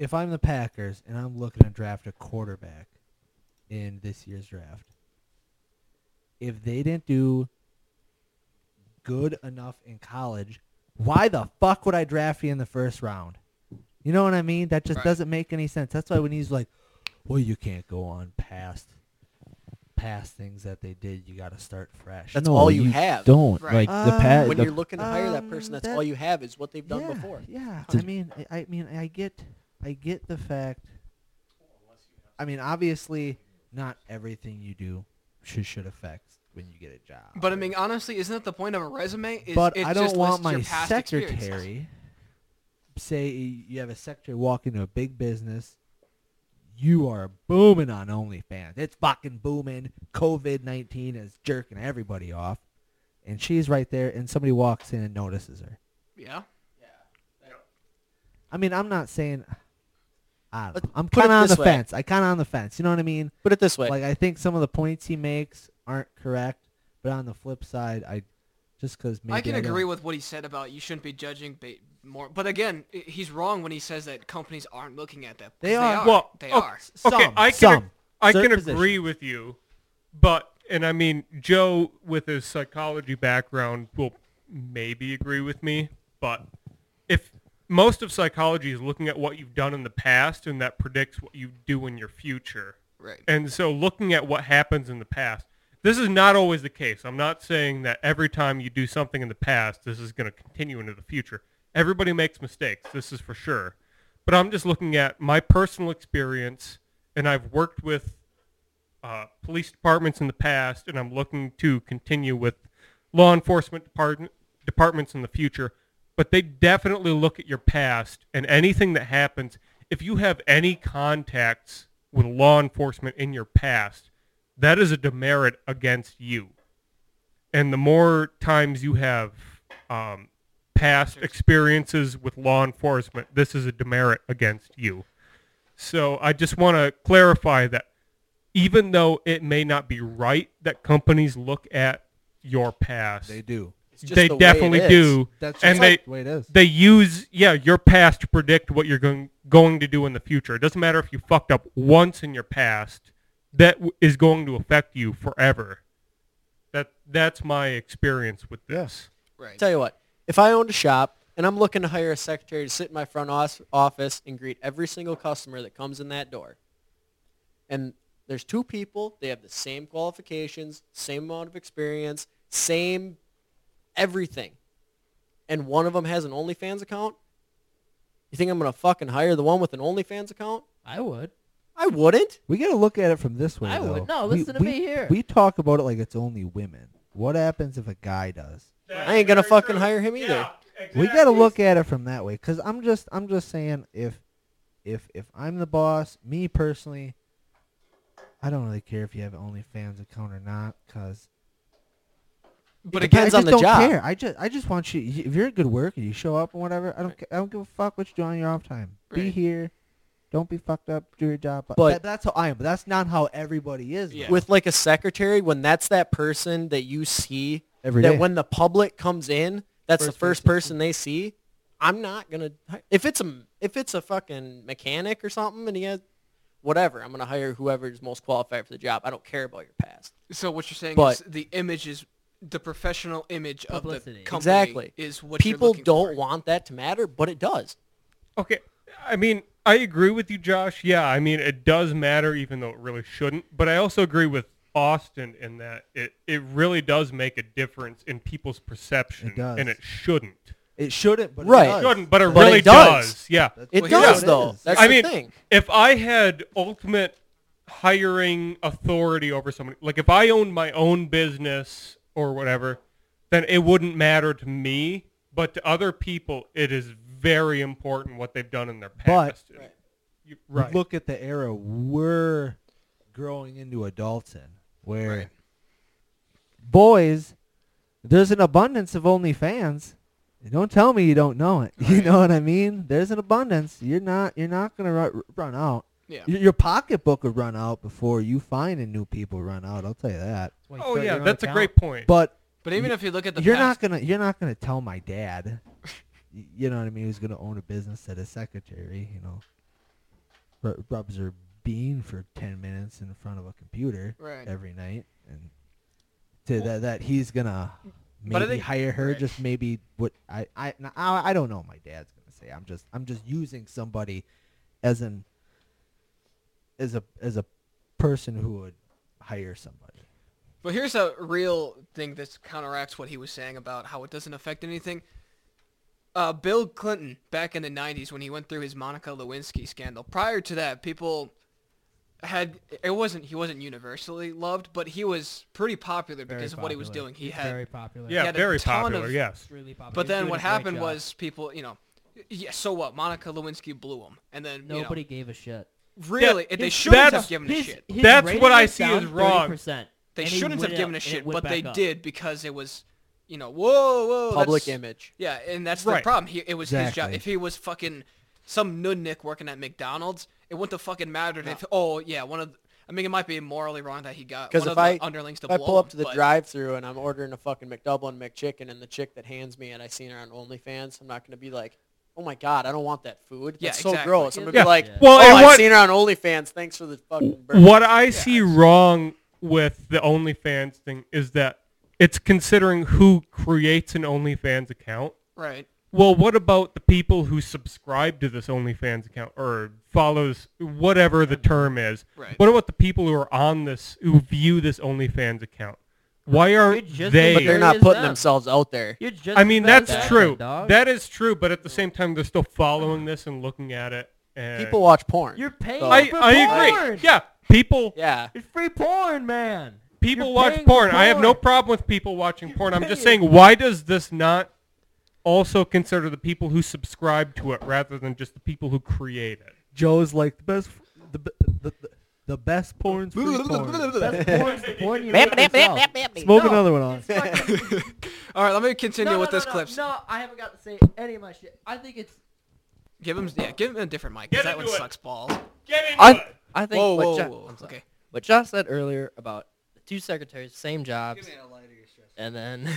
B: If I'm the Packers and I'm looking to draft a quarterback in this year's draft, if they didn't do good enough in college, why the fuck would I draft you in the first round? You know what I mean? That just
C: Right.
B: doesn't make any sense. That's why when he's like, "Well, you can't go on past past things that they did. You got to start fresh."
E: That's all you, have. Um,
C: don't. Right. Like, the pat-
E: When
C: the-
E: you're looking to hire that person, that's all you have is what they've done
B: yeah,
E: before.
B: Yeah, I mean, I, I mean, I get, I get the fact. I mean, obviously, not everything you do should should affect when you get a job.
A: But I mean, honestly, isn't that the point of a resume? Is
B: but
A: it
B: I don't
A: just
B: want
A: lists
B: my
A: your past experiences.
B: secretary. Say you have a secretary walk into a big business. You are booming on OnlyFans. It's fucking booming. COVID nineteen is jerking everybody off, and she's right there, and somebody walks in and notices her.
A: Yeah.
B: I mean, I'm not saying. I don't know. I'm
E: put it
B: kind of on
E: this
B: the
E: way.
B: fence. I kind of on the fence. You know what I mean?
E: Put it this way.
B: Like I think some of the points he makes aren't correct, but on the flip side, I just because maybe
A: I can
B: don't-
A: agree with what he said about you shouldn't be judging ba- more. But again, i- he's wrong when he says that companies aren't looking at that. 'cause They
B: are.
A: are.
B: Well,
A: they
B: oh,
A: are.
B: s- some,
D: okay, I can
B: some.
D: I
B: Certain
D: can
B: positions.
D: agree with you, but And I mean, Joe, with his psychology background, will maybe agree with me, but if most of psychology is looking at what you've done in the past and that predicts what you do in your future.
A: Right.
D: And so looking at what happens in the past, this is not always the case. I'm not saying that every time you do something in the past, this is going to continue into the future. Everybody makes mistakes. This is for sure. But I'm just looking at my personal experience, and I've worked with uh, police departments in the past, and I'm looking to continue with law enforcement department, departments in the future. But they definitely look at your past and anything that happens. If you have any contacts with law enforcement in your past, that is a demerit against you. And the more times you have um, past experiences with law enforcement, this is a demerit against you. So I just want to clarify that even though it may not be right that companies look at your past,
B: They do. It's just
D: they
B: the way it
D: definitely
B: is.
D: do.
B: That's
D: and
B: just
D: they,
B: the way it is.
D: they use yeah your past to predict what you're going going to do in the future. It doesn't matter if you fucked up once in your past. That w- is going to affect you forever. That that's my experience with this.
A: Right.
E: Tell you what, if I owned a shop and I'm looking to hire a secretary to sit in my front os- office and greet every single customer that comes in that door, and there's two people, they have the same qualifications, same amount of experience, same everything, and one of them has an OnlyFans account, you think I'm going to fucking hire the one with an OnlyFans account?
F: I would.
E: I wouldn't.
B: We got to look at it from this way.
F: I would-
B: though.
F: no,
B: We-
F: listen to
B: we-
F: me here.
B: We talk about it like it's only women. What happens if a guy does?
E: I ain't going to fucking hire him either.
B: We got to look at it from that way cuz I'm just I'm just saying if if if I'm the boss, me personally I don't really care if you have an OnlyFans account or not cuz
E: But
B: I
E: it depends
B: just
E: on the
B: don't
E: job.
B: Care. I just I just want you y- if you're a good worker, you show up and whatever. I don't ca- I don't give a fuck what you do on your off time. Be here. Don't be fucked up. Do your job. But,
E: But-
B: that- that's how I am. But that's not how everybody is. though.
E: with like a secretary when that's that person that you see
B: Every
E: that
B: day.
E: when the public comes in that's the
B: First
E: first person they see i'm not gonna hi- if it's a if it's a fucking mechanic or something and he has whatever i'm gonna hire whoever is most qualified for the job i don't care about your past
A: So what you're saying
E: But-
A: is the image is the professional image of the company
E: exactly
A: is what you're
E: people
A: looking
E: don't want that to matter but it does
D: Okay, I mean, I agree with you, Josh. Yeah, I mean, it does matter, even though it really shouldn't. But I also agree with Austin in that it, it really does make a difference in people's perception,
B: It does.
D: and it shouldn't.
B: It shouldn't, but
E: Right.
B: it does.
D: shouldn't, but it
E: But
D: really
E: it does.
D: Yeah,
E: That's It what it does, is. though. That's
D: I
E: the
D: mean,
E: thing.
D: if I had ultimate hiring authority over somebody, like if I owned my own business or whatever, then it wouldn't matter to me. But to other people, it is very important what they've done in their
B: But
D: past. You-
B: you
D: right.
B: look at the era we're growing into adults in, where boys, there's an abundance of OnlyFans. Don't tell me you don't know it. You know what I mean? There's an abundance. You're not. You're not gonna run, run out.
A: Yeah.
B: Your, your pocketbook will run out before you finding new people run out. I'll tell you that.
A: why you Oh, start yeah, your own that's a account. great point.
B: But
A: But even
B: y-
A: if you look at the
B: you're
A: past-
B: not gonna you're not gonna tell my dad. y- you know what I mean? Who's gonna own a business that is secretary? You know r- rubs her bean for 10 minutes in front of a computer
A: Right.
B: every night and to that that he's gonna
A: But I
B: maybe
A: think-
B: hire her
A: right.
B: just maybe what I I, n- I I don't know what my dad's gonna say I'm just I'm just using somebody as an as a as a person who would hire somebody
A: But here's a real thing that counteracts what he was saying about how it doesn't affect anything. Uh, Bill Clinton, back in the 90s when he went through his Monica Lewinsky scandal, prior to that, people had it wasn't he wasn't universally loved but he was pretty popular
F: Very
A: because of what he was
F: popular.
A: doing he
F: He's
A: had
F: very popular.
A: he
F: Yeah,
A: had a
F: very
A: ton
D: popular,
A: of-
D: yes.
F: Really popular.
A: but
F: He's
A: then
F: doing
A: what
F: a great
A: happened
F: job.
A: was people you know yeah so what monica lewinsky blew him and then you know,
F: Nobody gave a shit.
A: Really,
F: Yeah,
A: and they
F: his-
A: shouldn't have
F: that's-
A: given a
F: his-
A: shit.
F: his That's rating what I went see down is wrong. 30%,
A: They
F: and he
A: shouldn't have
F: went
A: given
F: up,
A: a
F: and it
A: shit,
F: went
A: but they
F: back up.
A: did because it was, you know, whoa, whoa,
E: Public
A: that's-
E: image.
A: Yeah, and that's the
E: Right.
A: problem. He, it was his job.
E: Exactly.
A: If he was fucking some nudnik working at McDonald's, it wouldn't have fucking mattered. If oh yeah, one of the- I mean, it might be morally wrong that he got
E: because
A: Uh, one
E: if
A: of the
E: I
A: underlings to
E: if I
A: blow
E: pull up
A: him,
E: to the
A: but-
E: drive-through and I'm ordering a fucking McDouble and McChicken, and the chick that hands me it, I seen her on OnlyFans. I'm not gonna be like, oh my god, I don't want that food. That's
A: Yeah,
E: so
A: exactly.
E: gross. I'm gonna
D: Yeah.
E: be like,
D: Well,
E: oh,
D: and
E: I've
D: what-
E: seen her on OnlyFans. Thanks for the fucking. Burger.
D: What I see wrong with the OnlyFans thing is that it's considering who creates an OnlyFans account.
A: Right.
D: Well, what about the people who subscribe to this OnlyFans account or follows whatever the term is?
A: Right.
D: What about the people who are on this who view this OnlyFans account? Why aren't
E: just
D: they?
E: as But they're not bad as putting them. themselves out there. You're just
D: I
E: as
D: mean,
E: bad as
D: that's
E: them,
D: true.
E: dog.
D: That is true, but at the same time, they're still following this and looking at it. And
E: People watch porn. You're
F: paying
D: I,
F: for
D: I
F: porn.
D: agree. Yeah, people.
E: Yeah.
F: It's free porn, man.
D: People
F: You're
D: watch
F: paying for
D: porn. I have no problem with people watching porn. I'm just saying, why does this not also consider the people who subscribe to it rather than just the people who create it?
B: Joe's like the best, the b- the, the, the best porn's free porn.
F: Best porn's the porn you
B: Bam, bam,
F: make
B: bam,
F: yourself.
B: bam, bam, bam. Smoke another one on.
A: All right, let me continue
F: no,
A: with
F: no,
A: this
F: no,
A: clip.
F: No, I haven't got to say any of my shit. I think it's
A: Give him, yeah, give him a different mic because that one sucks balls.
L: I, I think
A: Whoa,
L: what,
A: whoa,
L: Jo-
A: whoa.
L: I'm sorry.
A: Okay.
L: what Josh said earlier about the two secretaries, same jobs, and then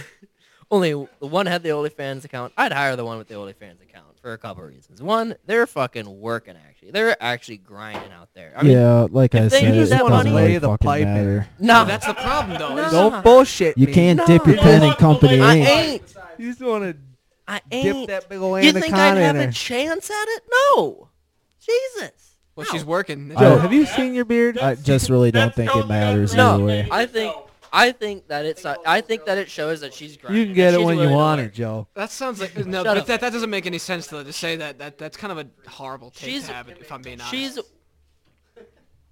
L: only w- the one had the OnlyFans account. I'd hire the one with the OnlyFans account for a couple of reasons. One, they're fucking working actually. They're actually grinding out there. I mean,
C: yeah, like
L: if
C: I
L: they
C: said,
L: knew
C: it
L: that
C: doesn't
L: money-
C: really fucking matter.
L: No,
A: that's the problem though.
L: No.
B: Don't bullshit
C: You
B: me.
C: can't dip your pen in company
L: I
C: ink.
L: ain't.
B: You just want to
L: I
B: dip
L: ain't.
B: that big old
L: you think I'd
B: anaconda in
L: have
B: there.
L: a chance at it? No. Jesus.
A: Well, she's working.
C: Joe, have
B: you seen your beard?
C: I just really don't think it matters either
L: No,
C: way.
L: I think I think that it's I think that it shows that she's grinding.
B: You can get
L: that
B: it
L: she's
B: when you
L: willing to
B: want
L: work.
B: it, Joe.
A: That sounds like no,
L: Shut
A: but
L: up.
A: that, that doesn't make any sense though. To say that that that's kind of a horrible take
L: She's-
A: to have. If I'm being honest.
L: She's.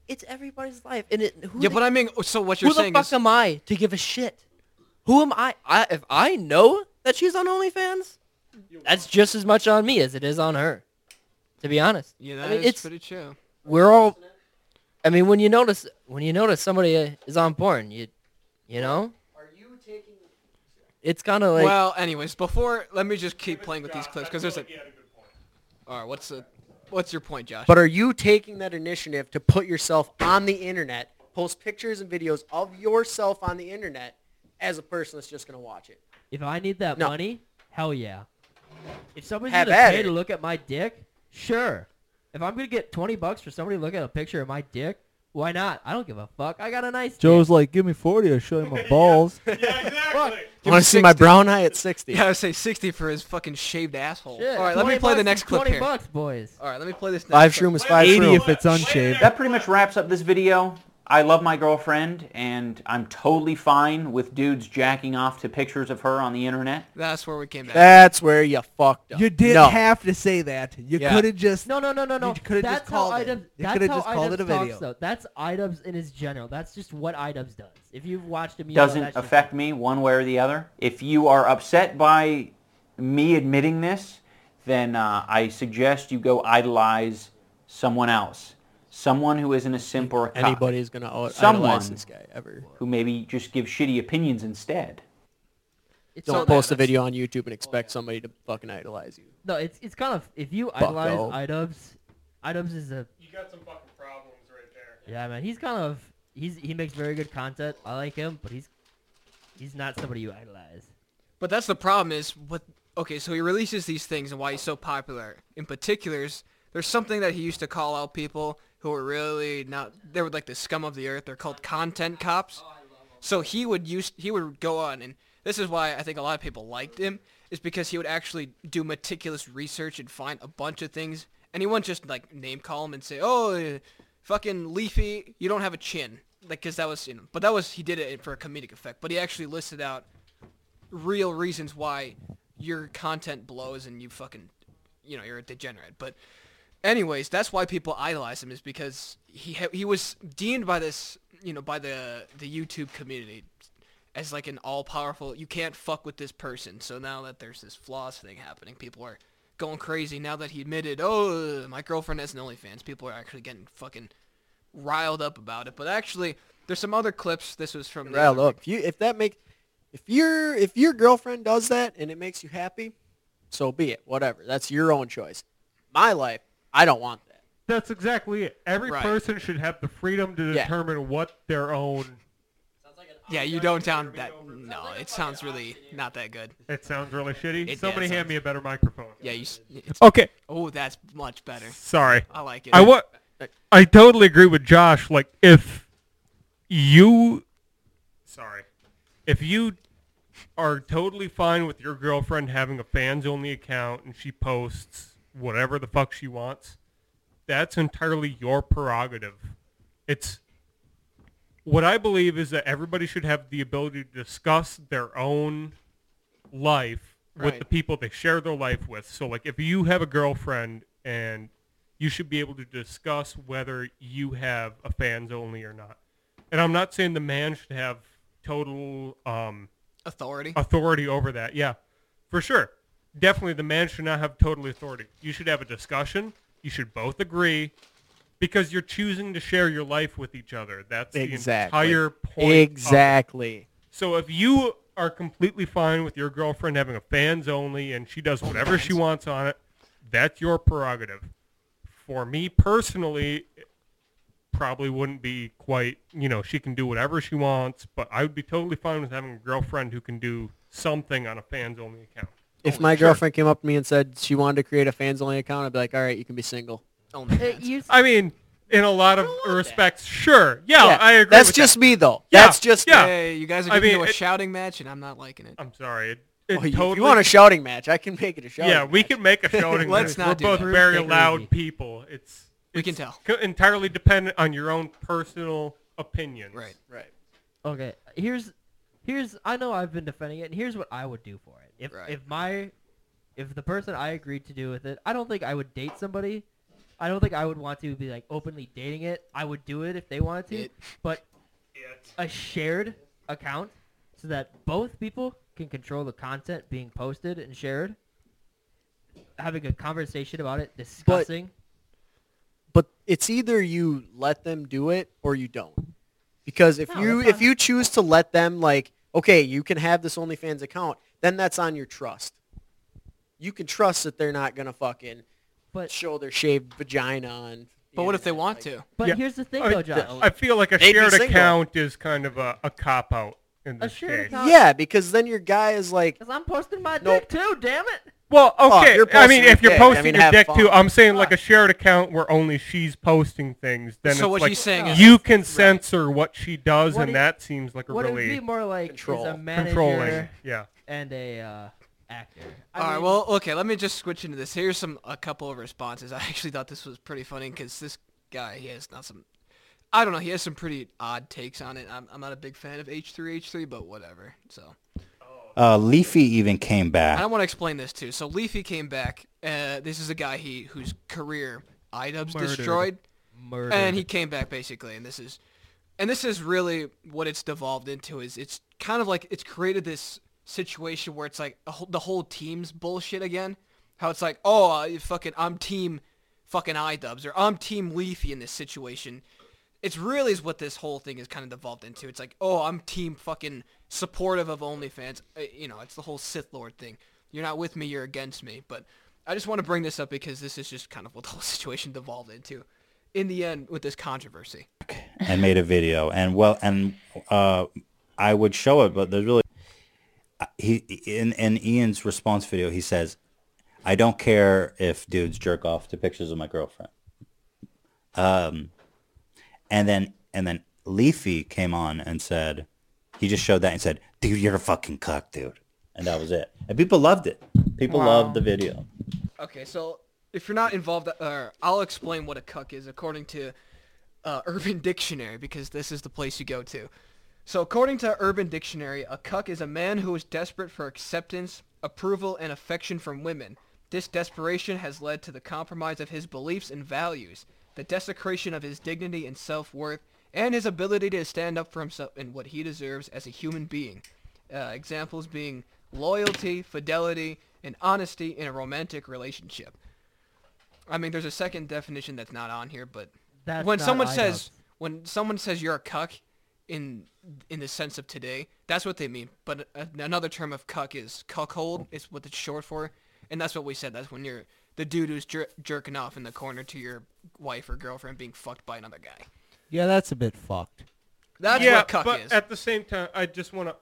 L: It's everybody's life, and it. Who
A: yeah,
L: the-
A: but I mean, so what
L: Who
A: you're
L: the
A: saying
L: fuck
A: is,
L: am I to give a shit? Who am I? I if I know that she's on OnlyFans, that's just as much on me as it is on her. To be honest.
A: yeah,
L: I
A: that
L: mean,
A: is
L: it's
A: pretty true.
L: we're all. I mean, when you notice when you notice somebody uh, is on porn, you, you know,
I: Are you taking
L: it's kind of like
A: well, anyways, before let me just keep playing with these clips because there's a. All right, what's the, what's your point, Josh?
E: But are you taking that initiative to put yourself on the internet, post pictures and videos of yourself on the internet as a person that's just going to watch it?
F: If I need that money, hell yeah. If somebody's
E: Have
F: gonna
E: at
F: pay to
E: it.
F: look at my dick, sure. If I'm gonna get twenty bucks for somebody to look at a picture of my dick, why not? I don't give a fuck. I got a nice.
B: Joe's like, give me 40 or show you my balls.
A: Give
E: Want
A: him
E: to see my
A: 60.
E: brown eye at 60?
A: Yeah, I would say 60 for his fucking shaved asshole.
F: Shit,
A: All right, let me
F: 20
A: play
F: bucks
A: the next
F: is
A: clip
F: 20
A: here.
F: bucks, boys.
A: All right, let me play this next
E: Five
A: clip.
E: shroom is five shroom.
B: it's unshaved.
N: That pretty much wraps up this video. I love my girlfriend, and I'm totally fine with dudes jacking off to pictures of her on the internet.
A: That's where we came back.
E: That's where you fucked up.
B: You didn't
E: No.
B: have to say that. You
E: Yeah.
B: could have just.
F: No, no, no, no, no.
B: You could have just
F: That's
B: called
F: how
B: it.
F: Idubbbz-
B: You
F: that's
B: could have
F: how
B: just called it a
F: Idubbbz talks,
B: video.
F: though. That's Idubbbz in his general. That's just what Idubbbz does. If you've watched him, you know
N: doesn't
F: that's just-
N: affect me one way or the other. If you are upset by me admitting this, then uh, I suggest you go idolize someone else, someone who isn't a simp or a cuck.
E: Anybody's going to
N: someone
E: idolize this guy ever.
N: who maybe just gives shitty opinions instead.
F: It's
E: Don't
F: not- Oh,
E: post a video on YouTube and expect somebody to fucking idolize you.
F: No, it's it's kind of if you
E: Bucko.
F: idolize Idubbbz, Idubbbz is a
D: You got some fucking problems right there.
F: Yeah, man, he's kind of he's he makes very good content. I like him, but he's he's not somebody you idolize.
A: But that's the problem is what okay, so he releases these things and why he's so popular. In particulars, there's something that he used to call out people who were really not they were like the scum of the earth. They're called content cops. So he would use he would go on and this is why I think a lot of people liked him is because he would actually do meticulous research and find a bunch of things. And he wouldn't just like name call him and say, "Oh, eh, fucking Leafy, you don't have a chin." Like cuz that was, you know, but that was he did it for a comedic effect. But he actually listed out real reasons why your content blows and you fucking, you know, you're a degenerate. But anyways, that's why people idolize him is because he ha- he was deemed by this, you know, by the the YouTube community as like an all-powerful, you can't fuck with this person. So now that there's this flaws thing happening, people are going crazy now that he admitted, "Oh, my girlfriend has an OnlyFans." People are actually getting fucking riled up about it. But actually, there's some other clips. This was from the
E: Rile
A: other-
E: up. If you if that make if your if your girlfriend does that and it makes you happy, so be it. Whatever. That's your own choice. My life, I don't want that.
D: That's exactly it. Every
E: Right.
D: person should have the freedom to
E: Yeah.
D: determine what their own.
A: Yeah, you don't sound that. No, it sounds really not that good.
D: It sounds really shitty.
A: It
D: Somebody
A: does
D: hand me a better microphone.
A: Yeah, you. s- It's,
D: Okay.
A: Oh, that's much better.
D: Sorry.
A: I like it.
D: I wa- I totally agree with Josh. Like if you sorry if you are totally fine with your girlfriend having a fans only account and she posts whatever the fuck she wants that's entirely your prerogative it's what i believe is that everybody should have the ability to discuss their own life with
E: Right.
D: the people they share their life with so like if you have a girlfriend and you should be able to discuss whether you have a fans only or not and i'm not saying the man should have total um,
A: Authority.
D: authority over that. Yeah, for sure. Definitely, the man should not have total authority. You should have a discussion. You should both agree because you're choosing to share your life with each other. That's
I: Exactly.
D: the entire point. of it.
I: Exactly.
D: So if you are completely fine with your girlfriend having a fans only and she does whatever she wants on it, that's your prerogative. For me personally, it probably wouldn't be quite, you know, she can do whatever she wants, but I would be totally fine with having a girlfriend who can do something on a fans only account.
I: If my girlfriend came up to me and said she wanted to create a fans only account, I'd be like, all right, you can be single.
D: I mean, in a lot of respects, sure. Yeah,
I: Yeah,
D: I agree.
I: that's
D: with
I: just
D: that.
I: me, though.
D: Yeah,
I: That's just me.
D: yeah.
I: Hey,
A: You guys are
D: I
A: getting
D: mean,
A: into a
D: it-
A: shouting match, and I'm not liking it.
D: I'm sorry. It, it
I: Well, Oh, you- if
D: totally
I: you want a shouting match, I can make it a shouting
D: yeah, we
I: match.
D: can make a shouting
I: Let's
D: match.
I: not do
D: We're both
I: that.
D: very
I: Take it easy.
D: loud people. It's
A: We
D: it's
A: can tell.
D: co- entirely dependent on your own personal opinions. Right,
I: right.
F: Okay, here's here's I know I've been defending it, and here's what I would do for it. If if my if the person I agreed to do with it, I don't think I would date somebody. I don't think I would want to be like openly dating it. I would do it if they wanted to, but a shared account so that both people can control the content being posted and shared. Having a conversation about it, discussing.
I: But it's either you let them do it or you don't. Because if
F: No,
I: you
F: that's
I: if you choose to let them like, okay, you can have this OnlyFans account, then that's on your trust. You can trust that they're not gonna fucking
F: but
I: show their shaved vagina and
A: But what if they want to?
F: But
D: Yeah.
F: here's the thing,
D: I,
F: though, John.
D: I feel like a
I: They'd be
D: shared
I: single.
D: account is kind of a, a cop out in this
F: shared
D: case.
F: account-
I: Yeah, because then your guy is like
F: Because I'm posting my dick too, damn it.
D: Well,
I: Oh,
D: okay.
I: you're
D: I
I: posting
D: mean,
I: your
D: if you're
I: dick, I
D: posting
I: mean,
D: your
I: have
D: dick too,
I: fun.
D: I'm saying like a shared account where only she's posting things. Then
A: So
D: it's
A: what
D: like
A: he's saying is-
D: you can censor what she does,
F: What
D: and
F: it-
D: that seems like a
F: what
D: really
F: it would be more like is a
D: control-
F: manager
D: controlling. Yeah.
F: and a uh, actor. I
A: All right.
F: mean,
A: Well, okay. Let me just switch into this. Here's some a couple of responses. I actually thought this was pretty funny because this guy he has not some. I don't know. He has some pretty odd takes on it. I'm, I'm not a big fan of H3H3, but whatever. So
P: Uh, Leafy even came
A: I
P: back.
A: don't want to explain this too. So Leafy came back. Uh, this is a guy he whose career iDubbbz
L: Murdered.
A: destroyed,
L: Murdered.
A: and he came back basically. And this is, and this is really what it's devolved into. Is it's kind of like it's created this situation where it's like a whole, the whole team's bullshit again. How it's like, oh, uh, you fucking, I'm team, fucking iDubbbz, or I'm team Leafy in this situation. It's really is what this whole thing is kind of devolved into. It's like, oh, I'm team fucking supportive of OnlyFans. Uh, You know, it's the whole Sith Lord thing. You're not with me, you're against me. But I just want to bring this up because this is just kind of what the whole situation devolved into in the end with this controversy.
P: and made a video and well and uh i would show it but there's really uh, he in in ian's response video he says i don't care if dudes jerk off to pictures of my girlfriend um and then and then leafy came on and said he just showed that and said dude you're a fucking cuck dude and that was it and people loved it people
A: Wow.
P: loved the video
A: Okay, so if you're not involved, uh, I'll explain what a cuck is according to uh, Urban Dictionary because this is the place you go to. So according to Urban Dictionary, a cuck is a man who is desperate for acceptance, approval, and affection from women. This desperation has led to the compromise of his beliefs and values, the desecration of his dignity and self-worth, and his ability to stand up for himself and what he deserves as a human being. Uh, examples being loyalty, fidelity, and honesty in a romantic relationship. I mean, there's a second definition that's not on here, but
F: That's
A: when
F: not
A: someone
F: iDubbbz.
A: says when someone says you're a cuck in in the sense of today, that's what they mean. But a, another term of cuck is cuckold. It's what it's short for, and that's what we said. That's when you're the dude who's jer- jerking off in the corner to your wife or girlfriend being fucked by another guy.
B: Yeah, that's a bit fucked.
A: That's
D: yeah,
A: what cuck
D: but
A: is.
D: at the same time, I just want to.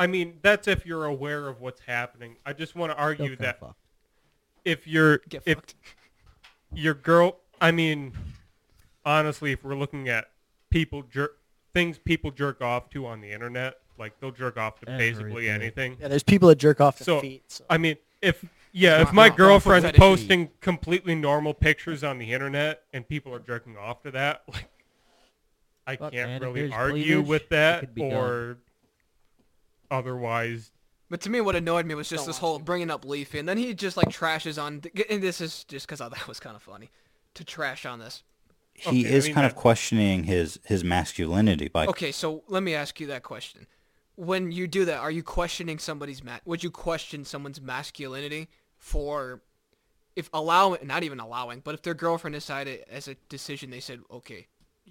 D: I mean, that's if you're aware of what's happening. I just want to argue
B: kinda
D: that if you're if your girl, I mean, honestly, if we're looking at people jer- things people jerk off to on the internet. Like they'll jerk off to basically anything.
I: Yeah, there's people that jerk off to
D: So,
I: feet. So.
D: I mean, if yeah,
I: Knock
D: if my
I: off all
D: girlfriend's
I: fetish
D: posting completely normal pictures on the internet and people are jerking off to that, like I
E: Fuck,
D: can't
E: man, if
D: really
E: there's
D: argue
E: cleavage,
D: with
E: it
D: that
E: could be done.
D: or otherwise
A: But to me, what annoyed me was just this whole bringing up Leafy, and then he just like trashes on. And this is just because I thought it was kind of funny to trash on this.
P: He
A: Okay, I
P: is
A: mean
P: kind
A: that-
P: of questioning his his masculinity by
A: okay, so let me ask you that question. When you do that, are you questioning somebody's ma- would you question someone's masculinity for if allowing not even allowing, but if their girlfriend decided as a decision they said, "Okay,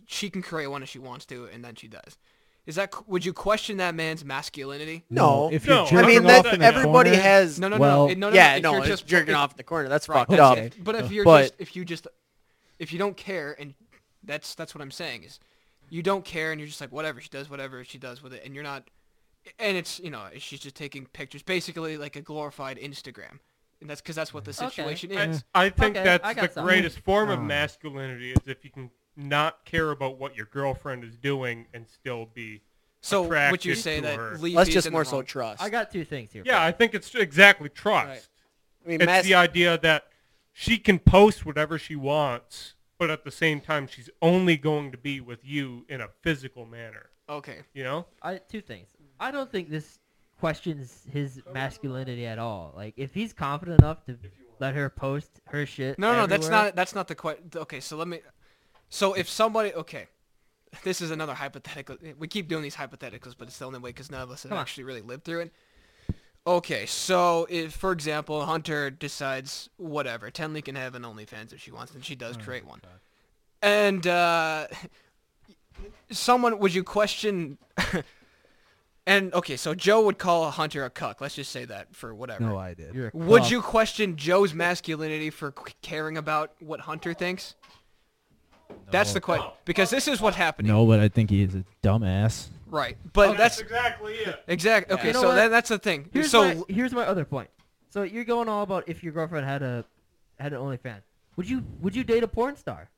A: she can create one if she wants to and then she does." Is that would you question that man's masculinity?
I: No,
B: if you're
I: I mean
B: jerking
I: that
B: off in the
I: everybody
B: corner-
I: has.
A: No, no,
B: Well-
A: no. it- no, no,
I: yeah,
A: if
I: no,
A: you're
I: it's
A: just
I: jerking
A: it-
I: off in the corner. That's
A: Right,
I: fucked
A: that's
I: up.
A: it. But if you're
I: But-
A: just if you just if you don't care and that's that's what I'm saying is you don't care and you're just like whatever she does whatever she does with it and you're not and it's you know she's just taking pictures basically like a glorified Instagram and that's because that's what the
D: Okay.
A: situation
D: I-
A: is.
D: Eh, I, think that's the greatest form of masculinity is if you can not care about what your girlfriend is doing and still be
A: So would
D: attracted
A: you say
D: to
A: that
D: her.
A: Leafy Let's is just in the more so wrong?
I: trust.
F: I got two things here.
D: Yeah, I think it's exactly trust.
I: I mean,
D: it's
I: mas-
D: the idea that she can post whatever she wants, but at the same time, she's only going to be with you in a physical manner.
A: Okay.
D: You know?
F: I two things. I don't think this questions his masculinity at all. Like if he's confident enough to let her post her shit.
A: No, no, that's
F: everywhere-
A: not that's not the question. Okay, so let me. So if somebody, okay, this is another hypothetical. We keep doing these hypotheticals, but it's the only way because none of us have
F: Come on.
A: actually really lived through it. Okay, so if, for example, Hunter decides whatever, Tenley can have an OnlyFans if she wants, and she does
F: Oh,
A: create one, and uh, someone would you question? and okay, so Joe would call Hunter a cuck. Let's just say that for whatever.
B: No, I did. You're a
A: Would
B: cuck.
A: you question Joe's masculinity for c- caring about what Hunter thinks? That's the
D: Oh.
A: question. Because this is what happened.
C: No, but I think he is a dumbass.
A: Right. But
D: Okay.
A: that's
D: exactly it.
A: Exactly.
F: You
A: Okay,
F: know
A: so
F: what?
A: that, that's the thing.
F: Here's
A: so
F: my, here's my other point. So you're going all about if your girlfriend had a had an OnlyFans. Would you would you date a porn star?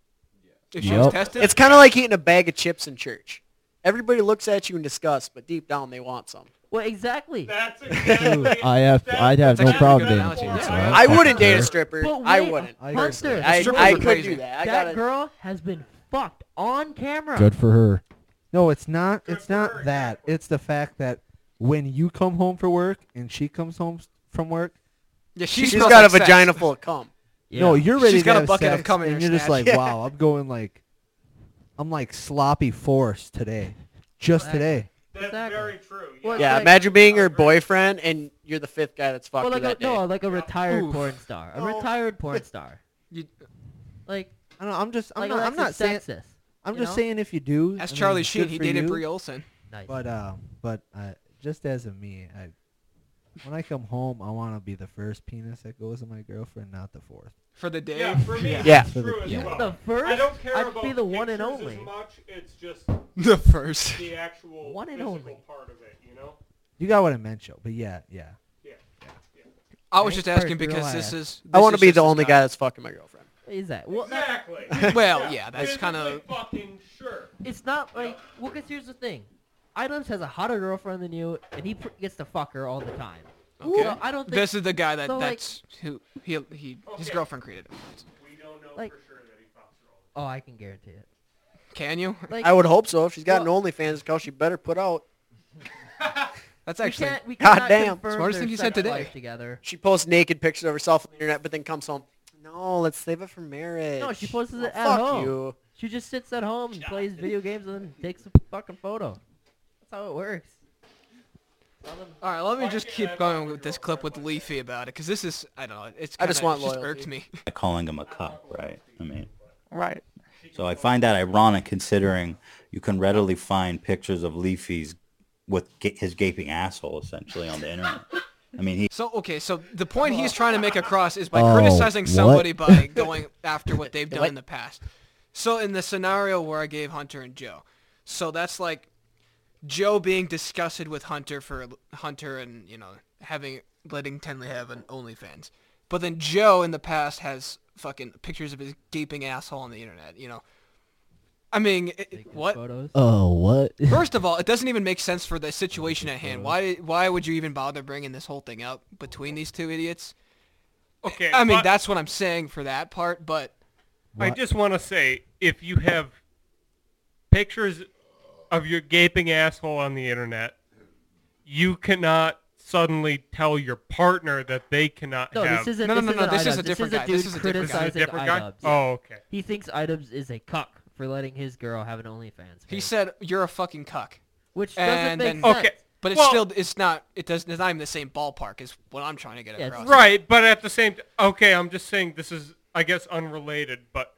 A: If
F: she was Nope. tested?
I: it's kind of like eating a bag of chips in church. Everybody looks at you in disgust, but deep down they want some.
F: Well, exactly.
D: That's
C: I have, I'd have no problem dating chicks. so
I: I
C: fuck
I: wouldn't
C: with
I: date a
C: her.
I: stripper.
F: But
I: I
F: wait,
I: wouldn't.
F: Hunter,
I: personally. I,
F: Strippers
I: I
F: are
I: could
F: crazy.
I: do that. I
F: that
I: gotta,
F: girl has been fucked on camera.
C: Good for her.
B: No, it's not. It's not that. It's the fact that when you come home for work and she comes home s- from work,
A: yeah,
I: she has got a vagina full of cum.
B: No, you're ready
I: She's
B: to
I: got a
B: have
I: bucket of
B: sex,
I: cum in
B: and
I: her
B: you're just
I: stash.
B: like, wow, I'm going like, I'm like sloppy force today, just today.
D: That's very true.
F: Well, it's
I: yeah,
F: like-
I: imagine being her boyfriend and you're the fifth guy that's fucked
F: Well,
I: her
F: like a,
I: that day.
F: no, like a retired
I: Oof.
F: porn star. A
I: Well,
F: retired porn star.
A: You-
F: like
B: I don't know, I'm just I'm
F: like
B: not I'm not
F: Alexis
B: saying
F: Texas,
B: I'm
F: you
B: just
F: know?
B: saying if you do.
A: That's
B: I mean,
A: Charlie
B: good
A: Sheen. He
B: for
A: dated
B: you,
A: Brie Olsen.
F: Nice.
B: But um, but uh, just as a me, I when I come home, I want to be the first penis that goes in my girlfriend, not the fourth.
A: for the day.
D: Yeah, for me,
B: Yeah.
D: it's
B: Yeah.
D: true as
B: Yeah.
D: well.
B: The
F: first?
D: I don't care
F: I'd
D: about
F: be the one and
D: pictures
F: only.
D: As much, it's just
A: the first,
D: the actual
F: One and
D: physical
F: only.
D: part of it. You know?
B: You got what I meant, Joe. But yeah, yeah.
A: I was just
B: First
A: asking
B: real
A: because
B: ass.
A: this is.
I: I
A: this
I: want to
A: is
I: be
A: just
I: the
A: this
I: only guy that's fucking my girlfriend.
F: Is that well? that-
D: Exactly.
A: Well, yeah, that's kind of.
D: Fucking sure.
F: It's not like well, 'cause here's the thing, Idubbbz has a hotter girlfriend than you, and he pr- gets to fuck her all the time.
A: Okay.
F: So I don't think
A: this is the guy that
F: so, like-
A: that's who he he his girlfriend created. him.
D: We don't know
F: Like-
D: for sure that he fucks her all
F: Oh, I can guarantee it.
A: Can you?
F: Like,
I: I would hope so. If she's got an OnlyFans account, she better put out.
A: That's
F: we
A: actually
F: can't- we cannot
I: Goddamn.
F: confirm their sex life Together.
I: She posts naked pictures of herself on the internet, but then comes home. No, let's save it for marriage.
F: No, she posts it
I: Well,
F: at
I: fuck
F: home.
I: you.
F: She just sits at home and plays video games and then takes a fucking photo. That's how it works.
A: All right, let me just keep going with this clip with Leafy about it, because this is I don't know. It's
I: I
A: kinda,
I: just want
A: it just
I: loyalty.
A: irked me.
P: by calling him a cuck, right? I mean,
N: Right.
P: so I find that ironic considering you can readily find pictures of Leafy's with ga- his gaping asshole essentially on the internet. I mean, he
A: So okay, so the point he's trying to make across is by
P: Oh,
A: criticizing
P: what?
A: somebody by going after what they've done
P: What?
A: in the past. So in the scenario where I gave Hunter and Joe, so that's like Joe being disgusted with Hunter for Hunter and you know having letting Tenley have an OnlyFans, but then Joe in the past has fucking pictures of his gaping asshole on the internet. You know, I mean, it- what?
C: Oh, what?
A: First of all, it doesn't even make sense for the situation at hand. Why? Why would you even bother bringing this whole thing up between these two idiots?
D: Okay.
A: I mean,
D: but-
A: that's what I'm saying for that part, but
D: I just want to say, if you have pictures of your gaping asshole on the internet, you cannot suddenly tell your partner that they cannot
F: No,
D: have.
F: this isn't. this isn't Idubbbz. this is a Dude criticizing Idubbbz, yeah.
D: Oh, okay.
F: He thinks Idubbbz is a cuck for letting his girl have an OnlyFans.
A: he said you're a fucking cuck,
F: which
D: doesn't
A: and then,
D: make sense. Okay,
A: But it's
D: well-
A: still it's not it does it's not even the same ballpark is what I'm trying to get across.
D: Right, but at the same, t- okay, I'm just saying this is, I guess, unrelated. But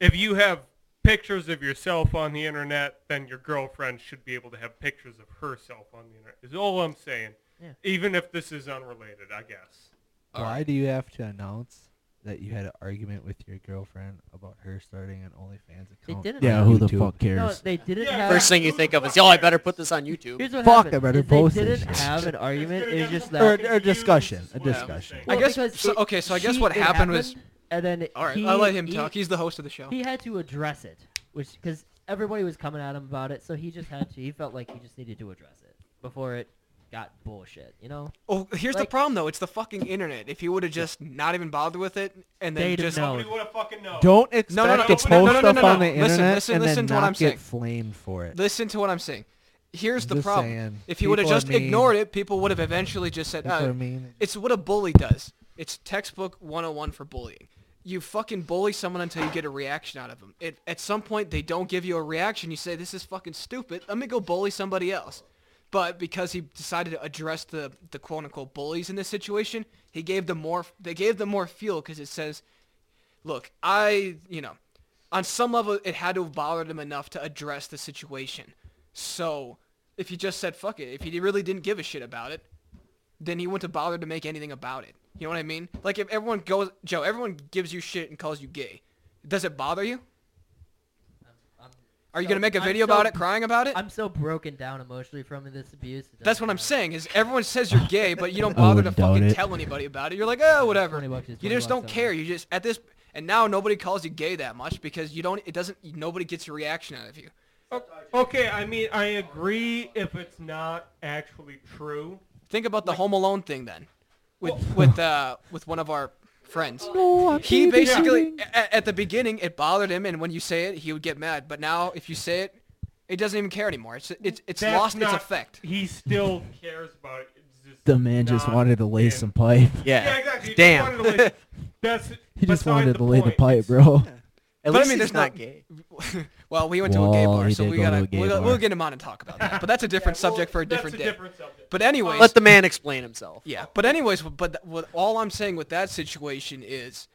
D: if you have pictures of yourself on the internet, then your girlfriend should be able to have pictures of herself on the internet. Is all I'm saying.
F: Yeah.
D: Even if this is unrelated, I guess.
B: Why do you have to announce that you had an argument with your girlfriend about her starting an OnlyFans
F: They
B: account?
F: didn't.
B: on
C: Yeah, who the
B: YouTube?
C: fuck cares?
F: No, they didn't have.
E: First thing you think of is, yo, I better put this on YouTube.
F: Here's what
B: Fuck,
F: happened.
B: I better
F: is they
B: post this
F: didn't
B: shit.
F: have an argument. It was just that.
B: Or, or discussion, a discussion.
A: I guess- so- okay, so I guess what happened was-
F: and then
A: All right,
F: he-
A: I'll let him
F: he-
A: talk. He's the host of the show.
F: He had to address it, which because everybody was coming at him about it, so he just had to. He felt like he just needed to address it before it got bullshit. You know?
A: Oh, here's the
F: Like-
A: problem though. It's the fucking internet. If you would have just not even bothered with it and then
F: They'd have
A: just
F: known. Nobody
D: would have fucking known.
B: Don't expect
A: no, no, no,
B: to
A: no,
B: post
A: no, no, no,
B: stuff
A: no, no.
B: on the
A: Listen,
B: internet
A: listen,
B: and then
A: listen to
B: not
A: what I'm
B: get
A: saying.
B: flamed for it.
A: Listen to what I'm saying. Here's
B: I'm
A: the
B: just
A: problem.
B: saying,
A: if you would have
B: people are
A: just
B: mean.
A: ignored it, people would have eventually just said,
B: People
A: oh,
B: are mean.
A: it's what a bully does. It's textbook 101 for bullying. You fucking bully someone until you get a reaction out of them. It, at some point, they don't give you a reaction. You say, this is fucking stupid. Let me go bully somebody else. But because he decided to address the, the quote-unquote bullies in this situation, he gave them more, they gave them more fuel because it says, look, I, you know, on some level, it had to have bothered him enough to address the situation. So, if he just said fuck it, if he really didn't give a shit about it, then he wouldn't have bothered to make anything about it. You know what I mean? Like, if everyone goes, Joe, everyone gives you shit and calls you gay, does it bother you? Are you gonna make a
F: I'm
A: video
F: so-
A: about it, crying about it?
F: I'm so broken down emotionally from this abuse. it
A: That's what I'm saying. Is everyone says you're gay, but you don't
F: I
A: bother to
F: wouldn't doubt
A: fucking
F: it.
A: tell anybody about it. You're like, oh, whatever.
F: 20 bucks is
A: You
F: 20
A: just don't
F: bucks,
A: care. You just at this, and now nobody calls you gay that much because you don't. It doesn't. Nobody gets a reaction out of you.
D: O- Okay, I mean, I agree if it's not actually true.
A: Think about the Home Alone thing then, with with uh with one of our friends.
D: No, I'm
A: he
D: kidding.
A: basically a- a- at the beginning it bothered him, and when you say it, he would get mad. But now if you say it, it doesn't even care anymore. It's it's it's
D: That's
A: lost its
D: not-
A: effect.
D: He still cares about it.
C: The man just wanted to lay some pipe.
D: Yeah, exactly. He just Damn. wanted to lay- that's
C: he just
D: beside
C: wanted
D: the
C: to lay the
D: point.
C: pipe, bro.
A: But I mean, there's no- well, we went to a gay
C: Well,
A: bar,
C: he
A: so
C: did
A: we
C: go to
A: gotta
C: a gay
A: we'll,
C: bar.
A: we'll get him on and talk about that. But that's a different subject for a different day. But anyways,
E: Let the man explain himself.
A: Yeah, but anyways, but th- what all I'm saying with that situation is,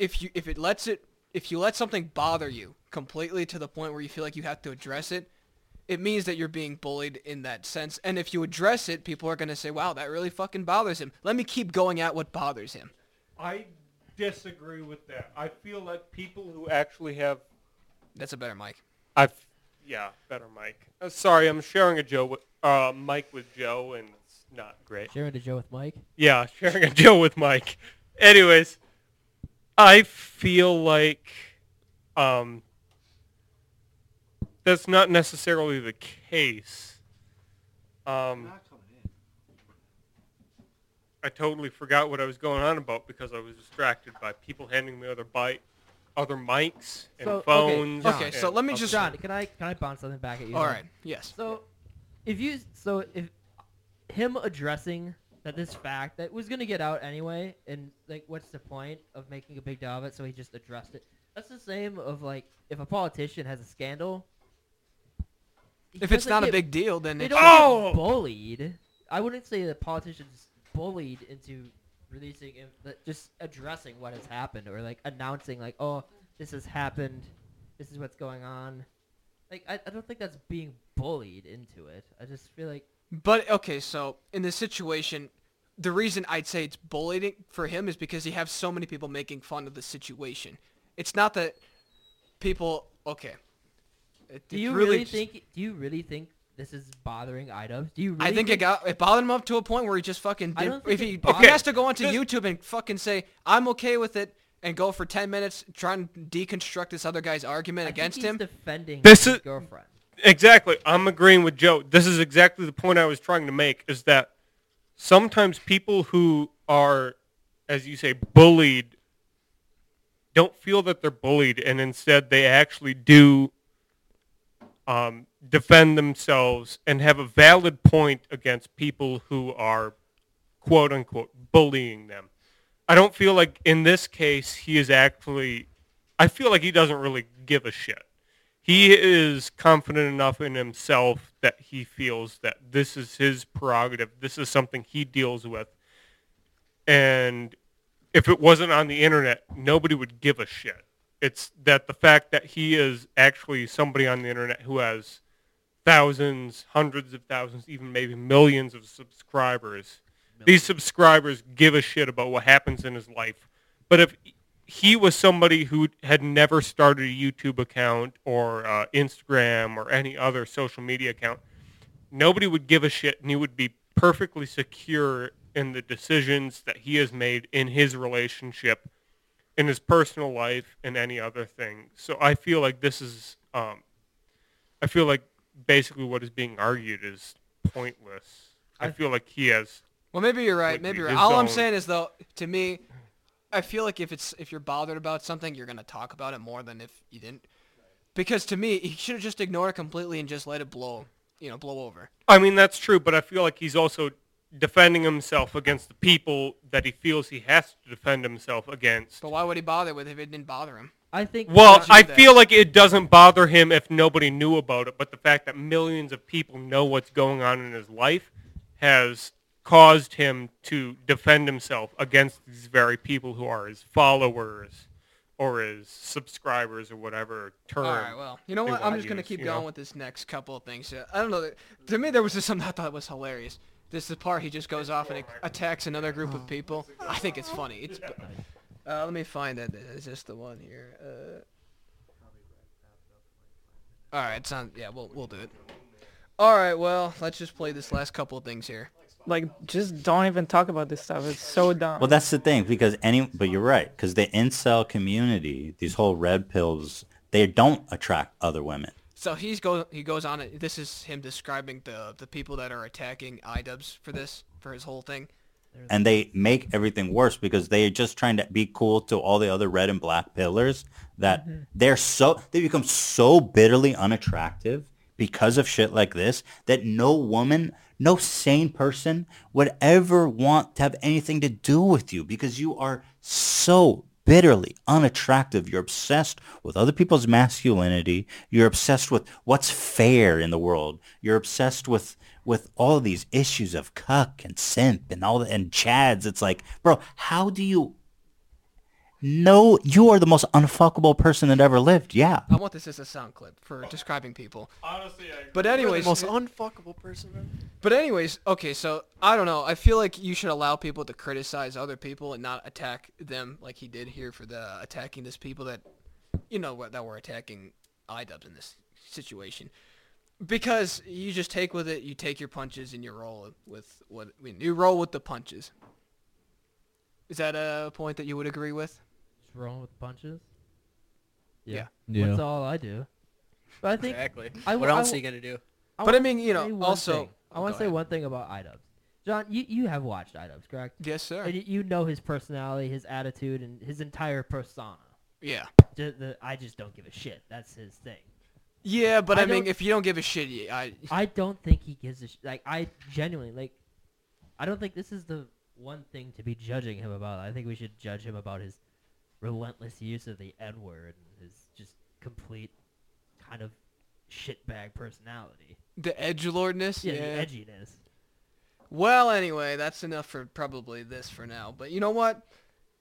A: if you if it lets it if you let something bother you completely to the point where you feel like you have to address it, it means that you're being bullied in that sense. And if you address it, people are gonna say, "Wow, that really fucking bothers him." Let me keep going at what bothers him.
D: I disagree with that. I feel like people who actually have
A: That's a better mic.
D: I've yeah, better Mike. Uh, sorry, I'm sharing a Joe with, uh, Mike with Joe, and it's not great.
F: Sharing to Joe with Mike.
D: Yeah, sharing a Joe with Mike. Anyways, I feel like um, that's not necessarily the case. Um, I totally forgot what I was going on about because I was distracted by people handing me other bite, other mics and
F: So, okay,
D: phones.
F: John.
D: and other-
F: John, can I can I bounce something back at you?
A: All
F: All right.
A: right, yes.
F: So, if you so if him addressing that this fact that was gonna get out anyway, and like, what's the point of making a big deal of it? So he just addressed it. That's the same of like if a politician has a scandal. he
A: If it's
F: doesn't
A: not a
F: get-
A: big deal, then
F: they
A: it
F: don't
A: should-
F: get bullied. I wouldn't say that politicians bullied into releasing, in- that- just addressing what has happened or like announcing like, oh, this has happened, this is what's going on. Like I, I don't think that's being bullied into it. I just feel like
A: But okay, so in this situation, the reason I'd say it's bullying for him is because you have so many people making fun of the situation. It's not that people okay. It,
F: do
A: it's
F: you really,
A: just-
F: think do you really think this is bothering items? Do you really
A: I think it got it bothered him up to a point where he just fucking
F: I
A: did.
F: don't think
A: If
F: it
A: he, if he
F: bothered-
A: has to go onto YouTube and fucking say I'm okay with it, and go for 10 minutes trying to deconstruct this other guy's argument against
F: he's
A: him.
F: defending
D: This
F: his
D: is-
F: girlfriend.
D: Exactly. I'm agreeing with Joe. This is exactly the point I was trying to make is that sometimes people who are, as you say, bullied don't feel that they're bullied and instead they actually do um, defend themselves and have a valid point against people who are quote unquote bullying them. I don't feel like in this case he is actually I feel like he doesn't really give a shit. He is confident enough in himself that he feels that this is his prerogative. This is something he deals with. And if it wasn't on the internet, nobody would give a shit. It's that the fact that he is actually somebody on the internet who has thousands, hundreds of thousands, even maybe millions of subscribers. These subscribers give a shit about what happens in his life. But if he was somebody who had never started a YouTube account or uh, Instagram or any other social media account, nobody would give a shit and he would be perfectly secure in the decisions that he has made in his relationship, in his personal life, and any other thing. So I feel like this is, um, I feel like basically what is being argued is pointless. I feel like he has
A: Well, maybe you're right. Maybe you're right.
D: his
A: All I'm
D: own-
A: saying is though, to me, I feel like if it's if you're bothered about something, you're gonna talk about it more than if you didn't. Because to me, he should have just ignored it completely and just let it blow, you know, blow over.
D: I mean, that's true, but I feel like he's also defending himself against the people that he feels he has to defend himself against.
A: But why would he bother with it if it didn't bother him?
F: I think.
D: Well, I feel like it doesn't bother him if nobody knew about it, but the fact that millions of people know what's going on in his life has caused him to defend himself against these very people who are his followers or his subscribers or whatever term.
A: All right, well, you know
D: they
A: what? I'm
D: wanna
A: just gonna
D: use,
A: keep
D: you
A: going
D: know?
A: with this next couple of things. Uh, I don't know. To me, there was just something I thought was hilarious. This is the part he just goes off and attacks another group of people. I think it's funny. It's. Uh, let me find that. Is this the one here? Uh, all right, it's on. Yeah, we'll we'll do it. All right, well, let's just play this last couple of things here.
Q: Like, just don't even talk about this stuff. It's so dumb.
P: Well, that's the thing because any, but you're right because the incel community, these whole red pills, they don't attract other women.
A: So he's go he goes on. and This is him describing the the people that are attacking iDubbbz for this for his whole thing.
P: and they make everything worse because they are just trying to be cool to all the other red and black pillars that they're so they become so bitterly unattractive because of shit like this that no woman no sane person would ever want to have anything to do with you because you are so bitterly unattractive you're obsessed with other people's masculinity you're obsessed with what's fair in the world you're obsessed with with all these issues of cuck and simp and all the, and chads it's like bro how do you no you are the most unfuckable person that ever lived yeah
A: I want this as a sound clip for describing people. Honestly, I but anyways,
E: most unfuckable person. ever.
A: but anyways, okay. So I don't know. I feel like you should allow people to criticize other people and not attack them like he did here for the attacking this people that, you know, what that were attacking iDubbbz in this situation, because you just take with it. You take your punches and you roll with what I mean, you roll with the punches. Is that a point that you would agree with?
F: Just rolling with punches.
A: Yeah.
F: That's all I do. But I think
E: Exactly.
F: I,
E: What
F: w-
E: else
F: I
E: you gonna do? Oh,
A: But I
F: wanna
A: mean, you know,
F: say one
A: also-
F: thing. I
A: Go
F: want to say
A: ahead.
F: one thing about Idubs. John, you, you have watched Idubs, correct?
A: Yes, sir.
F: And y- you know his personality, his attitude, and his entire persona.
A: Yeah.
F: Ju- the, I just don't give a shit. That's his thing.
A: Yeah, but I,
F: I
A: mean,
F: don't-
A: if you don't give a shit, you- I
F: I don't think he gives a sh- like. I genuinely like. I don't think this is the one thing to be judging him about. I think we should judge him about his relentless use of the N word and his just complete kind of shitbag personality.
A: the edge lordness.
F: Yeah,
A: Yeah,
F: the edginess.
A: Well, anyway, that's enough for probably this for now. But you know what?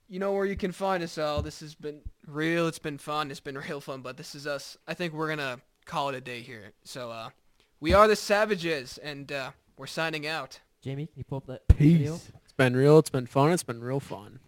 A: You know where you can find us all. This has been real. It's been fun. It's been real fun. But this is us. I think we're gonna call it a day here. So uh, we are the Savages, and uh, we're signing out.
F: Jamie, can you pull up that
E: It's been real. It's been fun. It's been real fun.